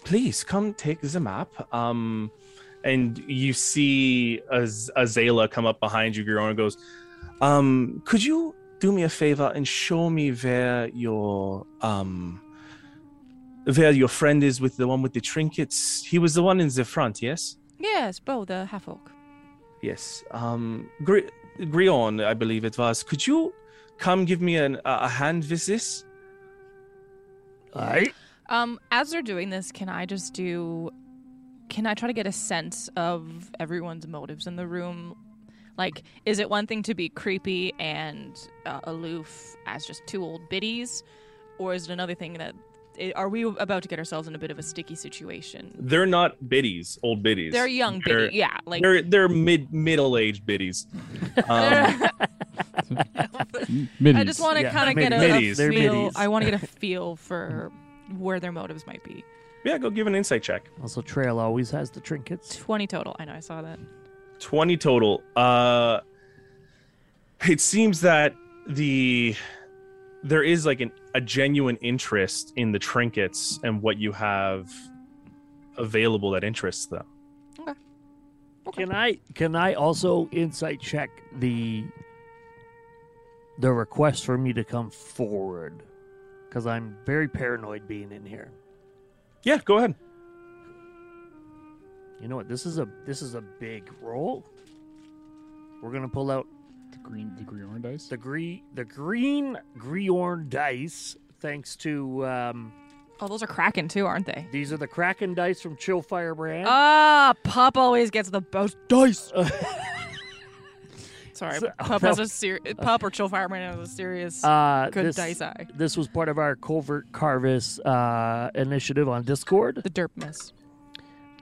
please come take the map. Um, and you see Az- Azela come up behind you, Girona goes, um, could you do me a favor and show me where your um where your friend is with the one with the trinkets? He was the one in the front, yes? Yes, Bo, the half orc. Yes. Um, Gri- Grion, I believe it was. Could you come give me an, a a hand with this? Aye. Um, as they're doing this, can I just do? Can I try to get a sense of everyone's motives in the room? Like, is it one thing to be creepy and uh, aloof as just two old biddies, or is it another thing that i are we about to get ourselves in a bit of a sticky situation? They're not biddies, old biddies. They're young They're- biddy, yeah. Like, they're they're mid middle aged <laughs> biddies. Um, I just want to Yeah, kind of get a, a middies. They're feel. middies. I want <laughs> to get a feel for where their motives might be. yeah, go give an insight check. Oh, Also, Trail always has the trinkets. Twenty total. I know I saw that. Twenty total. Uh, it seems that the there is like an, a genuine interest in the trinkets and what you have available that interests them. Can I can I also insight check the the request for me to come forward? Because I'm very paranoid being in here. Yeah, go ahead. You know what? This is a this is a big roll. We're gonna pull out The green, the green orange dice. the green the green Griorn dice. Thanks to um, Oh, those are cracking too, aren't they? these are the Kraken dice from Chillfire brand. Ah, Pop always gets the best dice. Sorry, So- Pop no. has a serious Pop or Chill Fireman has a serious Uh, good this, dice eye. This was part of our covert Carvis uh, initiative on Discord. The derp miss.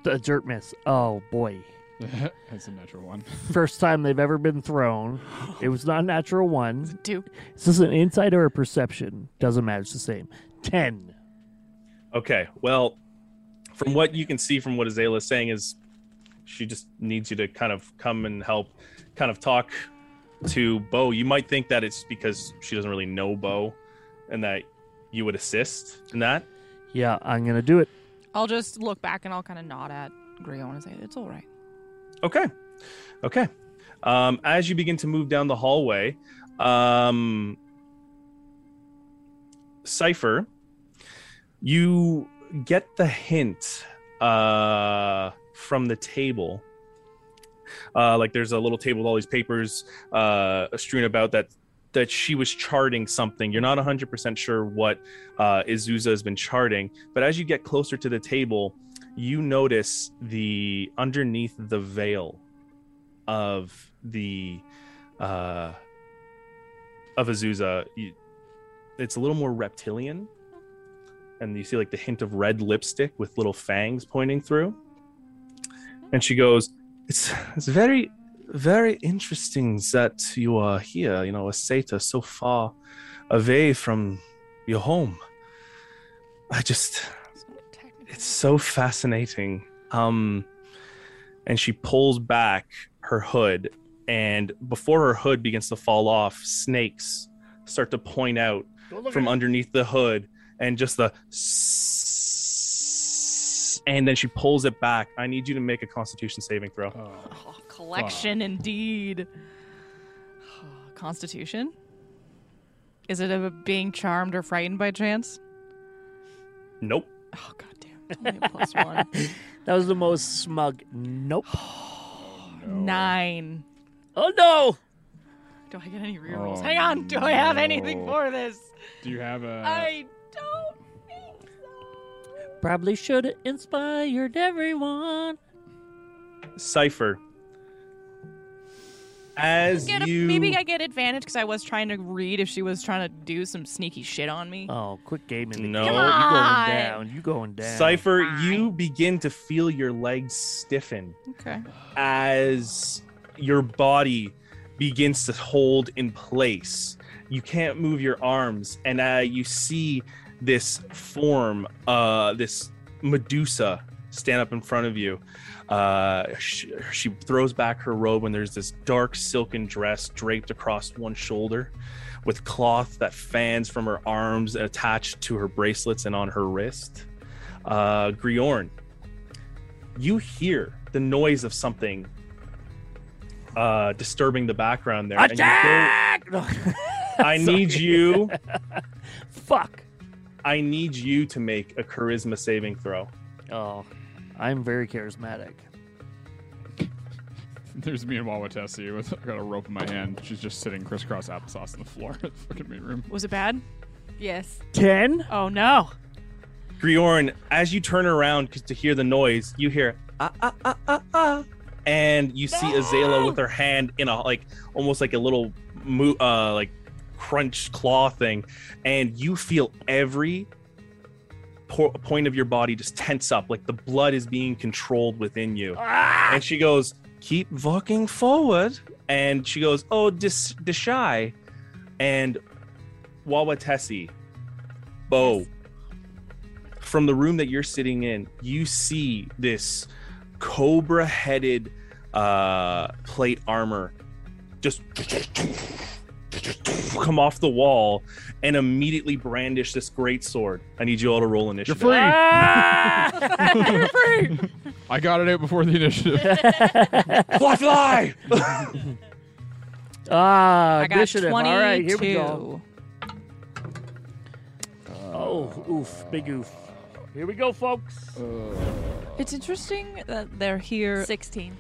The dirt miss. Oh boy. <laughs> That's a natural <laughs> one. first time they've ever been thrown. It was not a natural one. Two. Is this an insight or a perception? Doesn't matter. It's the same. Ten. Okay. Well, from what you can see from what Azela is saying is she just needs you to kind of come and help kind of talk to Bo. You might think that it's because she doesn't really know Bo and that you would assist in that. Yeah, I'm gonna do it. I'll just look back and I'll kind of nod at Grion and say it's all right. Okay. Okay. Um, as you begin to move down the hallway, um, Cypher, you get the hint uh, from the table. Uh, like there's a little table with all these papers uh, strewn about that that she was charting something. You're not 100% sure what uh, Izuza has been charting, but as you get closer to the table, you notice the underneath the veil of the uh, of Azusa. You, it's a little more reptilian, and you see like the hint of red lipstick with little fangs pointing through. And she goes, "It's it's very very interesting that you are here. You know, Aseta so far away from your home. I just it's so fascinating. Um, and she pulls back her hood, and before her hood begins to fall off, snakes start to point out from underneath the hood, and just the. s- And then she pulls it back. I need you to make a Constitution saving throw. Oh, collection indeed. <sighs> Constitution? Is it a being charmed or frightened by chance? Nope. Oh goddamn. Only a plus one. That was the most smug nope. Nine. Oh no! Do I get any rerolls? Oh, Hang on. Do I have anything no. Uh, for this? Do you have a? I don't. Probably should have inspired everyone. Cipher. As Get a, you Maybe I get advantage because I was trying to read if she was trying to do some sneaky shit on me. Oh, quick game in the No. game. Come You going on. down? You going down? Cipher, you begin to feel your legs stiffen Okay. as your body begins to hold in place. You can't move your arms, and uh, you see this form, uh, this Medusa, stand up in front of you. Uh, she, she throws back her robe, and there's this dark silken dress draped across one shoulder with cloth that fans from her arms attached to her bracelets and on her wrist. Uh, Griorn, you hear the noise of something uh disturbing the background there and you go- Attack! No. i need Sorry. you <laughs> Fuck. i need you to make a charisma saving throw Oh, I'm very charismatic. <laughs> There's me and Wawa Tessie with I got a rope in my hand. She's just sitting crisscross applesauce on the floor <laughs> of the fucking meeting room. Was it bad? Yes. Ten? Oh no. Griorn, as you turn around 'cause to hear the noise, you hear ah ah ah ah ah, and you see Azela with her hand in a like almost like a little mo- uh, like crunch claw thing, and you feel every po- point of your body just tense up, like the blood is being controlled within you. And she goes, "Keep walking forward," and she goes, "Oh, dis Deshai," and Wawa Tessie, Bo from the room that you're sitting in, you see this cobra headed uh, plate armor just come off the wall and immediately brandish this great sword. I need you all to roll You're initiative. free. Ah! I got it out before the initiative. Fly, fly! Ah, I got initiative. All right, here we go. 22. Oh, oof, big oof. Here we go, folks. It's interesting that they're here 16.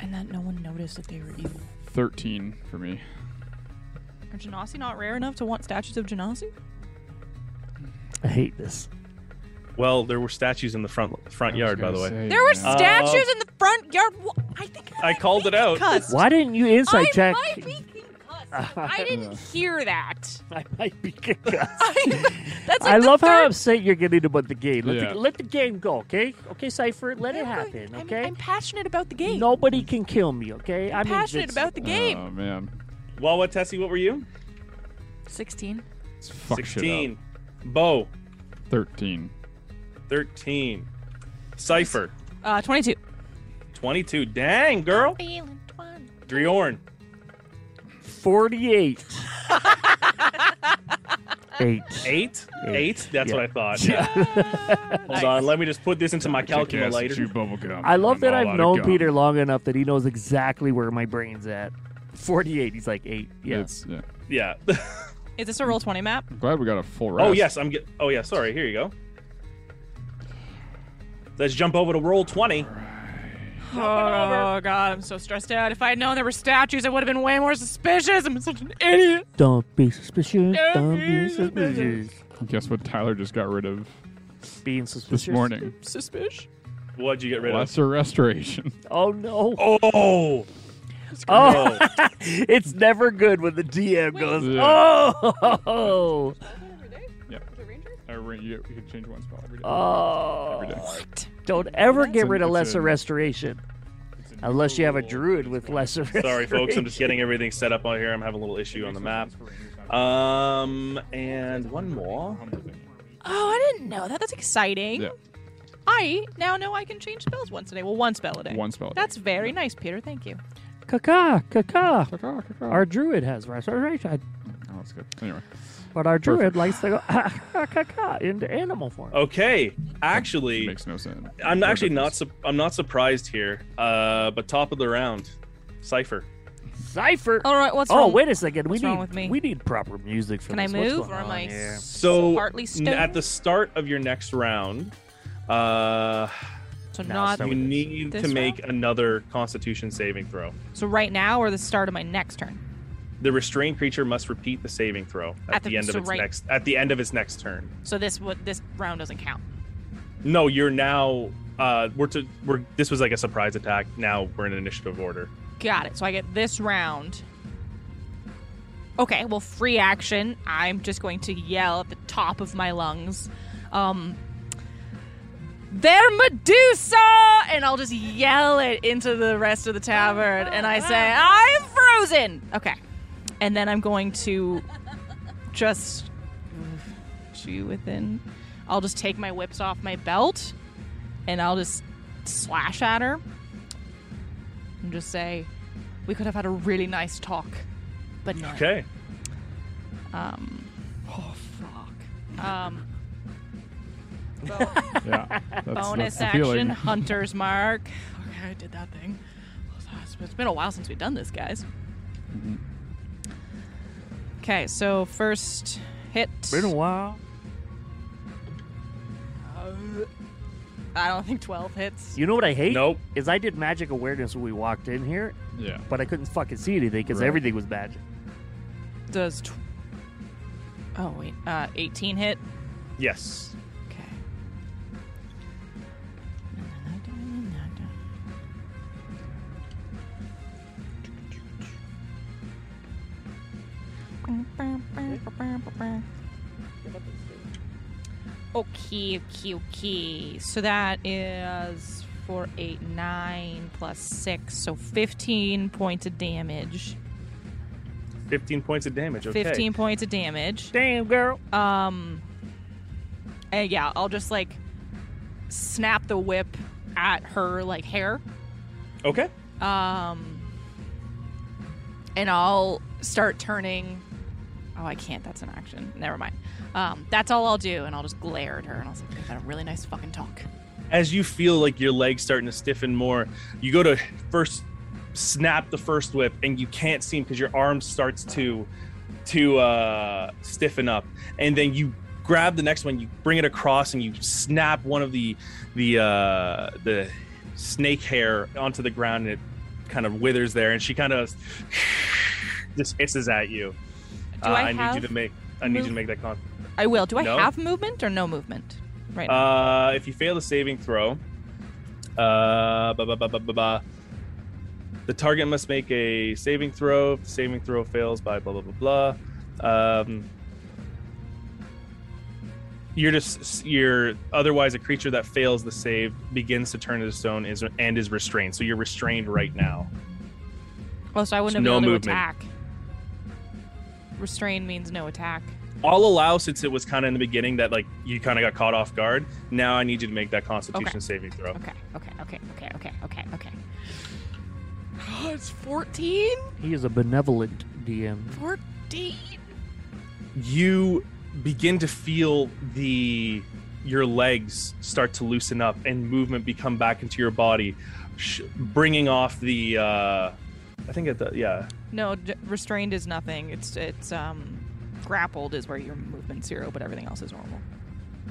and that no one noticed that they were evil. <laughs> Thirteen for me. Are Genasi not rare enough to want statues of Genasi? I hate this. well, there were statues in the front front yard, by the way. There were Uh, statues in the front yard. Wha- I think I called it out. Cussed. Why didn't you insight I check? might be concussed. I didn't hear that. <laughs> I might be <laughs> concussed. That's like I the love how third- upset you're getting about the game. Let, Yeah. the, let the game go, okay? Okay, Cypher, let it happen, I'm- okay? I'm, passionate about the game. Nobody can kill me, okay? I'm, I'm passionate about Uh. the game. Oh man, Wawa Tessie, what were you? 16. Let's fuck shit Sixteen. Bo, up. Thirteen. thirteen. Cipher, Uh, 22. twenty-two. Dang, girl. Driorn, 48. Eight. eight, Eight. eight. That's Yeah. what I thought. <laughs> Hold on, let me just put this into my calculator Kick-ass, chew later. bubble gum. I love I'm that all out I've of known gum. Peter long enough that he knows exactly where my brain's at. 48. He's like, eight. Yes. It's- yeah. Yeah. <laughs> Is this a roll 20 map? I'm glad we got a full rest. oh yes, I'm. Get- oh yeah. Sorry. oh, Here you go. Let's jump over to roll 20. Oh god, I'm so stressed out. If I had known there were statues, I would have been way more suspicious. I'm such an idiot. Don't be suspicious. Don't be suspicious. Guess what Tyler just got rid of Being this suspicious morning? Suspicious. What'd you get rid of? <laughs> Lesser restoration. Oh no! Oh, Oh, Oh. it's never good when the DM goes. Yeah. Oh, Every, you, you can change one spell every day. oh! Every day. Don't ever It's get a- rid of it's lesser a- restoration It's a new unless you have a rule. druid with lesser. sorry, folks. I'm just getting everything set up out here. I'm having a little issue on the map. Um, and one more. Oh, I didn't know that. That's exciting. Yeah, I now know I can change spells once a day. Well, one spell a day. one spell. a day. That's very nice, Peter. Thank you. Kaka, kaka. Caw, caw, caw. Our druid has restoration, Oh, that's good. Anyway, but our druid likes to go <laughs> "Ah, kaka into animal form. Okay, actually, makes no sense. I'm No actually not. difference. Su- I'm not surprised here. Uh, but top of the round, Cipher. Cipher. All right, what's Oh wrong? wait a second. We what's need wrong with me? we need proper music for Can I this. What's move, going or am on I here? So Partly n- at stoned? the start of your next round, uh, So Nah, not. start you with this. need This to make another Constitution saving throw. So right now, or the start of my next turn? The restrained creature must repeat the saving throw at, At the, the- end of so its right- next at the end of its next turn. So this what this round doesn't count. No, you're now. Uh, we're to. We're. This was like a surprise attack. Now we're in initiative order. Got it. So I get this round. Okay, well, free action. I'm just going to yell at the top of my lungs. Um, they're Medusa! And I'll just yell it into the rest of the tavern. And I say, I'm frozen! Okay. And then I'm going to just chew within. I'll just take my whips off my belt and I'll just slash at her and just say, we could have had a really nice talk, but no. Okay. Um, oh fuck. Um, <laughs> Yeah, that's, bonus that's the action, <laughs> feeling. hunter's mark. Okay, I did that thing. It's been a while since we've done this, guys. Okay, so first hit. Been a while. I don't think twelve hits. You know what I hate? Nope. Is I did magic awareness when we walked in here, Yeah, but I couldn't fucking see anything because Right. everything was magic. Does. Tw- oh wait, uh, eighteen hit. Yes. Okay. Okay, okay, okay. So that is four, eight, nine plus six, so fifteen points of damage. Fifteen points of damage. Okay. Fifteen points of damage. Damn, girl. Um, and yeah, I'll just like snap the whip at her like hair. Okay. Um, and I'll start turning. Oh, I can't. That's an action. Never mind. Um, that's all I'll do, and I'll just glare at her, and I'll say, "We've had a really nice fucking talk." As you feel like your legs starting to stiffen more, you go to first snap the first whip, and you can't seem because your arm starts to to uh, stiffen up, and then you grab the next one, you bring it across, and you snap one of the the uh, the snake hair onto the ground, and it kind of withers there, and she kind of <sighs> just hisses at you. I uh, I need you have to make I need you to move- make that con. I will. Do I No. have movement or no movement? Right. now? Uh, if you fail the saving throw, uh, ba ba ba ba ba ba. The target must make a saving throw. If the saving throw fails by blah blah blah blah. Um, you're just you're otherwise a creature that fails the save begins to turn into stone is and is restrained. So you're restrained right now. oh, so I wouldn't have no been able movement. to attack. Restrain means no attack. I'll allow since it was kind of in the beginning that like you kind of got caught off guard. Now I need you to make that Constitution Okay. saving throw. Okay. Okay. Okay. Okay. Okay. Okay. <gasps> Okay. it's fourteen. He is a benevolent DM. 14. you begin to feel the your legs start to loosen up and movement become back into your body sh- bringing off the uh i think at the yeah No, d- restrained is nothing. It's it's um grappled is where your movement's zero, but everything else is normal.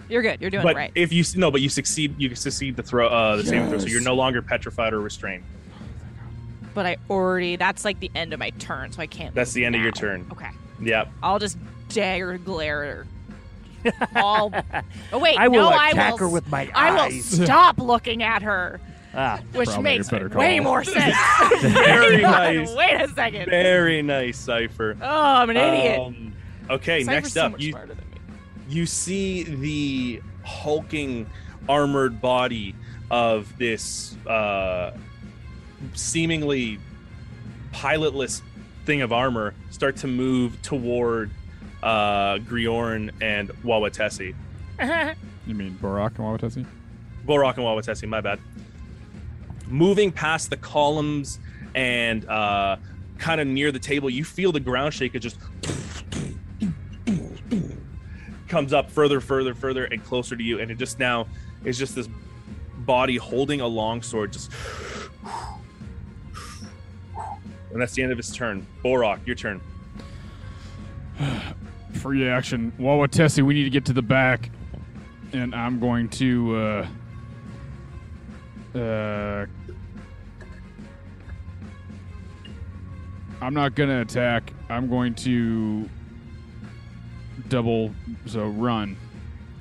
You're good. You're doing but right. if you s- no, but you succeed, you succeed the throw, uh, the saving throw, so you're no longer petrified or restrained. But I already that's like the end of my turn, so I can't. That's the end of your now. turn. Okay. Yep. I'll just dagger <laughs> glare her. All. Oh wait, I no, will I attack will. her with my I will eyes. stop looking at her, Ah, which Probably makes a better way call. more <laughs> sense. <laughs> Very nice. Wait a second. Very nice, Cipher. Oh, I'm an idiot. Um, okay, next so up, much you smarter than me. you see the hulking armored body of this uh, seemingly pilotless thing of armor start to move toward uh, Griorn and Wawatessi. You mean Borak and Wawatessi? Borok and Wawatessi, my bad. Moving past the columns and uh, kind of near the table, you feel the ground shake. It just comes up further, further, further, and closer to you. And it just now is just this body holding a long sword. Just. And that's the end of his turn. Borok, your turn. Free action. Wawatessi, we need to get to the back. And I'm going to uh uh I'm not gonna attack. I'm going to double so run.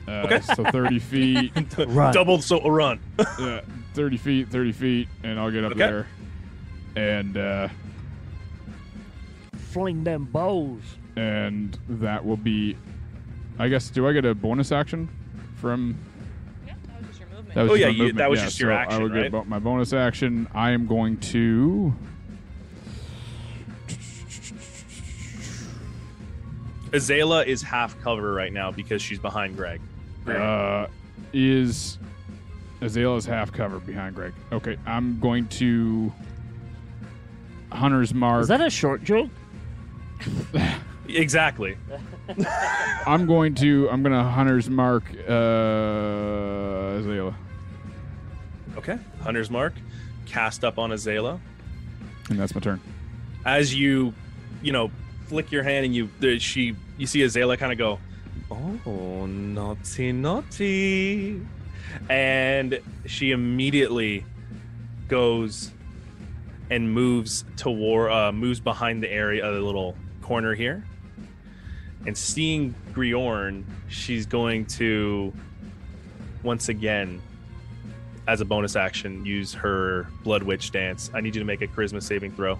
Uh, Okay. so <laughs> thirty feet, Run. Double so run. <laughs> uh, thirty feet, thirty feet, and I'll get up Okay. there. And uh, fling them bows. and that will be I guess do I get a bonus action from that was Oh, just yeah, my you- movement, that was yeah, just your so I action, would get right? bo- my bonus action. I am going to Azela is half cover right now because she's behind Greg. uh, is Azalea's half covered behind Greg. Okay, I'm going to Hunter's Mark. Is that a short joke? Exactly. I'm going to I'm going to Hunter's Mark uh, Azalea. Okay. Hunter's Mark, cast up on Azela. And that's my turn. As you, you know, flick your hand and you, there, she, you see Azela kind of go, oh, naughty, naughty. And she immediately goes and moves toward, uh, moves behind the area, a little corner here. And seeing Griorn, she's going to once again as a bonus action, use her Blood Witch dance. I need you to make a charisma saving throw.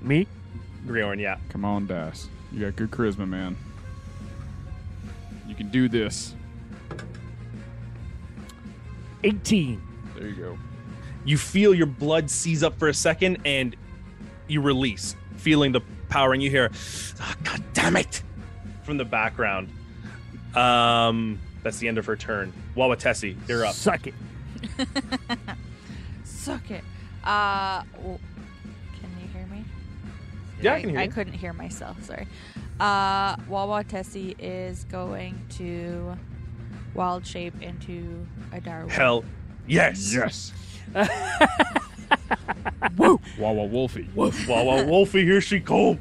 Me? Griorn, yeah. Come on, Das. You got good charisma, man. You can do this. 18. There you go. You feel your blood seize up for a second and you release, feeling the power, and you hear, "Ah, God damn it! from the background. Um, That's the end of her turn. Wawatessi, you're up. Suck it. Suck it. Uh, w- can you hear me? Yeah, I can hear I you. couldn't hear myself. Sorry. Uh, Wawa Tessie is going to wild shape into a Darwin. Hell, <laughs> yes! Yes. Whoa. Wawa Wolfie. Wawa Wolfie, here she comes!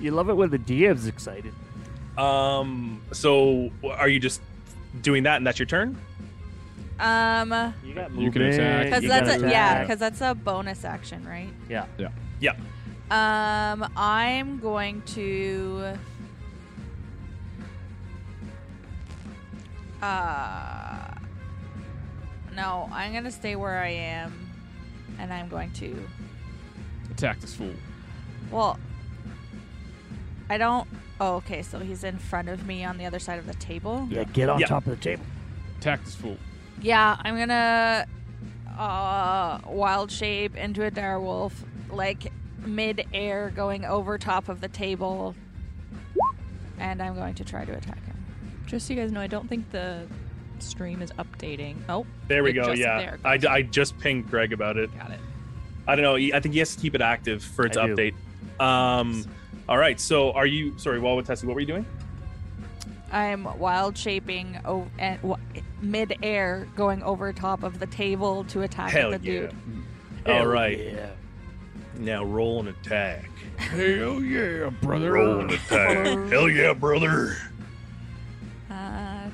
You love it when the DM's excited. Um, so are you just doing that and that's your turn? Um, You got You can attack. because You that's gotta a, yeah, attack. because that's a bonus action, right? Yeah. Yeah. Um, I'm going to. Uh, no, I'm gonna stay where I am, and I'm going to. Attack this fool. Well, I don't. Oh, okay. So he's in front of me on the other side of the table. Yeah, get on Yeah. top of the table. Attack this fool. Yeah, I'm gonna uh, wild shape into a direwolf, like mid air, going over top of the table, and I'm going to try to attack him. Just so you guys know, I don't think the stream is updating. Oh, There we It go. just- yeah, there it I, I just pinged Greg about it. got it. I don't know. he- I think he has to keep it active for it to I do. update. Um, all right. So are you? Sorry, Wawatessi, what were you doing? I'm wild shaping o- and w- mid air, going over top of the table to attack Hell the yeah. dude. All right. Oh, Yeah. Now <laughs> roll an attack. Hell yeah, brother. attack. Hell yeah, brother. Uh,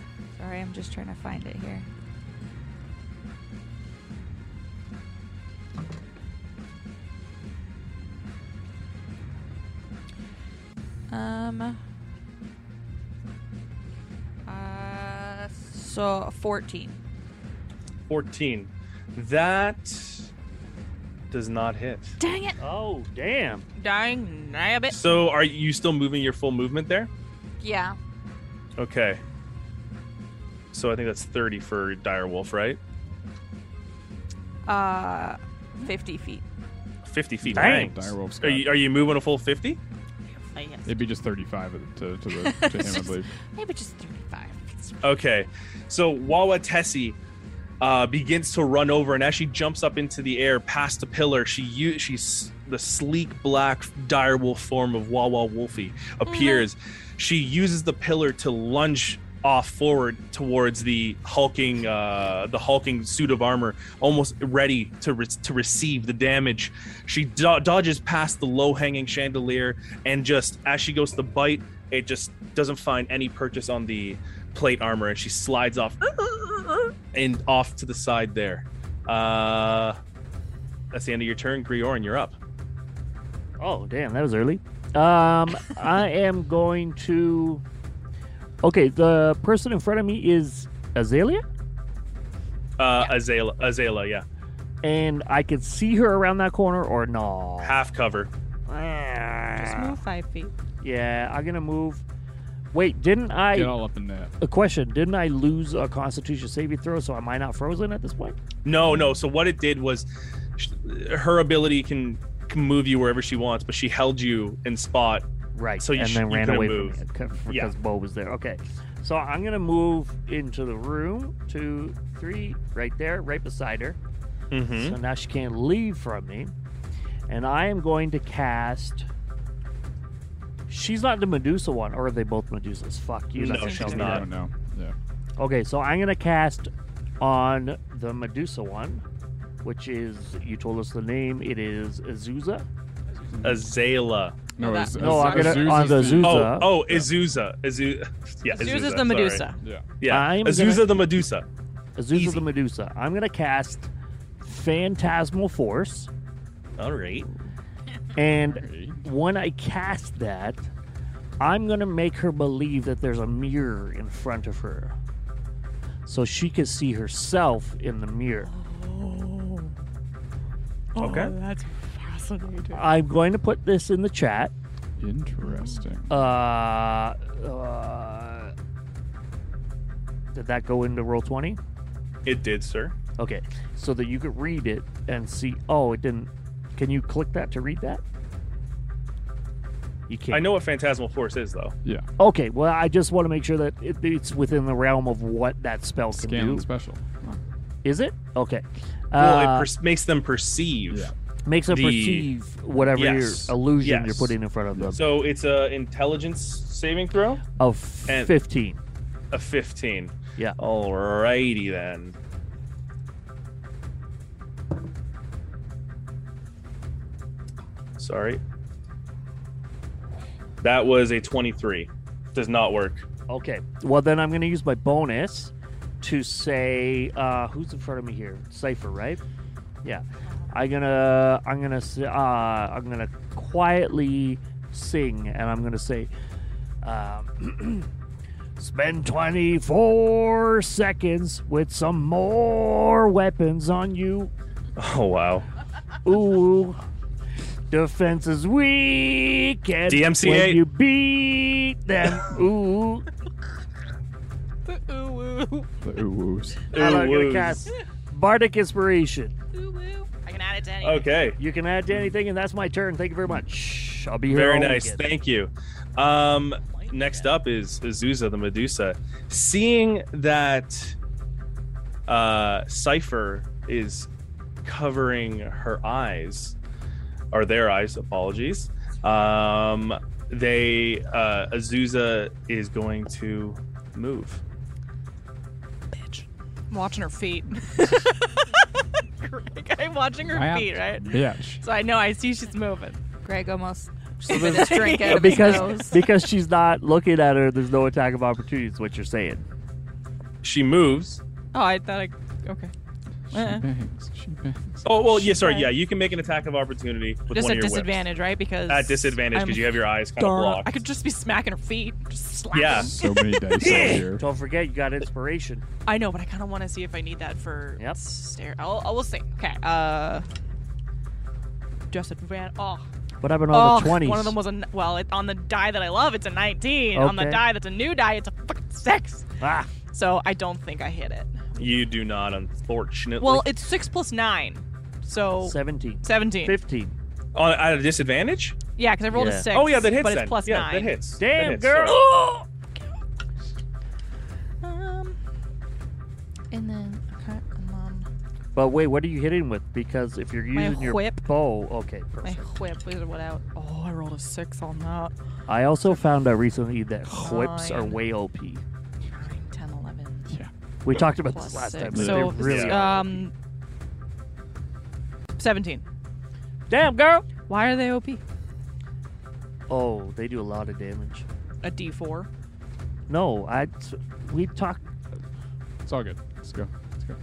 just trying to find it here. Um. Uh, so fourteen. 14. That does not hit. Dang it! Oh, damn. Dying nabbit. So are you still moving your full movement there? Yeah. Okay. So I think that's 30 for Direwolf, right? Uh, fifty feet. 50 feet. Dang. Direwolf's Are got- you, are you moving a full 50? It'd be just 35 at- to, to, the, to him, I believe. Maybe just thirty-five. Okay. So Wawa Tessie uh, begins to run over, and as she jumps up into the air past the pillar, she u- she's the sleek black direwolf form of Wawa Wolfie appears. She uses the pillar to lunge off forward towards the hulking uh, the hulking suit of armor, almost ready to re- to receive the damage. She do- dodges past the low hanging chandelier, and just as she goes to bite, it just doesn't find any purchase on the plate armor, and she slides off and off to the side there. Uh, that's the end of your turn, Griorin. You're up. Oh, damn, that was early. Um, <laughs> I am going to. Okay, the person in front of me is Azalea, Uh, Azela, Azela, yeah, and I can see her around that corner or no. half cover. Ah. Just move five feet. Yeah, I'm gonna move. Wait, didn't Get I? all up in that. A question. Didn't I lose a Constitution saving throw? So am I not frozen at this point? No, no. So what it did was, sh- her ability can, can move you wherever she wants, but she held you in spot. Right. So you and sh- then you ran could've away moved. from it Yeah. because Bo was there. Okay. So I'm gonna move into the room. Two, three, right there, right beside her. Mm-hmm. So now she can't leave from me. And I am going to cast. She's not the Medusa one, or are they both Medusas? Fuck you. No, that's what she's tells me. not. I don't know. Yeah. Okay, so I'm gonna cast on the Medusa one, which is you told us the name. It is Azusa. Azela. No, that- it's- No, I'm it's- gonna Azusa's on the the- Azusa. Oh, oh, Azusa. Azu- <laughs> yeah, Zeus Azusa, is the sorry. Medusa. Yeah. Yeah, I'm Azusa gonna- the Medusa. Azusa the Medusa. I'm gonna cast Phantasmal Force, All right. and when I cast that, I'm gonna make her believe that there's a mirror in front of her, so she can see herself in the mirror. Oh, Okay. I'm going to put this in the chat. Interesting. Uh, uh, did that go into roll twenty? It did, sir. Okay, so that you could read it and see. Oh, it didn't. Can you click that to read that? You can't. I know what Phantasmal Force is, though. Yeah. Okay, well, I just want to make sure that it, it's within the realm of what that spell can Scanlan do. special. Is it? Okay. well, it Uh, per- makes them perceive. Yeah. makes them the- perceive whatever Yes, your illusion you're yes. putting in front of them So it's a intelligence saving throw, of and- 15. a 15. Yeah. Alrighty then. Sorry. That was a 23. Does not work. <laughs> Okay. Well, then I'm going to use my bonus to say uh, who's in front of me here. Cipher, right? Yeah. I'm gonna, I'm gonna, s- uh, I'm gonna quietly sing, and I'm gonna say, um, <clears throat> spend 24 seconds with some more weapons on you. Oh wow. Ooh. Defense is weak, and DMCA. when you beat them, ooh. The ooh-woos. And I'm Ooh, gonna woos. cast <laughs> Bardic Inspiration. I can add it to any. Okay. You can add to anything, and that's my turn. Thank you very much. I'll be here. Very all nice. weekend. Thank you. Um, next up is Azusa the Medusa. Seeing that uh, Cypher is covering her eyes, or their eyes, apologies, um, they uh, Azusa is going to move. I'm watching her feet. <laughs> Greg, I'm watching her I am. feet, right? Yeah. sh- So I know I see she's <laughs> moving. Greg almost just drink Uh, out of his because nose. because she's not looking at her, there's no attack of opportunity. Is what you're saying? she moves. Oh, I thought I. Okay. She Uh-uh. bangs. She bangs. Oh well, yeah. Sorry, yeah. You can make an attack of opportunity with Just one at of your disadvantage, right? Because. whips. At disadvantage because I'm- you have your eyes kind of blocked. I could just be smacking her feet. Just slapping. Yeah. So many dice <laughs> out here. Don't forget, you got inspiration. I know, but I kind of want to see if I need that for Yep. stare. I'll, I will see. Okay. Uh. Just advan Oh, What happened to all oh, the twenties? One of them was a n- well it, on the die that I love. It's a nineteen. On the Okay. die that's a new die, it's a fucking six. Ah, So I don't think I hit it. You do not, unfortunately. Well, it's six plus nine, so 17. seventeen. 15. on, at a disadvantage. Yeah, because I rolled Yeah. a six. oh yeah, that hits. But then. it's plus yeah, nine. that hits. That Damn, hits, girl. sorry. <gasps> Um, and then okay, and um, But wait, what are you hitting with? Because if you're My using your whip. bow, okay, my perfect. whip we went out. Oh, I rolled a six on that. I also found out recently that whips are Nine. way OP. Nine, ten, eleven. We talked about Plus this last six. time. but So they're it's, really Yeah. are. Um, seventeen. damn girl. Why are they OP? Oh, they do a lot of damage. A D four. No, I. t- We talked. It's all good. Let's go. Let's go.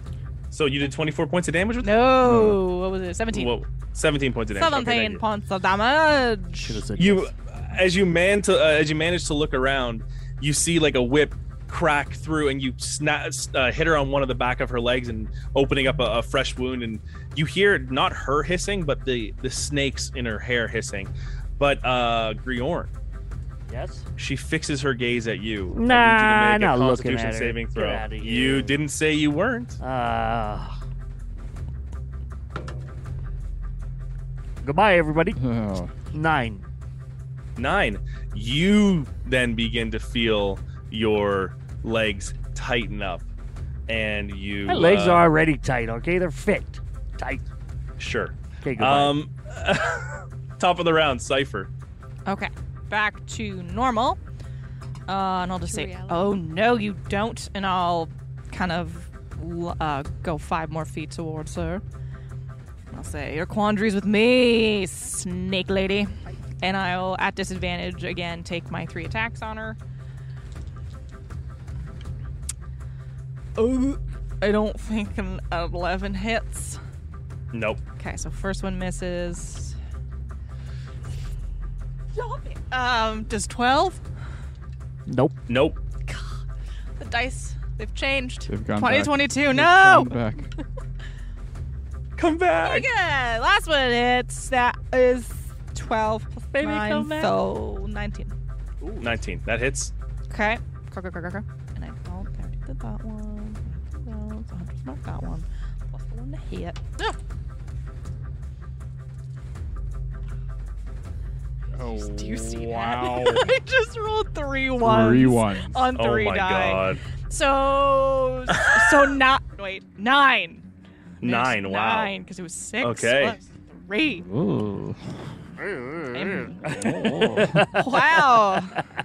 So you did 24 points of damage with No, what was it? Seventeen. Whoa, 17 points of damage. Okay, thank Seventeen you. points of damage. Should have said you yes. as you man to uh, as you manage to look around you see like a whip crack through and you snap uh, hit her on one of the back of her legs and opening up a, a fresh wound and you hear not her hissing but the the snakes in her hair hissing but uh Griorn Yes. she fixes her gaze at you I need you to Nah, make a not looking constitution at her. saving Get throw outta here. you didn't say you weren't Uh, goodbye, everybody. Oh, Nine. Nine, you then begin to feel your legs tighten up, and you. My legs uh, are already tight. Okay, they're fit. Tight. sure. Okay, goodbye. Um, <laughs> top of the round, Cipher. Okay, back to normal. Uh, and I'll just To say, reality. oh no, you don't. And I'll kind of l- uh, go five more feet towards her. And I'll say, your quandary's with me, snake lady. And I'll, at disadvantage again, take my three attacks on her. Oh, I don't think an 11 hits. Nope. Okay, so first one misses. Stop it. Um, does 12? <laughs> nope. Nope. The dice, they've changed. They've gone back. 2022, no! I'm back. Come back. Okay, last one hits. That is 12 plus Baby, come 9, back. so 19. Nineteen. That hits. Okay. Go, go, go, go, go. And I don't, I already did that one. I did that one, so I'll just mark that one. Plus the one to hit. Ah, Oh, do you see wow. <laughs> that? <laughs> I just rolled three ones. Three ones. On oh three my die. god. So, so <laughs> not wait nine. Nine. Wow. Nine because it was six. Okay. plus Three. Ooh. <laughs> <laughs> Wow.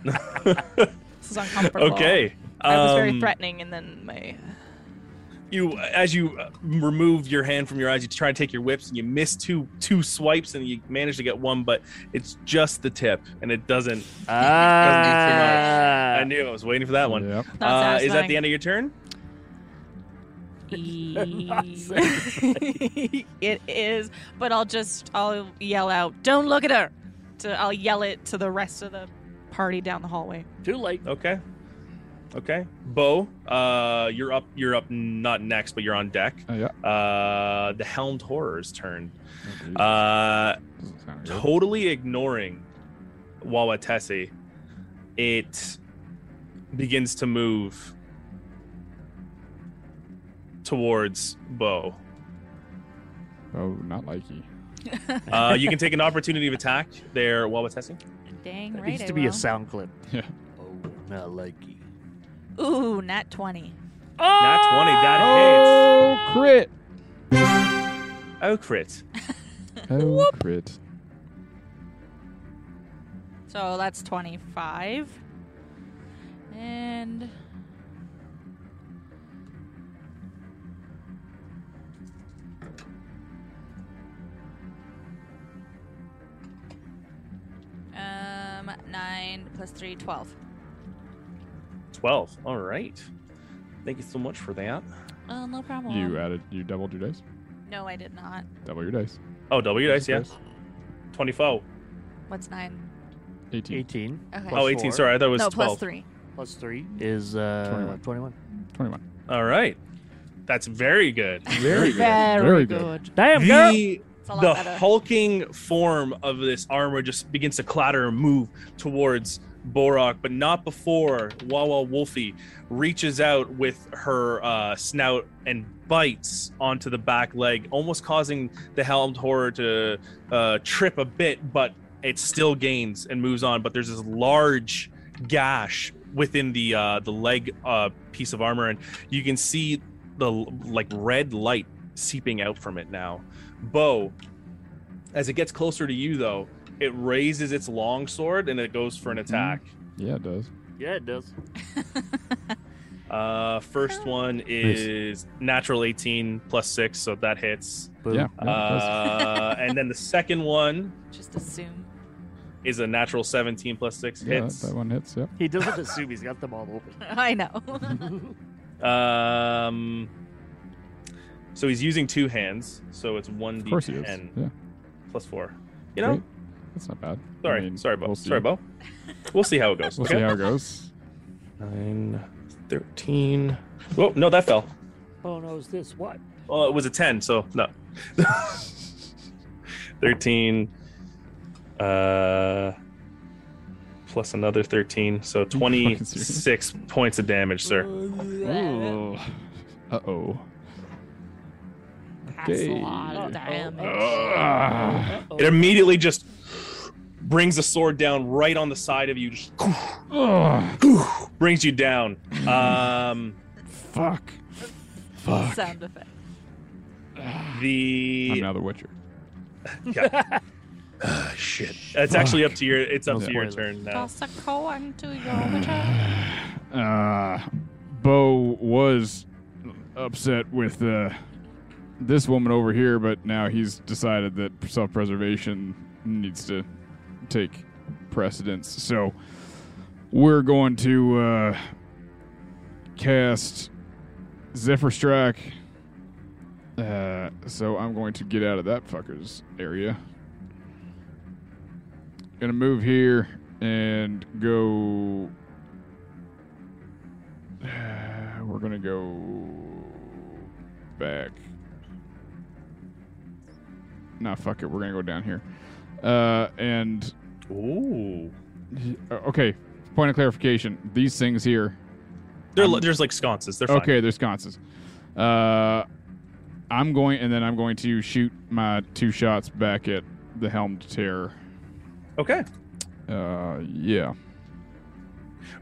this is uncomfortable. Okay. That was very um, threatening, and then <laughs> my you as you uh, remove your hand from your eyes you try to take your whips and you miss two two swipes and you manage to get one but it's just the tip and it doesn't Ah. i knew i was waiting for that one Yep. uh, Not is that satisfying. the end of your turn E <laughs> it is. But I'll just I'll yell out, "Don't look at her!" To I'll yell it to the rest of the party down the hallway. Too late. okay okay bo uh you're up you're up not next but you're on deck Oh, yeah. uh the helmed horror's turn Okay. uh Doesn't sound good. totally ignoring Wawatessi, it begins to move towards Bo. Oh, not likey. Uh, you can take an opportunity of attack there, Wawatessi. Dang It right. needs I to be will. a sound clip. <laughs> Yeah. Oh, not likey. Ooh, nat 20. Ah! Nat 20, that Oh, <laughs> crit. hits. Oh, crit. Oh, crit. So that's 25. And. Um, 9 plus 3, 12. Um, 12. All right. Thank you so much for that. Oh, no problem. You added, you doubled your dice. No, I did not. Double your dice. Oh, double your dice, yeah. Yes. 24. What's nine? 18. 18 Okay. Plus Oh, 18. four. Sorry, I thought it was no, 12. plus three. plus 3 is uh, 21. 21. 21. All right. That's very good. Very Very, Very good. good. Damn, girl! The, It's a lot the better. hulking form of this armor just begins to clatter and move towards Borok, but not before Wawa Wolfie reaches out with her uh, snout and bites onto the back leg, almost causing the helmed horror to uh, trip a bit, but it still gains and moves on. But there's this large gash within the uh, the leg uh, piece of armor, and you can see the like red light seeping out from it now. Bo, as it gets closer to you, though, it raises its long sword and it goes Hmm. for an attack. Yeah, it does. Yeah, it does. Uh, first one is natural 18 plus six, so that hits. Boom. Yeah. yeah, it does. Uh, and then the second one Just assume. is a natural 17 plus six Yeah, hits. that, that one hits. Yep. He doesn't <laughs> assume he's got them all open. <laughs> I know. Um, so he's using two hands, so it's one Of course he is. d10 Yeah. plus four. You know, Great. that's not bad. I sorry, mean, sorry, Bo, we'll see. sorry, Bo. We'll see how it goes. We'll see how it <laughs> goes. Nine, 13. Oh, no, that fell. Oh no, is this what? Well, it was a 10, so no. <laughs> 13 uh plus another 13, <laughs> so fucking 26 points of damage, sir. Uh oh. Okay. Oh, Oh, It immediately just brings the sword down right on the side of you, just Ugh. brings you down. Um Fuck. Fuck. Sound effect. I'm the now the Witcher. shit. It's actually up to your it's up No to your spoilers. turn now. a coin to your witcher. Uh, Bo was upset with uh, this woman over here, but now he's decided that self-preservation needs to take precedence. So we're going to uh, cast Zephyr Strike. Uh, so I'm going to get out of that fucker's area. Gonna move here and go uh, we're gonna go back. Nah, fuck it. We're gonna go down here. Uh, and Ooh. uh, okay, point of clarification: these things here. They're li- there's like sconces. They're fine. Okay, they're sconces. Uh, I'm going, and then I'm going to shoot my two shots back at the helmed terror. Okay. Uh, yeah,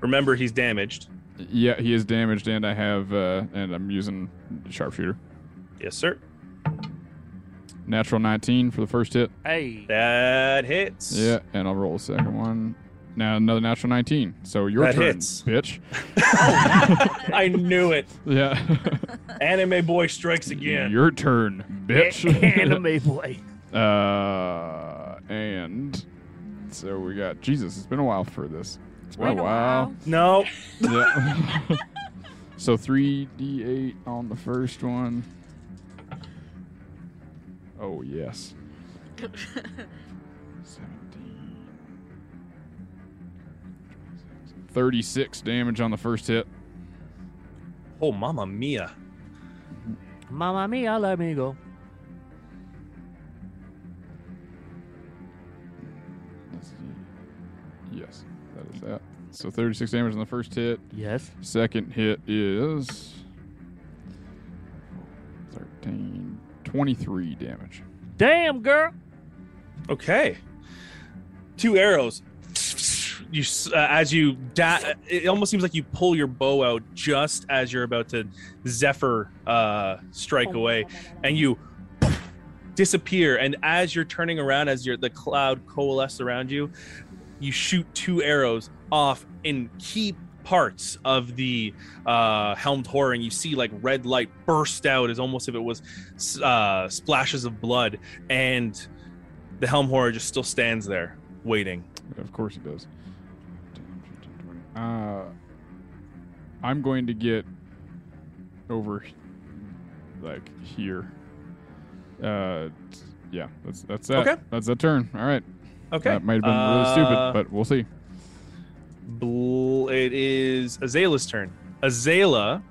Remember he's damaged. yeah, he is damaged, and I have, uh, and I'm using sharpshooter. Yes, sir. Natural 19 for the first hit. Hey, That hits. Yeah, and I'll roll a second one. Now another natural 19. So your That turn, hits. bitch. <laughs> I knew it. Yeah. Anime boy strikes <laughs> again. Your turn, <laughs> bitch. <laughs> anime boy. <laughs> uh, and so we got Jesus. It's been a while for this. It's been been a no. yeah. so 3d8 on the first one. Oh, yes. 17. 36 damage on the first hit. Oh, mama mia. Mamma mia, let me go. Let's see. Yes, that is that. So 36 damage on the first hit. Yes. Second hit is 13, 23 damage. Damn, girl. Okay. Two arrows. You s- uh, as you da- it almost seems like you pull your bow out just as you're about to zephyr uh, strike away, and you disappear. And as you're turning around, as your the cloud coalesces around you, you shoot two arrows off in key parts of the uh, helmed horror, and you see like red light burst out, as almost if it was s- uh, splashes of blood, and the helm horror just still stands there waiting. Of course it does. Uh, I'm going to get over, h- like here. Uh, t- yeah, that's that's that. Okay. That's that turn. All right. Okay. That might have been really Uh, stupid, but we'll see. Bl- it is Azala's turn. Azala,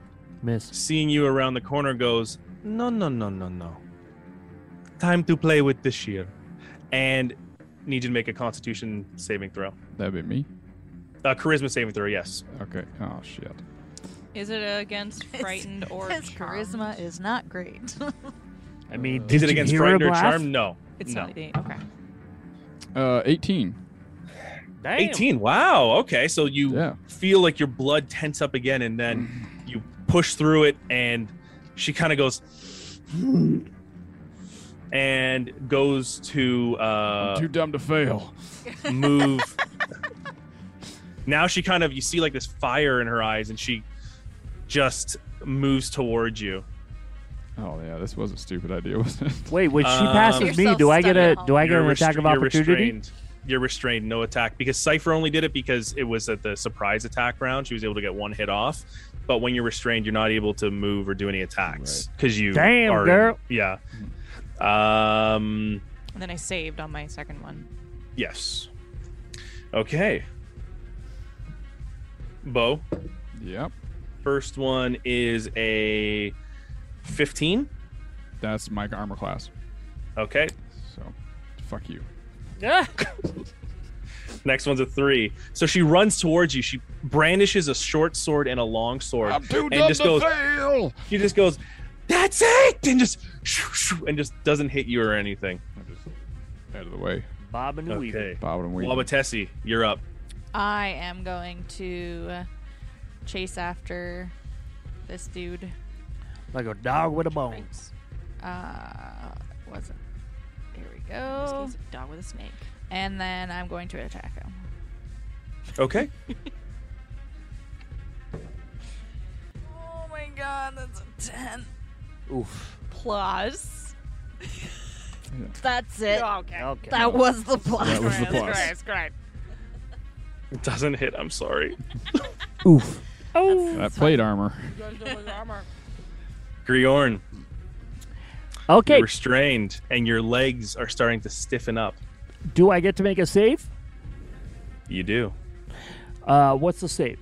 Miss. seeing you around the corner, goes, No, no, no, no, no. Time to play with this year. And need you to make a constitution saving throw. That'd be me. Uh, charisma saving throw, yes. Okay. Oh shit. Is it against frightened Oh, or His charmed? charisma is not great. <laughs> I mean, Is did it you against hear her frightened or laugh? charm? No. It's no. not anything. Okay. Uh, eighteen. Damn. 18. Wow. Okay. So you Yeah. feel like your blood tense up again, and then you push through it, and she kind of goes and goes to uh, Too dumb to fail. move. now she kind of, you see like this fire in her eyes, and she just moves towards you. Oh yeah, this was a stupid idea, <laughs> wasn't it? Wait, when she Um, passes me, do I get a do I get an You're attack restr- of you're opportunity? Restrained. You're restrained, no attack, because Cipher only did it because it was at the surprise attack round. She was able to get one hit off, but when you're restrained, you're not able to move or do any attacks because you. Damn, are, girl. Yeah. Um. And then I saved on my second one. Yes. Okay. Bo, Yep. first one is a fifteen. That's my armor class. Okay. So, fuck you. Next one's a three. So she runs towards you. She brandishes a short sword and a long sword, and just goes. fail. She just goes, "That's it!" and just shoo, shoo, and just doesn't hit you or anything. I'm just out of the way. Bob and Weave. Okay, Bob and weave. Wabatessi, you're up. I am going to chase after this dude. Like a dog with a bone. Uh, wasn't. Here we Oh. go. dog with a snake. And then I'm going to attack him. Okay, Oh my god, that's a 10. <laughs> Oof. Plus. That's it. Okay. That was the plus. That was the plus. it <laughs> doesn't hit. I'm sorry. Oof. That plate armor. Griorn, Okay. you're restrained, and your legs are starting to stiffen up. Do I get to make a save? You do. Uh, what's the save?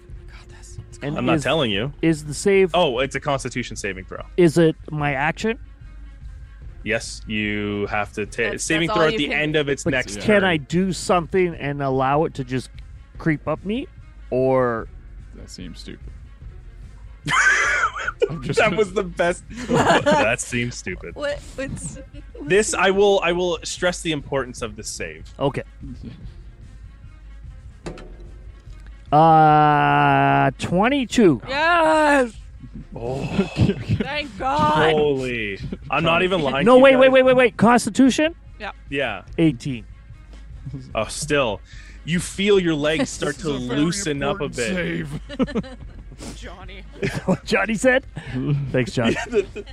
And I'm not is, telling you. Is the save? Oh, it's a Constitution saving throw. Is it my action? Yes, you have to take That's- saving that's throw all at you the can- end of its But next can turn. <laughs> I do something and allow it to just creep up me, or That seems <laughs> stupid. I'm just That gonna- <laughs> was <laughs> the best. that seems stupid. What? What's. This I will. I will stress the importance of this save. okay? Uh, twenty-two. Thank God. Oh. Holy! I'm not even lying. No, to you wait, wait, guys. wait, wait, wait. Constitution, Yeah. eighteen. Oh, still. You feel your legs start to loosen up a bit. Save. What <laughs> Johnny said. <laughs> Thanks, <laughs> John.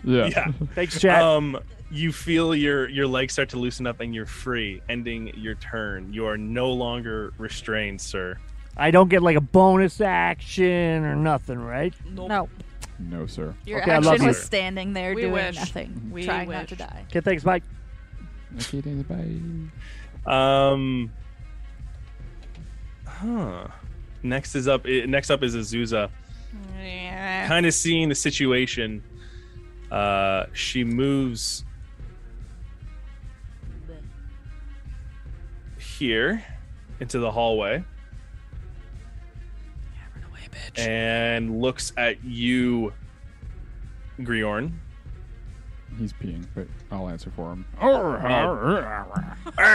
Yeah. Yeah. Thanks, Chad. Um, you feel your your legs start to loosen up and you're free, ending your turn. You are no longer restrained, sir. I don't get like a bonus action or nothing, right? No. No, sir. Your Okay, I love action you. was standing there We doing wish. nothing, We trying not to wish. die. Okay, thanks, Mike. Okay, then, bye. Um Huh. Next is up eh, next up is Azusa. Kind of seeing the situation. Uh she moves here into the hallway. And looks at you, Griorn. He's peeing, but I'll answer for him. Oh, Hey,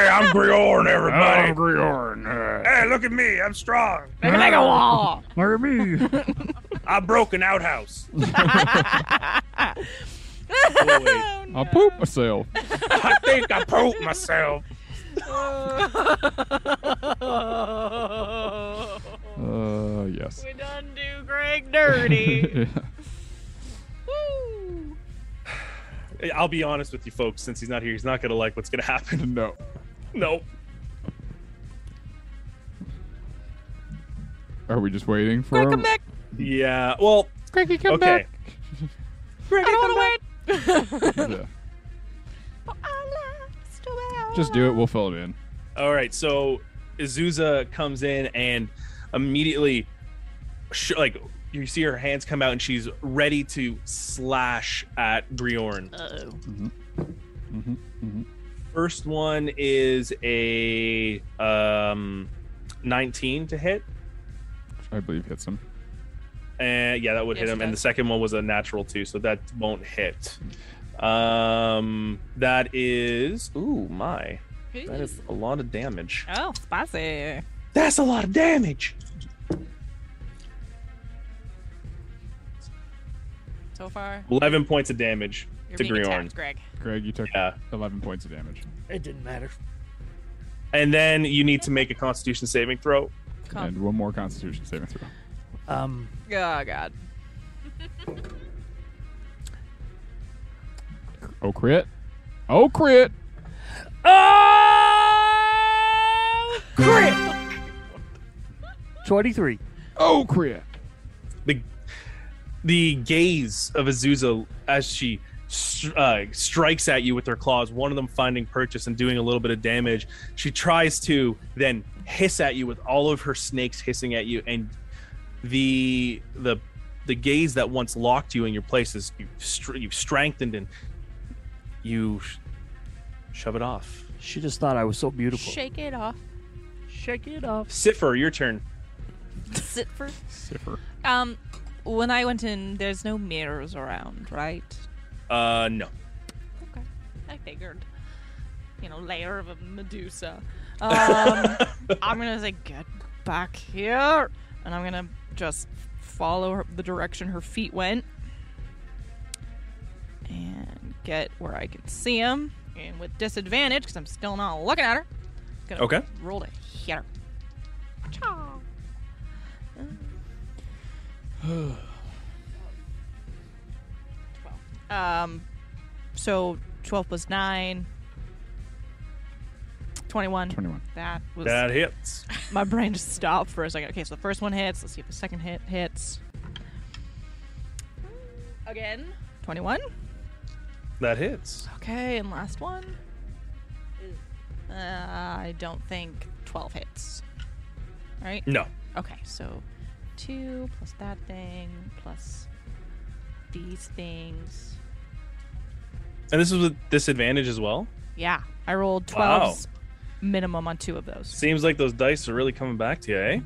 I'm Griorn, everybody. Griorn. Hey, look at me. I'm strong. Make a wall. I broke an outhouse. I'll poop myself. I think I pooped myself. Uh, yes. <laughs> we done do <laughs> Greg dirty. I'll be honest with you folks, since he's not here, he's not gonna like what's gonna happen. <laughs> no. No. Are we just waiting for him? Yeah. Well. Greggy, come okay. I don't want Yeah. Just do it. We'll fill it in. All right, so Azusa comes in and immediately, sh- like, you see her hands come out and she's ready to slash at Driorn. Mm-hmm. Mm-hmm. First one is a um, 19 to hit. I believe hits him. And yeah, that would hit Yes, him. it And the does. second one was a natural two, so that won't hit. Um, that is ooh my, to that is a lot of damage. Oh, spicy. That's a lot of damage. So far, Eleven points of damage you're to being Griorn. attacked, Greg. Greg, you took Yeah, 11 points of damage. <laughs> It didn't matter. and then you need to make a Constitution saving throw. Come. And one more Constitution saving throw. Um, Oh God. Oh, crit. Oh, crit. crit. Twenty-three. Oh, crit. The the gaze of Azusa as she str- uh, strikes at you with her claws, one of them finding purchase and doing a little bit of damage. She tries to then hiss at you with all of her snakes hissing at you, and the the the gaze that once locked you in your place is you str- you've strengthened and you sh- shove it off. She just thought I was so beautiful. Shake it off. Shake it off. Siffer, your turn. Sit for. Siffer. Um, when I went in, there's no mirrors around, right? Uh, no. I figured. You know, layer of a Medusa. Um, I'm gonna say, get back here, and I'm gonna just follow her, the direction her feet went, and get where I can see him, and with disadvantage because I'm still not looking at her. Gonna Okay. Roll to hit her. Cha. Um, so 12 plus 9. 21. 21. That was. That hits. My brain just stopped for a second. Okay, so the first one hits. Let's see if the second hit hits. Again. 21. That hits. Okay, and last one. Uh, I don't think 12 hits. Right? No. Okay, so 2 plus that thing plus these things. And this is with disadvantage as well. Yeah, I rolled 12s minimum on two of those. Seems like those dice are really coming back to you, eh?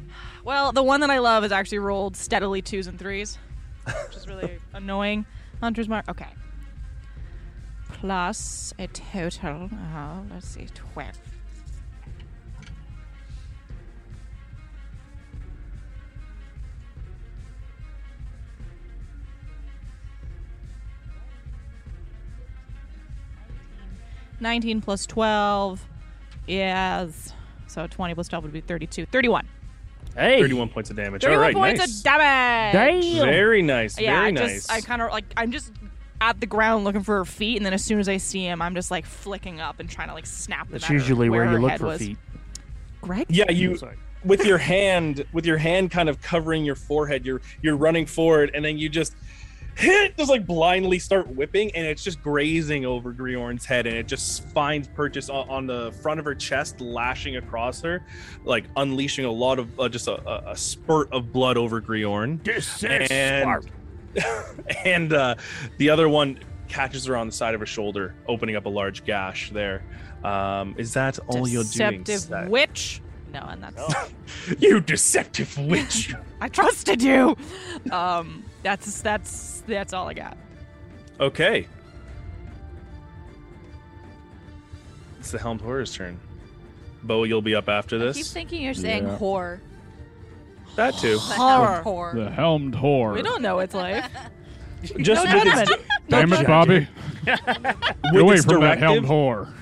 Well, the one that I love is actually rolled steadily twos and threes, which is really annoying. Hunter's mark. Okay. Plus a total of, let's see, 12. Nineteen plus twelve is so twenty plus twelve would be thirty-two. Thirty-one. Hey. 31 points of damage. All 31 right, points nice. of damage. Damn. Very nice. Yeah, very I nice. just I kind of like I'm just at the ground looking for her feet, and then as soon as I see him, I'm just like flicking up and trying to like snap. them That's at her, usually where, her you look head for was. feet. Greg, yeah, you Sorry. with your hand with your hand kind of covering your forehead, you're you're running forward and then you just hit just like blindly start whipping and it's just grazing over Griorn's head and it just finds purchase on, on the front of her chest lashing across her like unleashing a lot of uh, just a, a, a spurt of blood over Griorn This is And- smart. and uh, the other one catches her on the side of her shoulder, opening up a large gash there. Um, is that all you're doing? deceptive Set? witch. No, and that's you deceptive witch! <laughs> I trusted you. Um, that's that's that's all I got. okay. It's the Helmed Horror's turn. Bo, you'll be up after I keep this. thinking you're saying Yeah. whore. that too. Horror. The helmed whore. We don't know its life. <laughs> Just with, its, Damn it, Bobby. Get with away its from that helmed directive, whore.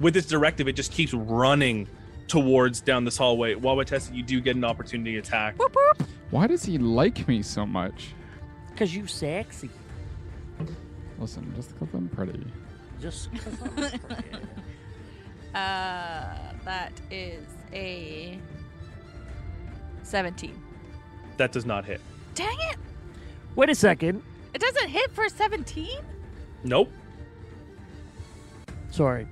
with its directive, it just keeps running towards down this hallway. While we test it, you do get an opportunity attack. Why does he like me so much? Because you sexy. Listen, just because I'm pretty. Just 'cause I'm pretty. Uh, that is a seventeen. That does not hit. Dang it! Wait a second. It doesn't hit for 17? Nope. Sorry.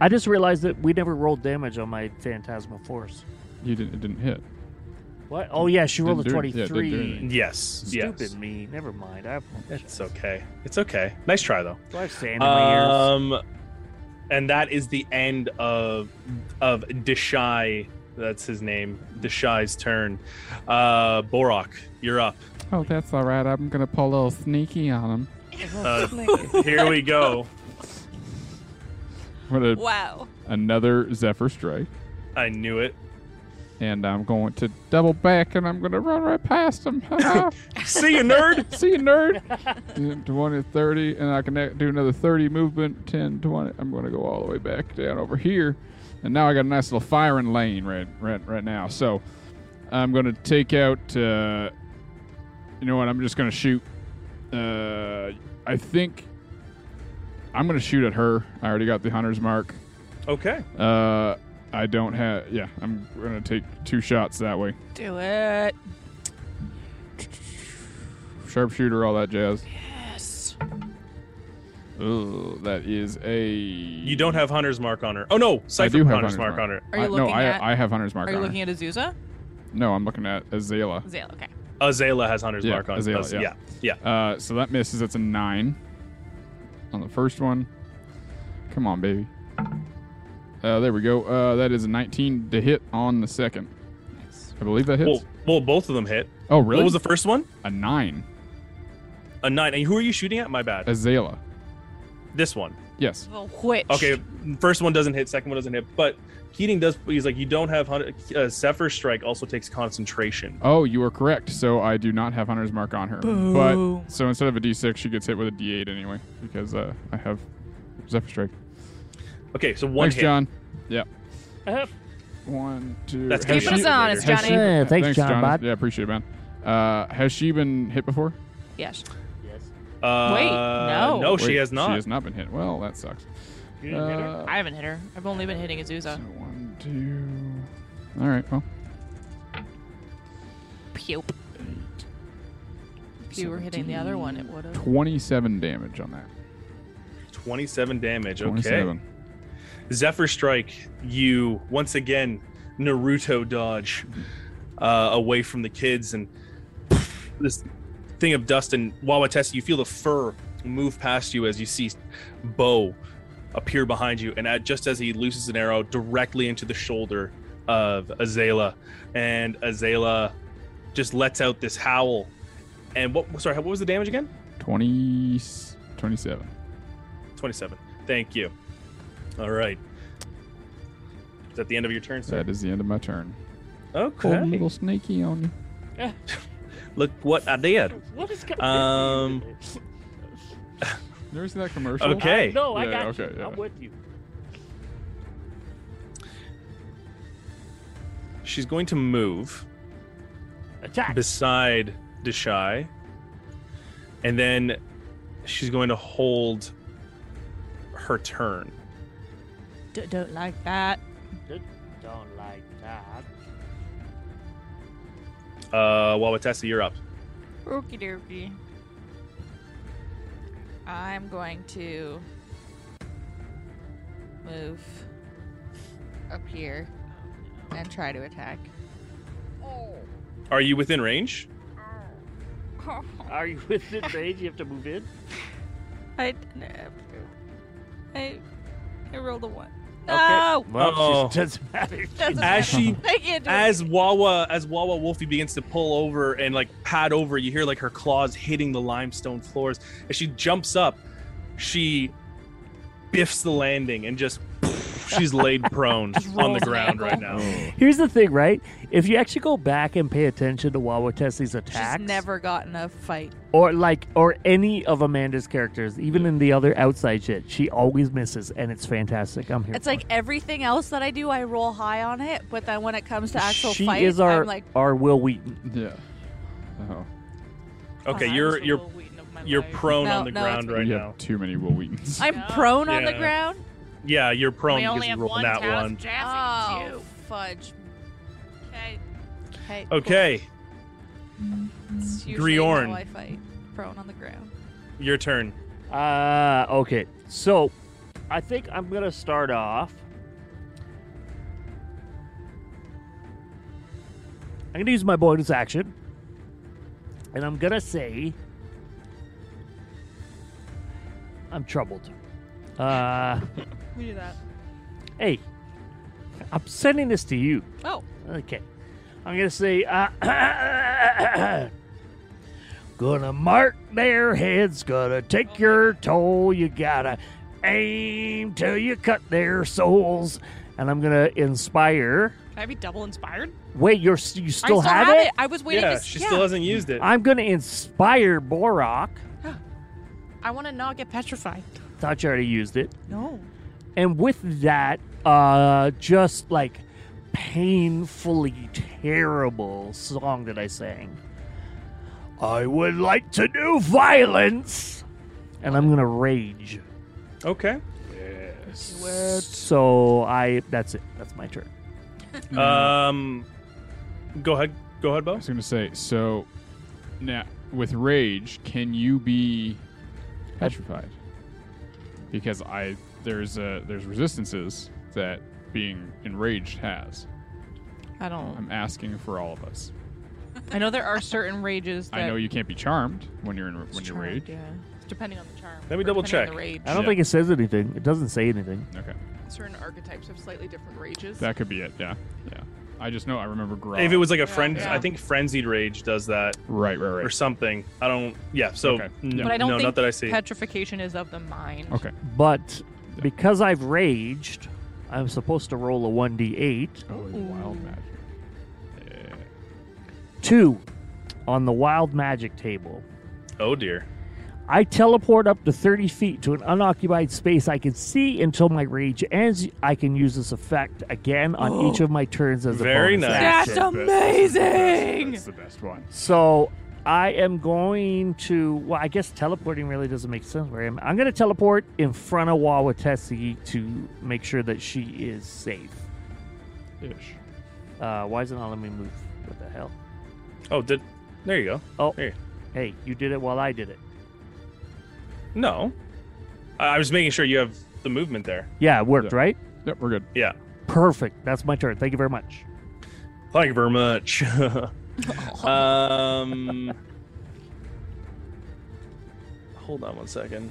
I just realized that we never rolled damage on my Phantasmal Force. You didn't. It didn't hit. What? Oh, yeah, she rolled a Didn't do it. Yeah, it didn't do 23. anything. Yes. Stupid Yes. me. Never mind. I have, It's okay. It's okay. Nice try though. do I have sand in my ears? Um, and that is the end of of Deshai. That's his name. Deshai's turn. Uh, Borok, you're up. Oh, that's all right. I'm gonna pull a little sneaky on him. Uh, here we go. I'm gonna Wow. another Zephyr strike, I knew it. and I'm going to double back, and I'm gonna run right past him. <laughs> See you, <laughs> nerd. See you, nerd. 20, 30, and I can a- do another 30 movement, 10, 20. I'm going to go all the way back down over here. And now I got a nice little firing lane right right, right now. So I'm going to take out. Uh, you know what? I'm just going to shoot. Uh, I think I'm going to shoot at her. I already got the hunter's mark. Okay. Uh, I don't have. Yeah, I'm going to take two shots that way. Do it. Sharpshooter, all that jazz. Yes. Ooh, that is a. You don't have Hunter's Mark on her. Oh no, Cipher do put have Hunter's Hunter's Mark Mark. on her. Are you I, looking no, at- I, I have Hunter's Mark Are you on her. looking at Azusa? No, I'm looking at Azela. Zale, okay. Azela has Hunter's Yeah, Mark on. Azela, Az- yeah. yeah. yeah, Uh, so that misses. That's a nine on the first one. Come on, baby. Uh, there we go. Uh, that is a 19 to hit on the second. I believe that hits. Well, well, both of them hit. oh, really? Oh. What was the first one? a nine. A nine. And who are you shooting at? My Uh, bad. Azela. This one. Yes. Well, which? Okay, first one doesn't hit, second one doesn't hit, but Keating does. He's like, you don't have Hunter, uh, Zephyr Strike also takes concentration. Oh, you are correct. So I do not have Hunter's Mark on her. But so instead of a D6, she gets hit with a D8 anyway because uh, I have Zephyr Strike. Okay, so one Thanks, hit. John. Yep. Uh-huh. One, two. That's has keeping she- us honest, has she- Johnny. Yeah, thanks, John, bud. Yeah, appreciate it, man. Uh, has she been hit before? Yes. Uh, Wait, no. no, Oh, she Wait, has not. She has not been hit. Well, that sucks. Uh, I haven't hit her. I've only been hitting Azusa. one, two. All right. Well, Pew. If you were hitting the other one, it would have. twenty-seven damage on that. 27 damage. Okay. Twenty-seven. Zephyr Strike, you once again Naruto dodge uh, away from the kids and this thing of dust and Wawatessa, you feel the fur move past you as you see Bo appear behind you, and at, just as he looses an arrow directly into the shoulder of Azela, and Azela just lets out this howl. And what? Sorry, what was the damage again? Twenty. Twenty-seven. 27. Thank you. All right. Is that the end of your turn, sir? That is the end of my turn. Cold Okay. little sneaky on you. Look what I did. What is going Um, Never seen that commercial. Okay. No, I Yeah, got okay, you. yeah. I'm with you. She's going to move Attack. beside Deshai. And then she's going to hold her turn. D- don't like that. Don't like that. Uh, Wawatessa, you're up. Okie dokie. I'm going to move up here and try to attack. Are you within range? Are you within range? You have to move in? I. I. I rolled a one. No! Well, Oh. it doesn't matter. Doesn't As she I can't do as Wawa as Wawa Wolfie begins to pull over and like pat over, you hear like her claws hitting the limestone floors. As she jumps up, she biffs the landing and just she's laid prone on the ground right now. Here's the thing, right? If you actually go back and pay attention to Wawa Tessie's attacks, She's never gotten a fight. or like, or any of Amanda's characters, even in the other outside shit, she always misses, and it's fantastic. I'm here. It's for like it. everything else that I do, I roll high on it, but then when it comes to actual she fight, is our I'm like, our Will Wheaton. Yeah. Oh, Oh. Oh, Okay, you're you're you're prone No, on the no, it's ground right you now. have too many Will Wheatons. I'm prone on the Yeah. ground. Yeah, you're prone We because only you have rolled one that task, one. Jazzy, Oh too. fudge! Okay, okay. Okay. It's usually Griorn. how I fight. Prone on the ground. Your turn. Uh, okay. So, I think I'm gonna start off. I'm gonna use my bonus action, and I'm gonna say I'm troubled. Uh, <laughs> We do that. hey, I'm sending this to you. Oh. Okay. I'm going to say, uh, <coughs> gonna mark their heads, gonna take your toll. You gotta aim till you cut their souls. And I'm going to inspire. Can I be double inspired? Wait, you're, s- you I still still, have, it? I was waiting yeah, to. she yeah. still hasn't used it. I'm going to inspire Borok. I want to not get petrified. Thought you already used it. No. and with that uh just like painfully terrible song that i sang i would like to do violence and i'm gonna rage Okay. so i that's it that's my turn Mm-hmm. Um, go ahead. Go ahead, I Bo. was going to say, so now with rage, can you be petrified? Because I there's uh there's resistances that being enraged has. I don't. I'm asking for all of us. I know there are certain rages that. I know you can't be charmed when you're in when you're Charmed, raged. Yeah. It's depending on the charm. Let me or double depending on check. the rage. i don't Yeah. think it says anything it doesn't say anything Okay, Certain archetypes have slightly different rages. that could be it. Yeah, yeah. I just know I remember Grom. If it was like a friend, Yeah. I think frenzied rage does that right, right, or right. something. I don't. Yeah. So Okay. no, But I don't no, think not that I see. petrification is of the mind. Okay. but because i've raged i'm supposed to roll a 1d8 Oh, it's wild magic. Yeah. 2 on the wild magic table oh dear. I teleport up to 30 feet to an unoccupied space I can see until my rage ends. I can use this effect again on each of my turns as a Oh. Very bonus nice. action. That's amazing. That's the best one. So I am going to. Well, I guess teleporting really doesn't make sense where I am. I'm going to teleport in front of Wawatesi to make sure that she is safe. Ish. Uh, why isn't it letting me move? What the hell? Oh, did there you go? Oh, Here. hey, you did it while I did it. No, I, I was making sure you have the movement there. Yeah, it worked, Yeah. right? Yep, we're good. Yeah. Perfect. That's my turn. Thank you very much. Thank you very much. <laughs> um, hold on one second.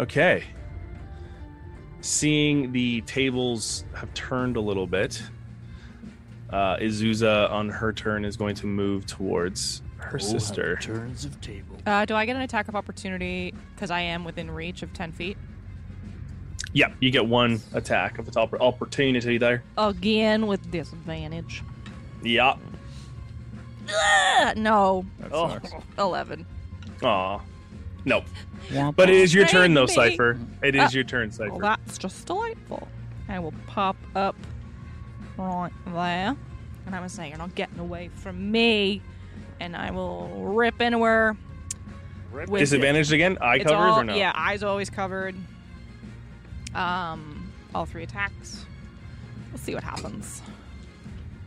Okay. Seeing the tables have turned a little bit, uh, Izuza on her turn is going to move towards her sister. Turns of table. Uh, do I get an attack of opportunity because I am within reach of 10 feet? Yeah, you get one attack of its oppor- opportunity there. Again with disadvantage. Yeah. Uh, Ah, no. That Oh. sucks. 11. Aw. No. But it is your turn though, Baby. Cipher. It is Ah. your turn, Cipher. Well, that's just delightful. I will pop up right there. And I was saying, you're not getting away from me. And I will rip anywhere. with- Disadvantaged again? Eye It's covers all- or no? Yeah, eyes always covered. Um, all three attacks. We'll see what happens.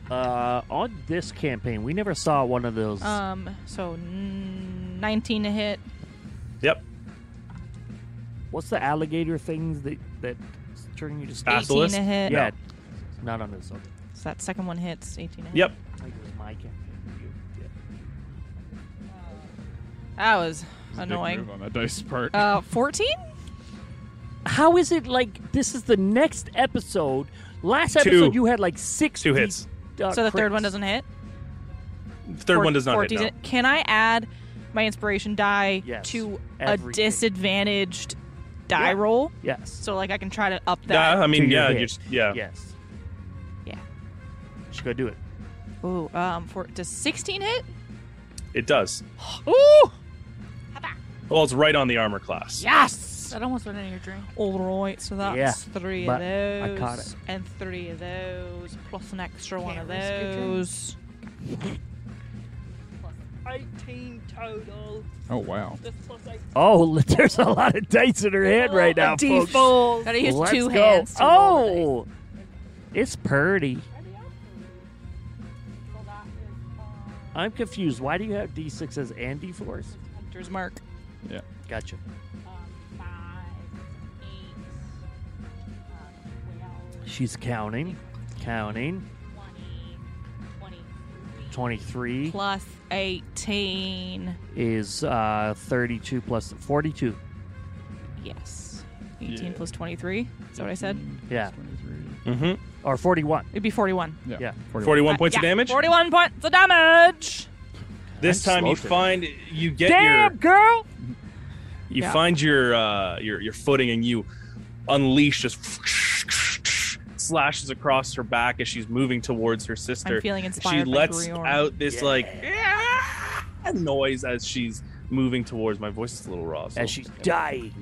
Uh, on this campaign, we never saw one of those. Um, so n- 19 to hit. Yep. What's the alligator things that that turn you to stone? Ass- Basilisk? 18 to hit. Yeah, not on this. one. So that second one hits. 18 to hit. Yep. I think it was my campaign. That was It's a big annoying. move on that dice part. Uh, 14? How is it like this is the next episode? Last Two. episode, you had like six. Two hits. Uh, so the third one crits. doesn't hit? Third one does not hit. 14 No. to- Can I add my inspiration die Yes. to Everything. a disadvantaged die Yeah. roll? Yes. So, like, I can try to up Yeah, that. I mean, To your yeah, hit. you just, yeah. Yes. Yeah. She's gonna do it. Ooh, um, for, does 16 hit? It does. Ooh! Well, it's right on the armor class. Yes! That almost went in your drink. All right, so that's Yeah, three but of I those, caught it. and three of those, plus an extra one of risk your those. 18 total. oh wow. Oh, <laughs> there's a lot of dice in her hand Oh, right now, folks. Gotta use Let's go. two hands. To roll the dice. oh, it's pretty. I'm confused. Why do you have D6s and D4s? Hunter's mark. Gotcha. She's counting, counting. 23 Plus 18. is uh, 32 plus 42. Yes. 18 Yeah. plus 23. Is that what I said? Yeah. 23. Mm-hmm. Or 41. It'd be 41. Yeah. Yeah. 41 points of Yeah, damage. 41 points of damage! This I'm time you slow today. find you get your Damn, girl! you find your uh, your your footing and you unleash just slashes across her back as she's moving towards her sister. I'm feeling She inspired. by lets Grior. out this like "Ah," noise as she's moving towards. My voice is a little raw. So And she's dying.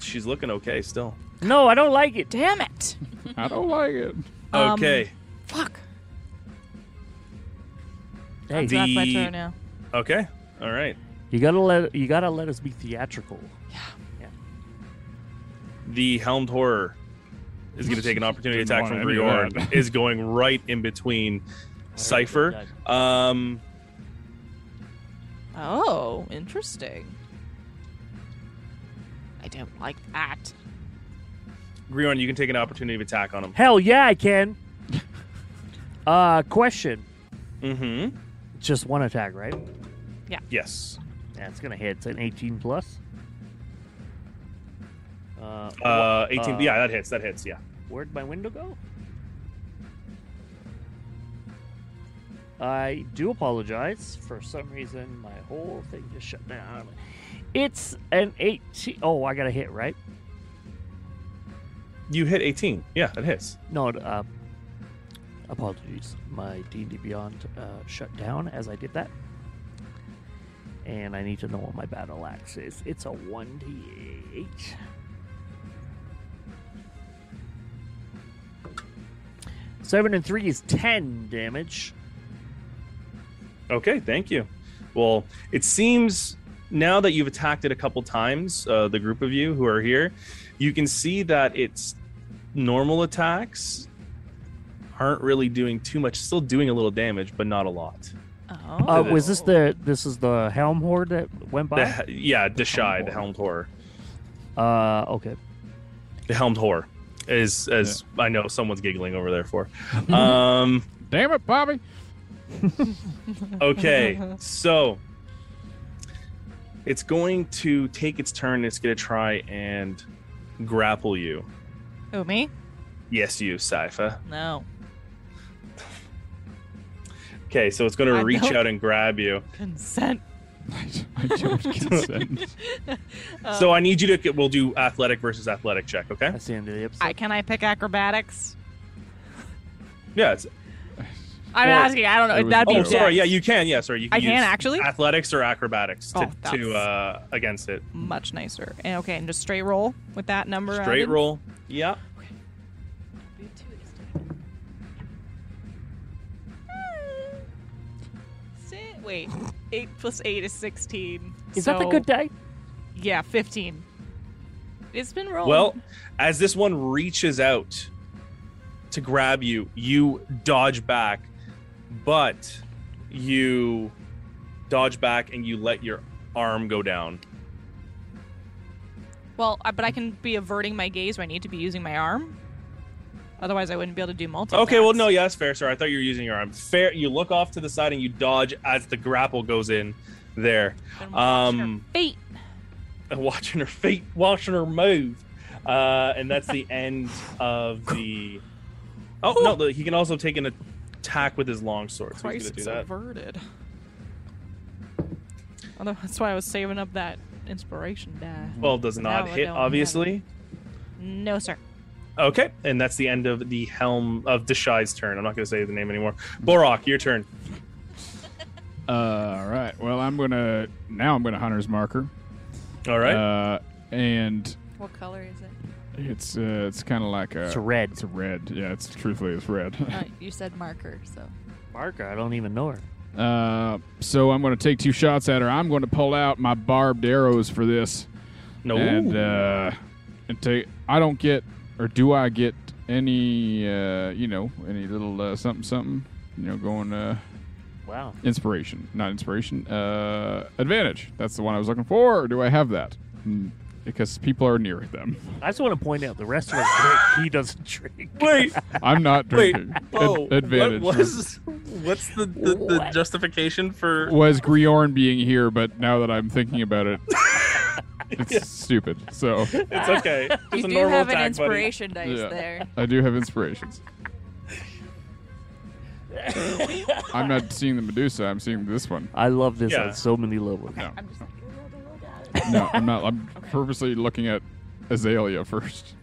she's looking okay still. No, I don't like it. Damn it! I don't like it. Um, Okay, Fuck. Hey, So that's my The- turn now. okay, all right. you gotta let you gotta let us be theatrical. The helmed horror is going <laughs> to take an opportunity Didn't attack want from any of Grior. that. <laughs> is going right in between Cipher. Um, Oh, interesting. I don't like that. Grior, you can take an opportunity of attack on him. Hell yeah, I can. <laughs> uh, question. Mm-hmm. Just one attack, right? Yes. That's gonna hit. It's an 18 plus. Uh, Uh, wha- 18. uh, yeah, that hits. That hits. Yeah. Where'd my window go? I do apologize. For some reason, my whole thing just shut down. It's an 18. Oh, I got a hit, right? You hit 18. Yeah, that hits. No, uh, apologies. My D&D Beyond uh, shut down as I did that. And I need to know what my battle axe is. It's a 1d8. Seven and three is ten damage. Okay, thank you. Well, it seems now that you've attacked it a couple times, uh, the group of you who are here, you can see that its normal attacks aren't really doing too much. Still doing a little damage, but not a lot. Oh. Uh, was this the this is the helm horde that went The, by? he- yeah, Deshai, the Helmed Horror. Uh, okay. The Helmed Horror is, as I know, someone's giggling over there for. Um, Damn it, Bobby. Okay, so it's going to take its turn. It's going to try and grapple you. Oh, Who, me? Yes, you, Sypha. No. Okay, so it's going I to reach don't- out and grab you. Consent. <laughs> I don't <laughs> consent. Uh. so I need you to. We'll do athletic versus athletic check. Okay. That's the end of the episode. I can I pick acrobatics? Yeah. It's, I'm Well, asking. I don't it know. was- That'd be oh, Yeah. sorry. Yeah, you can. Yeah, sorry. You can I can use actually? Athletics or acrobatics to, Oh, that's- to uh, against it. much nicer. And, okay, and just straight roll with that number. Straight added? roll. Yeah. Si- Wait, eight plus eight is sixteen. is that the So, good day? Yeah, fifteen. It's been rolled. Well, as this one reaches out to grab you, you dodge back, but you dodge back and you let your arm go down. well, I- but I can be averting my gaze when I need to be using my arm. Otherwise, I wouldn't be able to do multiple. Okay, well, no, yeah, that's fair. Sorry, I thought you were using your arm. Fair. You look off to the side and you dodge as the grapple goes in there. Um, Fate. <laughs> watching her feet, watching her move. Uh, and <laughs> that's the end of the. Oh, no, the- he can also take an attack with his long sword. So Christ, he's going to do it's that. averted. Although that's why I was saving up that inspiration die. Well, does not No, I hit, don't obviously. No, sir. Okay, and that's the end of the helm of Deshai's turn. I'm not going to say the name anymore. Borok, your turn. All right. Well, I'm gonna now. I'm gonna hunter's marker. All right. Uh, and What color is it? it's uh, it's kind of like a It's red. It's a red. Yeah. It's truthfully it's red. Uh, you said marker, so. Marker. I don't even know her. <laughs> Uh, so I'm going to take two shots at her. I'm going to pull out my barbed arrows for this, no. and uh, and take. I don't get, or do I get any? Uh, you know, any little uh, something something? You know, going uh, Wow. Inspiration, not inspiration. Uh, advantage. That's the one I was looking for. Or do I have that? Hmm, Because people are near <laughs> them. I just want to point out the rest of us drink. He doesn't drink. Wait, I'm not wait. drinking. Ad- Oh, advantage What was, what's the, the, the What? justification <laughs> for? was Griorn being here, but now that I'm thinking about <laughs> it, it's stupid. So It's okay. It's you a do normal attack, have an buddy. inspiration dice Yeah. there. I do have <laughs> inspirations. I'm not seeing the Medusa. I'm seeing this one. I love this Yeah. on so many levels. No, no, I'm not. I'm purposely looking at Azalea first.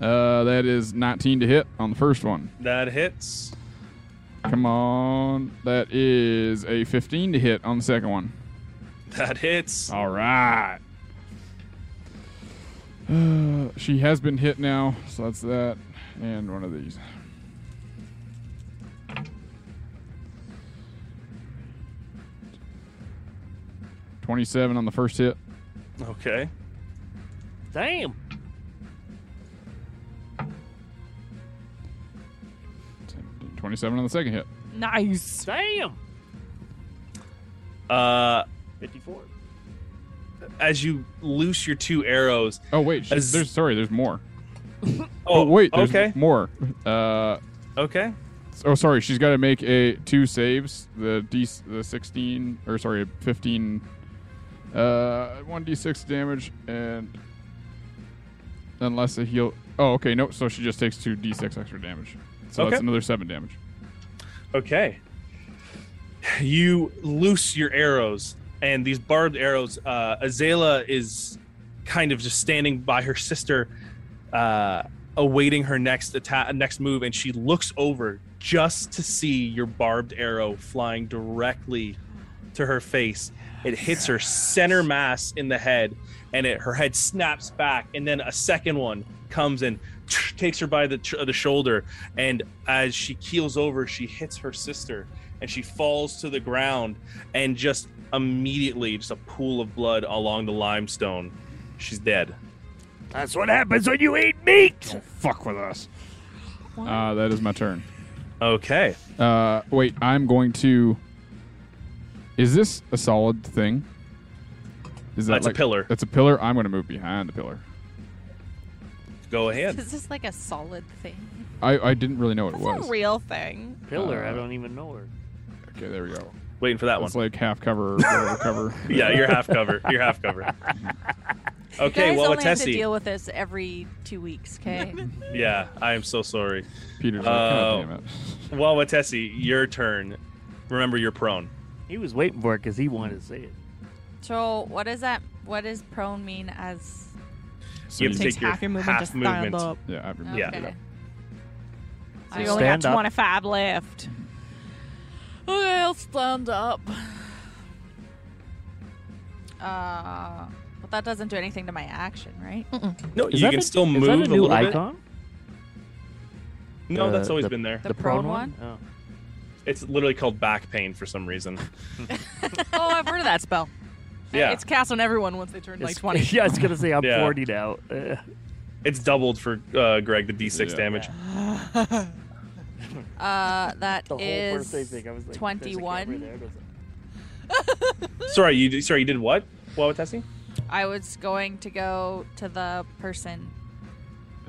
Uh, that is 19 to hit on the first one. That hits. Come on, that is a 15 to hit on the second one. That hits. All right. <sighs> she has been hit now, so that's that, and one of these. Twenty-seven on the first hit. Okay. Damn. Twenty-seven on the second hit. Nice. Damn. Uh, 54. as you loose your two arrows. Oh wait, she, As- there's sorry, there's more. Oh, wait, there's Okay. more. Uh, Okay. oh sorry, she's got to make a two saves. The d the sixteen or sorry fifteen. Uh, one d six damage and unless a heal. Oh okay, no. So she just takes two d six extra damage. So Okay. that's another seven damage. Okay. You loose your arrows, and these barbed arrows. Uh, Azela is kind of just standing by her sister, uh, awaiting her next attack, next move, and she looks over just to see your barbed arrow flying directly to her face. It hits her center mass in the head, and it her head snaps back, and then a second one comes and takes her by the tr- the shoulder, and as she keels over, she hits her sister, and she falls to the ground, and just immediately, just a pool of blood along the limestone. She's dead. That's what happens when you eat meat. Fuck with us. Uh, that is my turn. Okay. Uh, wait, I'm going to. Is this a solid thing? Is That's a pillar. That's a pillar. I'm going to move behind the pillar. Go <laughs> ahead. Is this like a solid thing? I, I didn't really know what it That's was. a real thing. Pillar, I Uh, don't even know her. okay, there we go. Waiting for that one. It's like half cover, or whatever cover. <laughs> Yeah, you're half cover. You're half <laughs> cover. Okay, Guys well, only have to Tessie. deal with this every two weeks, <laughs> okay? Yeah, I am so sorry. Peter's like, Oh. God damn it. Well, Tessie, your turn. Remember, you're prone. He was waiting for it because he wanted to say it. <laughs> so what does that what does prone mean as So you have you- to Takes take your half your movement half to stand movement. up. yeah, I've been- okay. Yeah. So you only Stand got up. 25 left. Okay, I'll stand up. Uh but that doesn't do anything to my action, <laughs> right? No, Is you that can a- still move Is that a new little icon? bit. No, that's Uh, always the- been there. The prone one? Oh. It's literally called back pain for some reason. oh, I've heard of that spell. Yeah, It's cast on everyone once they turn <laughs> like It's- 20. yeah, I was gonna say I'm Yeah. 40 now. <laughs> Uh, it's doubled for uh, Greg the D6 Yeah. damage. Uh that the whole is birthday thing. I was like, there's a camera 21. there, and I was like, Sorry, you did- sorry you did what? Well, Tessie? I was going to go to the person.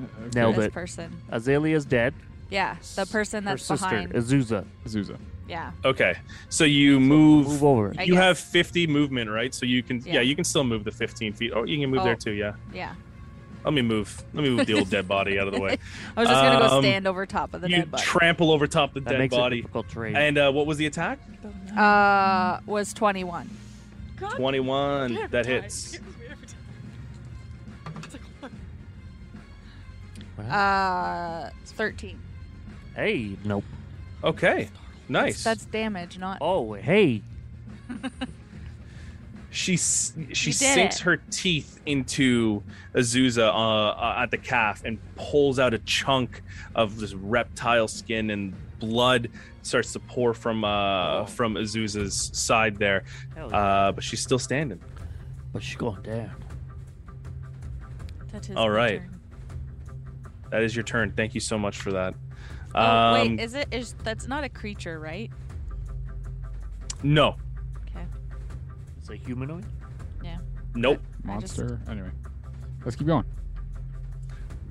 Oh, Nailed this it. person. Azalea's dead. Yeah, the person Her that's sister behind. Azusa. Azusa. yeah. Okay, so you move. Move over. I You guess. have 50 movement, right? So you can, yeah. Yeah. you can still move the 15 feet. Oh, you can move Oh. there too. Yeah. Yeah. <laughs> Let me move. Let me move the old dead body out of the way. I was just going to go Um, stand over top of the you dead body. trample over top the That dead makes it body. difficult terrain. And uh, what was the attack? uh, was 21. 21. That hits. Uh, 13. hey, nope. Okay. Nice. That's damage, not. Oh, hey. She s- she You did sinks it. her teeth into Azusa uh, uh, at the calf and pulls out a chunk of this reptile skin and blood starts to pour from uh, Oh. from Azusa's side there. Hell yeah. Uh, but she's still standing. but she's going down. That is all my right. turn. That is your turn. Thank you so much for that. Oh, Um, wait, is it? Is That's not a creature, right? No. It's a humanoid. Nope. Monster. Anyway, let's keep going.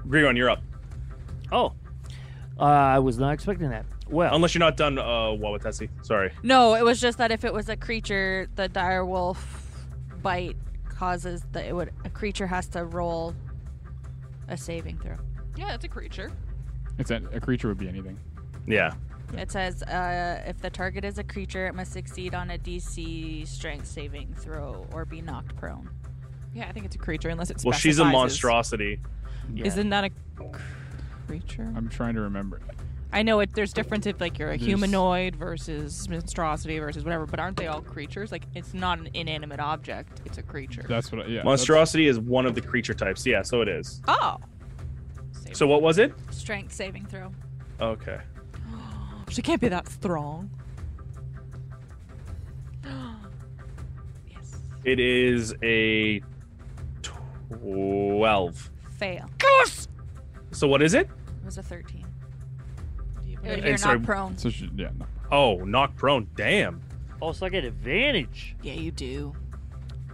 Grigon, you're up. Oh, uh, I was not expecting that. Well, Unless you're not done, uh, Wawatessi. Sorry. No, it was just that if it was a creature, the dire wolf bite causes that it would a creature has to roll a saving throw. Yeah, it's a creature. It's a, a creature would be anything. Yeah. It says uh, if the target is a creature, it must succeed on a DC strength saving throw or be knocked prone. Yeah, I think it's a creature unless it's Well, she's a monstrosity. Isn't that a creature? I'm trying to remember. I know it. There's difference if like you're a There's- humanoid versus monstrosity versus whatever, but aren't they all creatures? Like it's not an inanimate object; it's a creature. That's what. I, yeah. that's- Monstrosity is one of the creature types. Yeah, so it is. oh, So what was it? Strength saving throw. Okay. she can't be that strong. It is a 12. Fail. So what is it? It was a thirteen. And You're sorry, not prone. So she, yeah. No. Oh, knock prone. Damn. also I get advantage. Yeah, you do.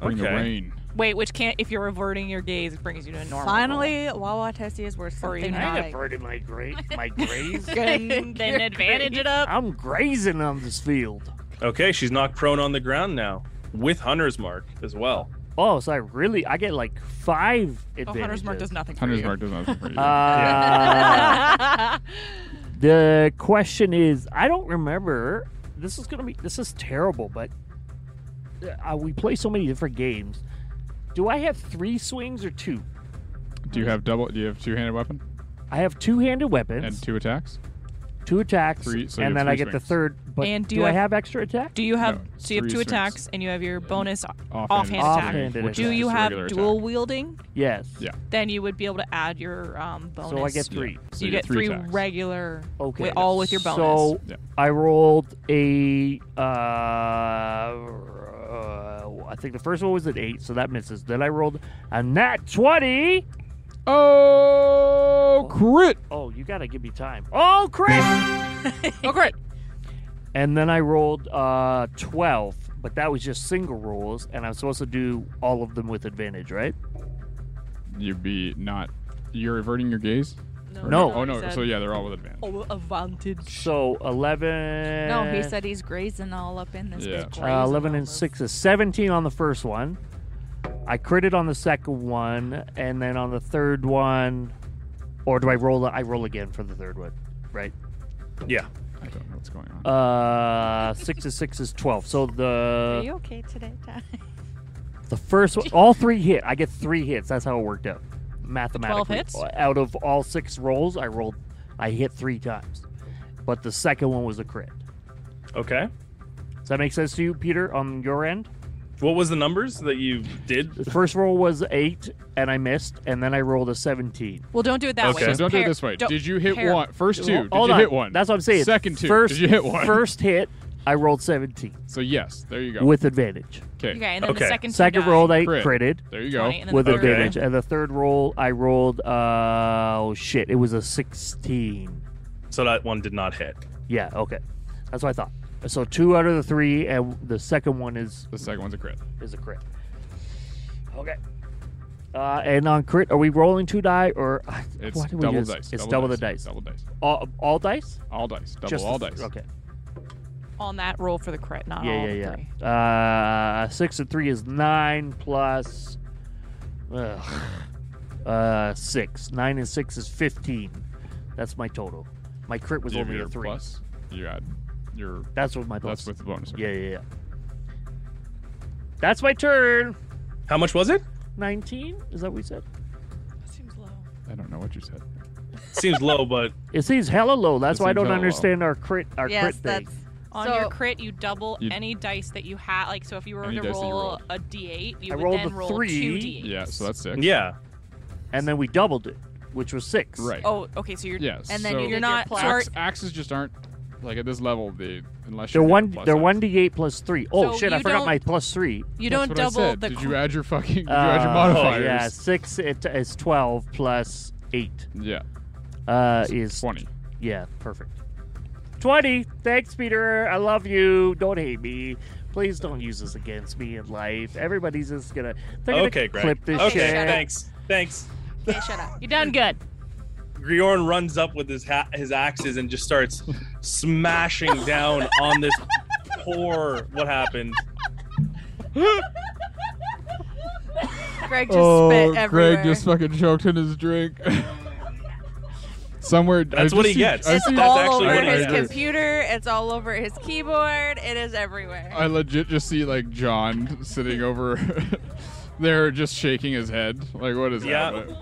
Bring the Okay. rain. Wait, which can't? If you're reverting your gaze, it brings you to a normal. Finally, Wawa Tessie is worth something. even not I a- ain't a bird in my <laughs> gra- my graze. then, then advantage it up. I'm grazing on this field. Okay, she's knocked prone on the ground now with Hunter's Mark as well. Oh, so I really I get like five Oh, advantages. Hunter's Mark does nothing. Hunter's for you. mark does not. for you. Uh, <laughs> the question is, I don't remember. This is gonna be. This is terrible, but uh, we play so many different games. Do I have three swings or two? do you have double? Do you have two-handed weapon I have two-handed weapons, and two attacks? two attacks, Three- so you and have then I three get the swings. third. But And do, do you I have have- extra attack? Do you have? No, so you have three two swings. attacks, and you have your bonus. Offhand, Offhand attack, attack. which is Do just you a have regular attack. dual wielding? Yes. Yeah. Then you would be able to add your um, bonus. So I get Yeah. three. So you, get three, attacks. regular. Okay. with- all with your bonus. So Yeah. I rolled a. Uh, uh, I think the first one was an eight, so that misses. Then I rolled a nat twenty. Oh, crit! Oh, you gotta give me time. Oh, crit! <laughs> Oh, great. and then I rolled uh, twelve, but that was just single rolls, and I'm supposed to do all of them with advantage, right? You'd be not. You're averting your gaze. Or No. Oh no. He said- So yeah, they're all with advantage. Oh, advantage. So eleven. No, he said he's grazing all up in this. Yeah. bitch. Eh. Uh, 11 and 6 is 17 on the first one. I critted on the second one, and then on the third one, or do I roll? I roll again for the third one, right? Yeah. I don't know what's going on. Uh, six is six is 12. So Are the you okay today, Ty? <laughs> the first one, all three hit. I get three hits. That's how it worked out. Mathematically, hits? out of all six rolls, I rolled, I hit three times, but the second one was a crit. Okay. Does that make sense to you, Peter? On your end? What was the numbers that you did? The first roll was eight, and I missed, and then I rolled a seventeen. Well, don't do it that Okay. way. So Just don't do it pair- this way. don't- Did you hit pair. one? First two. Did Hold you on. hit one? That's what I'm saying. Second two. First, did you hit one? First hit, I rolled seventeen So yes, there you go. with advantage. okay. Okay, and then Okay. the second. two Second die. roll, I Crit. critted There you go. 20, and then with the third. advantage, and the third roll, I rolled. Uh, oh shit! It was a sixteen. So that one did not hit. Yeah. Okay. That's what I thought. So two out of the three, and the second one is The second one's a crit. is a crit. Okay. Uh, and on crit, are we rolling two die or <laughs> It's what do we double use? dice. It's double, the dice. Double dice. All, all dice. All dice. Double Just the all th- dice. Okay. on that roll for the crit, not all yeah, the yeah, three. yeah. Uh, six and three is nine plus. Ugh, uh, six. Nine and six is fifteen. That's my total. My crit was You have only your a three. plus. You got your. That's what my plus. That's with the bonus. yeah, yeah, yeah. That's my turn. How much was it? Nineteen. Is that what we said? I don't know what you said. Seems <laughs> low, but It seems hella low. That's It why I seems don't hella low. understand our crit. Our Yes, crit that's thing. On So- your crit, you double You- any dice that you had. Like, so if you were Any to dice that you roll rolled. a d8, you I would rolled then a roll three. two d8s. Yeah. So that's six. yeah. And then we doubled it, which was six. Right. Oh, okay. So you're. Yes. And then so you did You're your not- plus. axe, axes just aren't like at this level. They unless They're you're one. plus They're axe. one d eight plus three. Oh So shit! I you forgot don't- my plus three. You That's don't what I double said. the. Did cr- you add your fucking? Did you add your Uh, modifiers? Yeah, six it is twelve plus eight Yeah. uh, is Twenty. yeah perfect. 20. Thanks, Peter. I love you. Don't hate me. Please don't use this against me in life. Everybody's just gonna, they're gonna Okay, Greg. clip this okay, shit. thanks. Thanks. Okay, shut up. You done good. Griorn runs up with his ha- his axes and just starts smashing down on this poor. What happened? Oh, Greg just spit everywhere. Oh, Greg just fucking choked in his <laughs> drink. Somewhere. That's I what just he see- gets. I It's see- That's all actually over what I his did. computer. It's all over his keyboard. It is everywhere. I legit just see like John sitting over <laughs> there, just shaking his head. Like, what is Yeah. happening?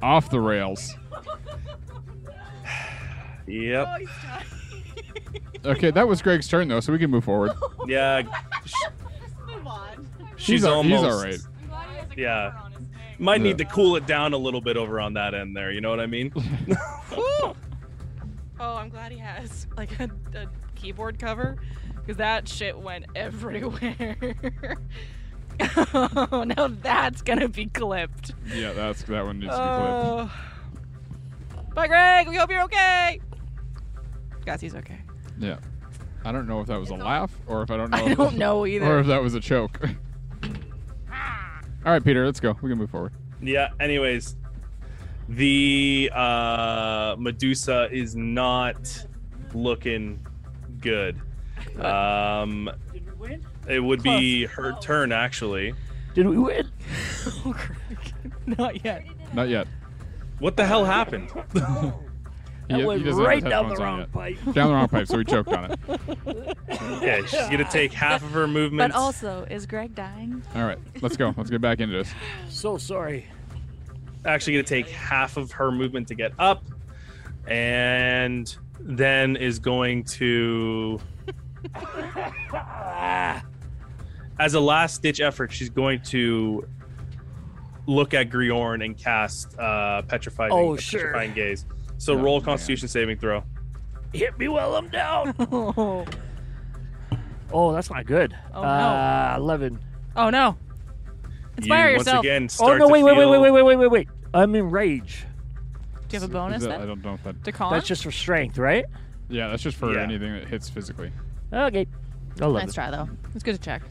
Off the rails. Yep. Okay, that was Greg's turn though, so we can move forward. Yeah. sh- She's he's, al- almost. He's all right. Yeah. Might Yeah. need to cool it down a little bit over on that end there. You know what I mean? Oh, I'm glad he has <laughs> like a, a keyboard cover because that shit went everywhere. <laughs> oh, now that's gonna be clipped. Yeah, that's that one needs to Oh. Bye, Greg. We hope you're okay. Guys, he's okay. <laughs> be clipped. Yeah. I don't know if that was a laugh or if I don't know. I if- don't know <laughs> Or either. if that was a choke. all right, Peter, let's go. We can move forward. yeah. Anyways, the uh, Medusa is not looking good. Um, Uh, Did we win? it would be her turn actually. Did we win? Not yet. Not yet. What the hell happened? That he, went he doesn't have right his down the headphones on wrong yet. pipe. Down the wrong pipe, so he choked on it. Yeah, she's gonna take half of her movement. But also, is Greg dying? All right, let's go. Let's get back into this. So sorry. actually gonna take half of her movement to get up, and then is going to, <laughs> as a last ditch effort, she's going to look at Griorn and cast uh, petrified. Oh, a sure. petrifying gaze. So Oh, roll man. Constitution saving throw. Hit me while I'm down. oh, that's not good. Oh, no. uh, 11. <laughs> Oh no. Inspire you yourself. once again Oh, start no, to wait, wait, wait, feel- wait, wait, wait, wait, wait, wait. I'm in rage. Do you have a Is bonus that- I then? don't know if that. To con? That's just for strength, right? Yeah, that's just for Yeah. anything that hits physically. Okay. 11. Nice try though. It's good to check.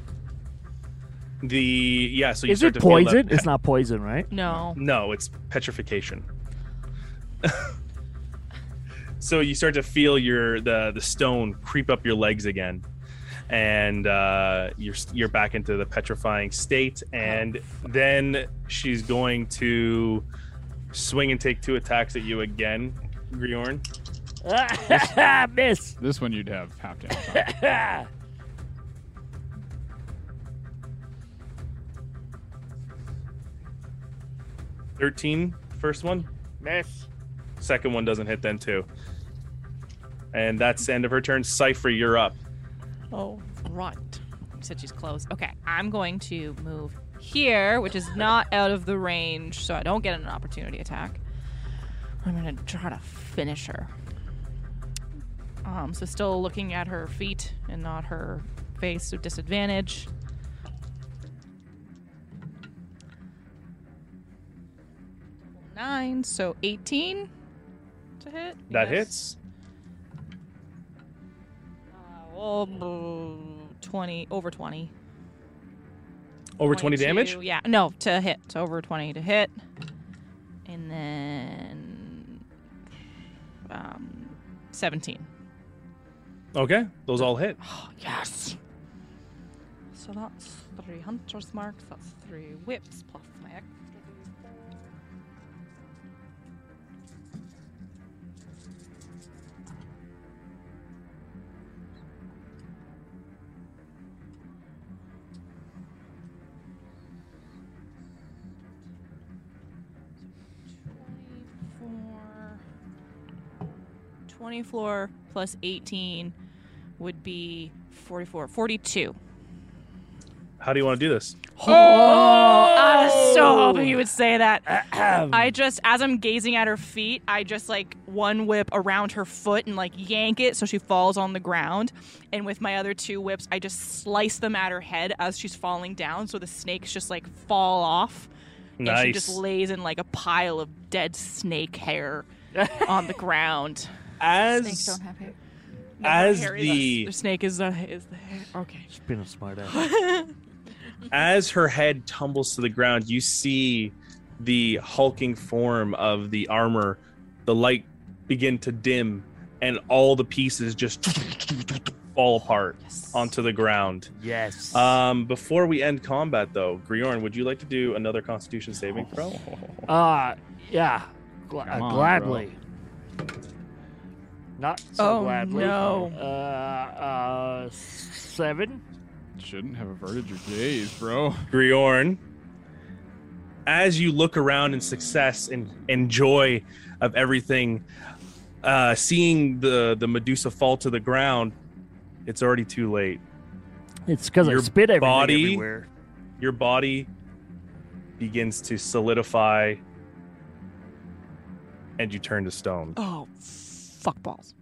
The yeah, so you Is start it to feel that- poison? It's not poison, <laughs> right? <laughs> No. No, it's petrification. <laughs> so you start to feel your the the stone creep up your legs again, and uh, you're you're back into the petrifying state. And then she's going to swing and take two attacks at you again, Griorn. Miss. This one you'd have half damage. on. Thirteen, first one. Miss. Second one doesn't hit then too. And that's the end of her turn. Cipher, you're up. Oh, right. Said she's close. Okay, I'm going to move here, which is not out of the range, so I don't get an opportunity attack. I'm going to try to finish her. Um, so still looking at her feet and not her face, so disadvantage. Nine, so 18 to hit. Yes. That Uh, hits. Well, mm, 20 over 20. Over 20 damage. 22, Yeah, no, to hit. To over 20 to hit. And then um 17. Okay, those all hit. Yes. So that's three hunter's marks, that's three whips plus my ex- Twenty-four. 24 plus 18 would be 44 42 How do you want to do this? Oh! i was <laughs> so Oh. hoping you would say <clears throat> that i just as i'm gazing at her feet i just like one whip around her foot and like yank it so she falls on the ground and with my other two whips i just slice them at her head as she's falling down so the snakes just like fall off and she just Nice. lays in like a pile of dead snake hair on <laughs> the ground. Snakes As don't have <laughs> hair. as Harry, <laughs> the snake is the is the okay. She's been a smart ass. <laughs> as her head tumbles to the ground, you see the hulking form of the armor, the light begin to dim, and all the pieces just <laughs> fall apart onto the ground. Yes. Um, before we end combat, though, Griorn, would you like to do another Constitution saving throw? Uh, yeah. Gla- Come uh, on, gladly. Not Oh, so gladly. no. Uh, uh, seven. Shouldn't have averted your gaze, bro. Griorn, as you look around in success and, and joy of everything, uh, seeing the, the Medusa fall to the ground, it's already too late. It's because I Your spit everything body- everywhere. Your body begins to solidify and you turn to stone. Oh, fuck balls.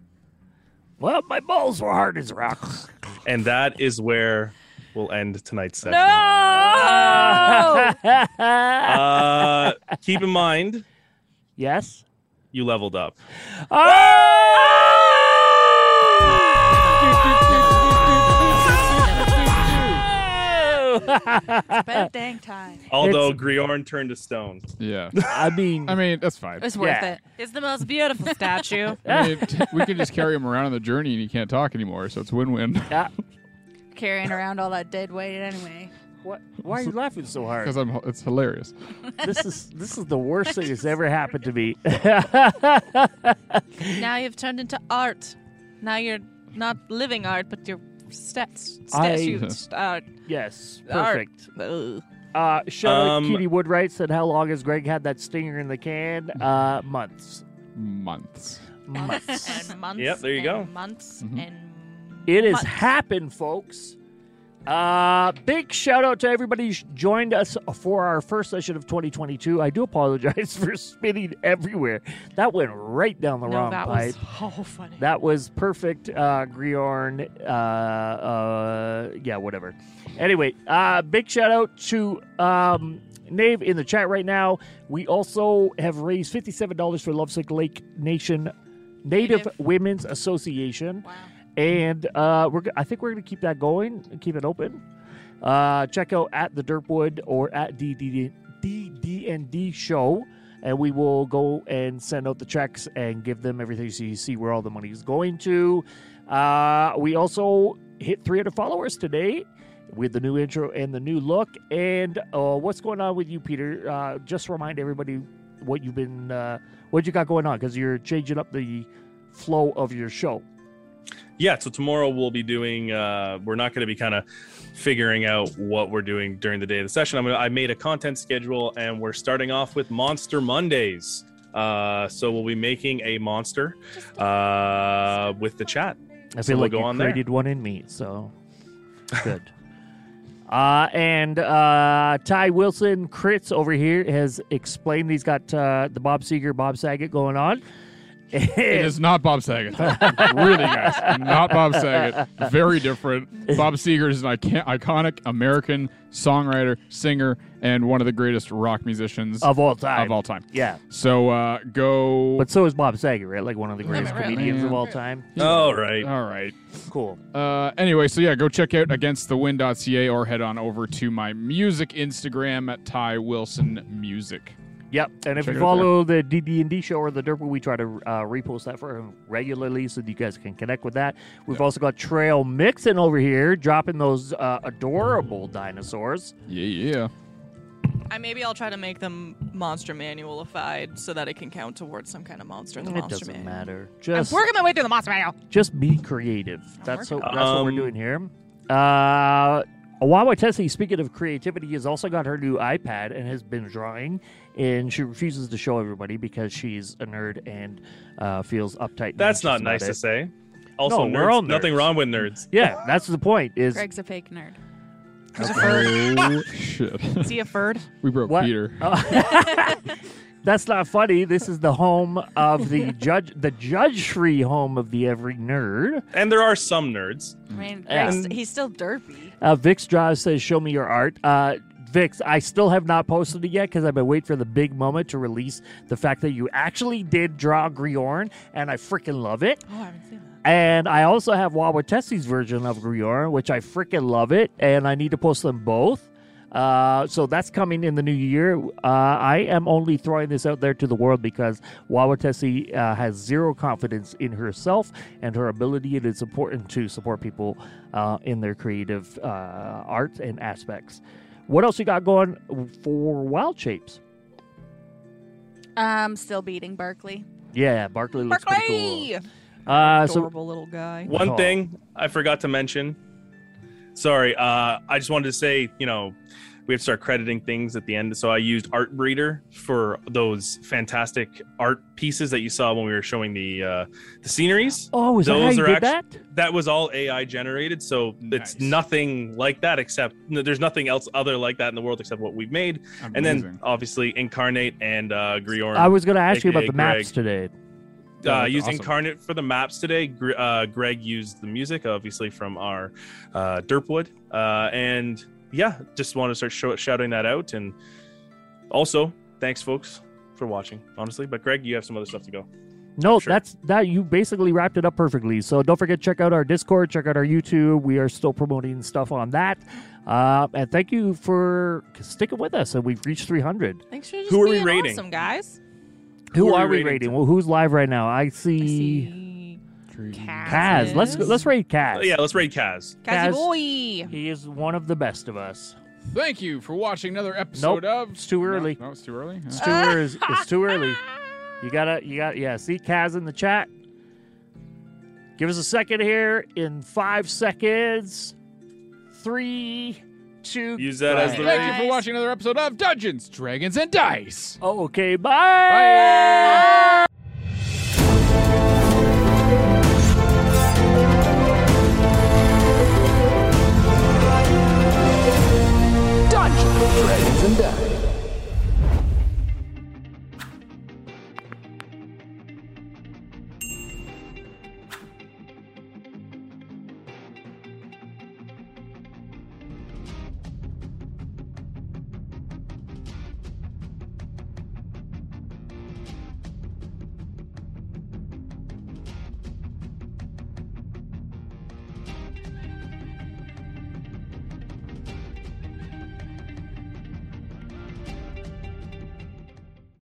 Well, my balls were hard as rocks. And that is where we'll end tonight's session. Oh! Uh, keep in mind, <laughs> yes. you leveled up. Oh! Better dang time. Although Griorn turned to stone. Yeah. I mean, I mean, that's fine. It's worth Yeah. it. It's the most beautiful <laughs> statue. I mean, we can just carry him around on the journey and he can't talk anymore, so it's win-win. <laughs> yeah. Carrying around all that dead weight anyway. What, why are you laughing so hard? Because I'm, it's hilarious. This is this is the worst thing that's ever happened to me. <laughs> Now you've turned into art. Now you're not living art, but you're stat- I- <laughs> statues uh, art. yes, Art. perfect. Uh, shout Um, out Kitty Woodwright said, "How long has Greg had that stinger in the can? Uh, months, Months. <laughs> months. and months. Yep, there you and go. Mm-hmm. Months Mhm. and It has months. happened, folks. Uh, big shout out to everybody who joined us for our first session of 2022. I do apologize <laughs> for spitting everywhere. That went right down the no, wrong that pipe. <laughs> was so funny. That was perfect, uh, Griorn. Uh, uh, yeah, whatever. Anyway, uh, big shout out to um, Nave in the chat right now. We also have raised fifty-seven dollars for Lovesick Lake Nation Native, Native. Women's Association, Wow. and uh, we're. go- I think we're going to keep that going, and keep it open. Uh, check out at the Dirtwood or at DDD DDND Show and we will go and send out the checks and give them everything so you see where all the money is going to. Uh, we also hit 300 followers today with the new intro and the new look. And uh, what's going on with you, Peter? Uh, just remind everybody what you've been, uh, what you got going on, because you're changing up the flow of your show. yeah so tomorrow we'll be doing uh we're not going to be kind of figuring out what we're doing during the day of the session i'm gonna, i made a content schedule and we're starting off with monster mondays uh so we'll be making a monster uh with the chat I So feel we'll like go you on there. created one in me, so good. <laughs> Uh, and uh, Ty Wilson Crits over here has explained he's got uh, the Bob Seeger, Bob Saget going on. <laughs> It is not Bob Saget. <laughs> really, guys, not Bob Saget. Very different. Bob Seger is an icon- iconic American songwriter, singer, and one of the greatest rock musicians of all time. of all time. Yeah. So uh, go. But so is Bob Saget, right? Like one of the greatest really. comedians of Yeah. all time. all right Oh, all right. Cool. Uh, anyway, so yeah, go check out againstthewind.ca or head on over to my music Instagram at Ty Wilson Music. Yep. And if Check you it out follow the DD&D show or the Derpa, we try to uh, repost that for him regularly so that you guys can connect with that. We've also got Trail Mixon over here dropping those uh, adorable dinosaurs. Yeah, yeah. I maybe I'll try to make them monster manualified so that it can count towards some kind of monster in the It monster doesn't manual. matter. I'm Just working my way through the monster manual. just be creative. That's what, that's what we're Um, doing here. Uh, Awawa Tessie, speaking of creativity, has also got her new iPad and has been drawing, and she refuses to show everybody because she's a nerd and uh, feels uptight. and anxious that's not about nice to it. say also No, nerds, we're all nothing nerds. wrong with nerds Yeah, that's the point. Is Greg's a fake nerd. Oh, shit. <laughs> See a furred? we broke What? Oh. Peter. that's not funny. This is the home of <laughs> the judge, the judge-free home of the every nerd. and there are some nerds I mean, Yeah. Greg's, he's still derpy. Uh, Vix Drive says, "Show me your art." Uh, Vix, I still have not posted it yet because I've been waiting for the big moment to release the fact that you actually did draw Griorn, and I freaking love it. Oh, I haven't seen that. And I also have Wawatesi's version of Grior, which I freaking love it, and I need to post them both. Uh, so that's coming in the new year. Uh, I am only throwing this out there to the world because Wawatesi uh, has zero confidence in herself and her ability. It is important to support people uh, in their creative uh, art and aspects. What else you got going for Wild Shapes? Um, still beating Barkley. Yeah, Barkley looks pretty Barkley! cool. Uh, so Adorable little guy. That's One all. thing I forgot to mention. Sorry, uh, I just wanted to say, you know, we have to start crediting things at the end. So I used Art Breeder for those fantastic art pieces that you saw when we were showing the uh, the sceneries. Oh, is that how Those you are did actu- that? That was all AI generated, so Nice. it's nothing like that except no, there's nothing else other like that in the world except what we've made. And then obviously Incarnate and uh, Griorn. I was going to ask you about aka the maps today. uh, that's used awesome. Incarnate for the maps today. Gre- uh, Greg used the music, obviously, from our uh, Derpwood. Uh, and yeah, just want to start show- shouting that out. And also, thanks, folks, for watching, honestly. But Greg, you have some other stuff to go. No, Sure. that's that. You basically wrapped it up perfectly. So don't forget, check out our Discord, check out our YouTube. We are still promoting stuff on that. Uh, and thank you for sticking with us. And we've reached 300. Thanks for just Who are we being rating? awesome, guys. Who, are, we rating? Well, who's live right now? I see, I see Kaz. Let's go- let's rate Kaz. Uh, yeah, let's rate Kaz. Kaz. Boy. He is one of the best of us. Thank you for watching another episode Nope, of. it's too early. No, no, it's too early. It's too early. It's too early. You gotta, you got, to yeah. See Kaz in the chat. Give us a second here. In five seconds, three, two. Use that as the Bye. Thank you for watching another episode of Dungeons, Dragons, and Dice. Oh, okay. Bye. Dungeons, Dragons, and Dice.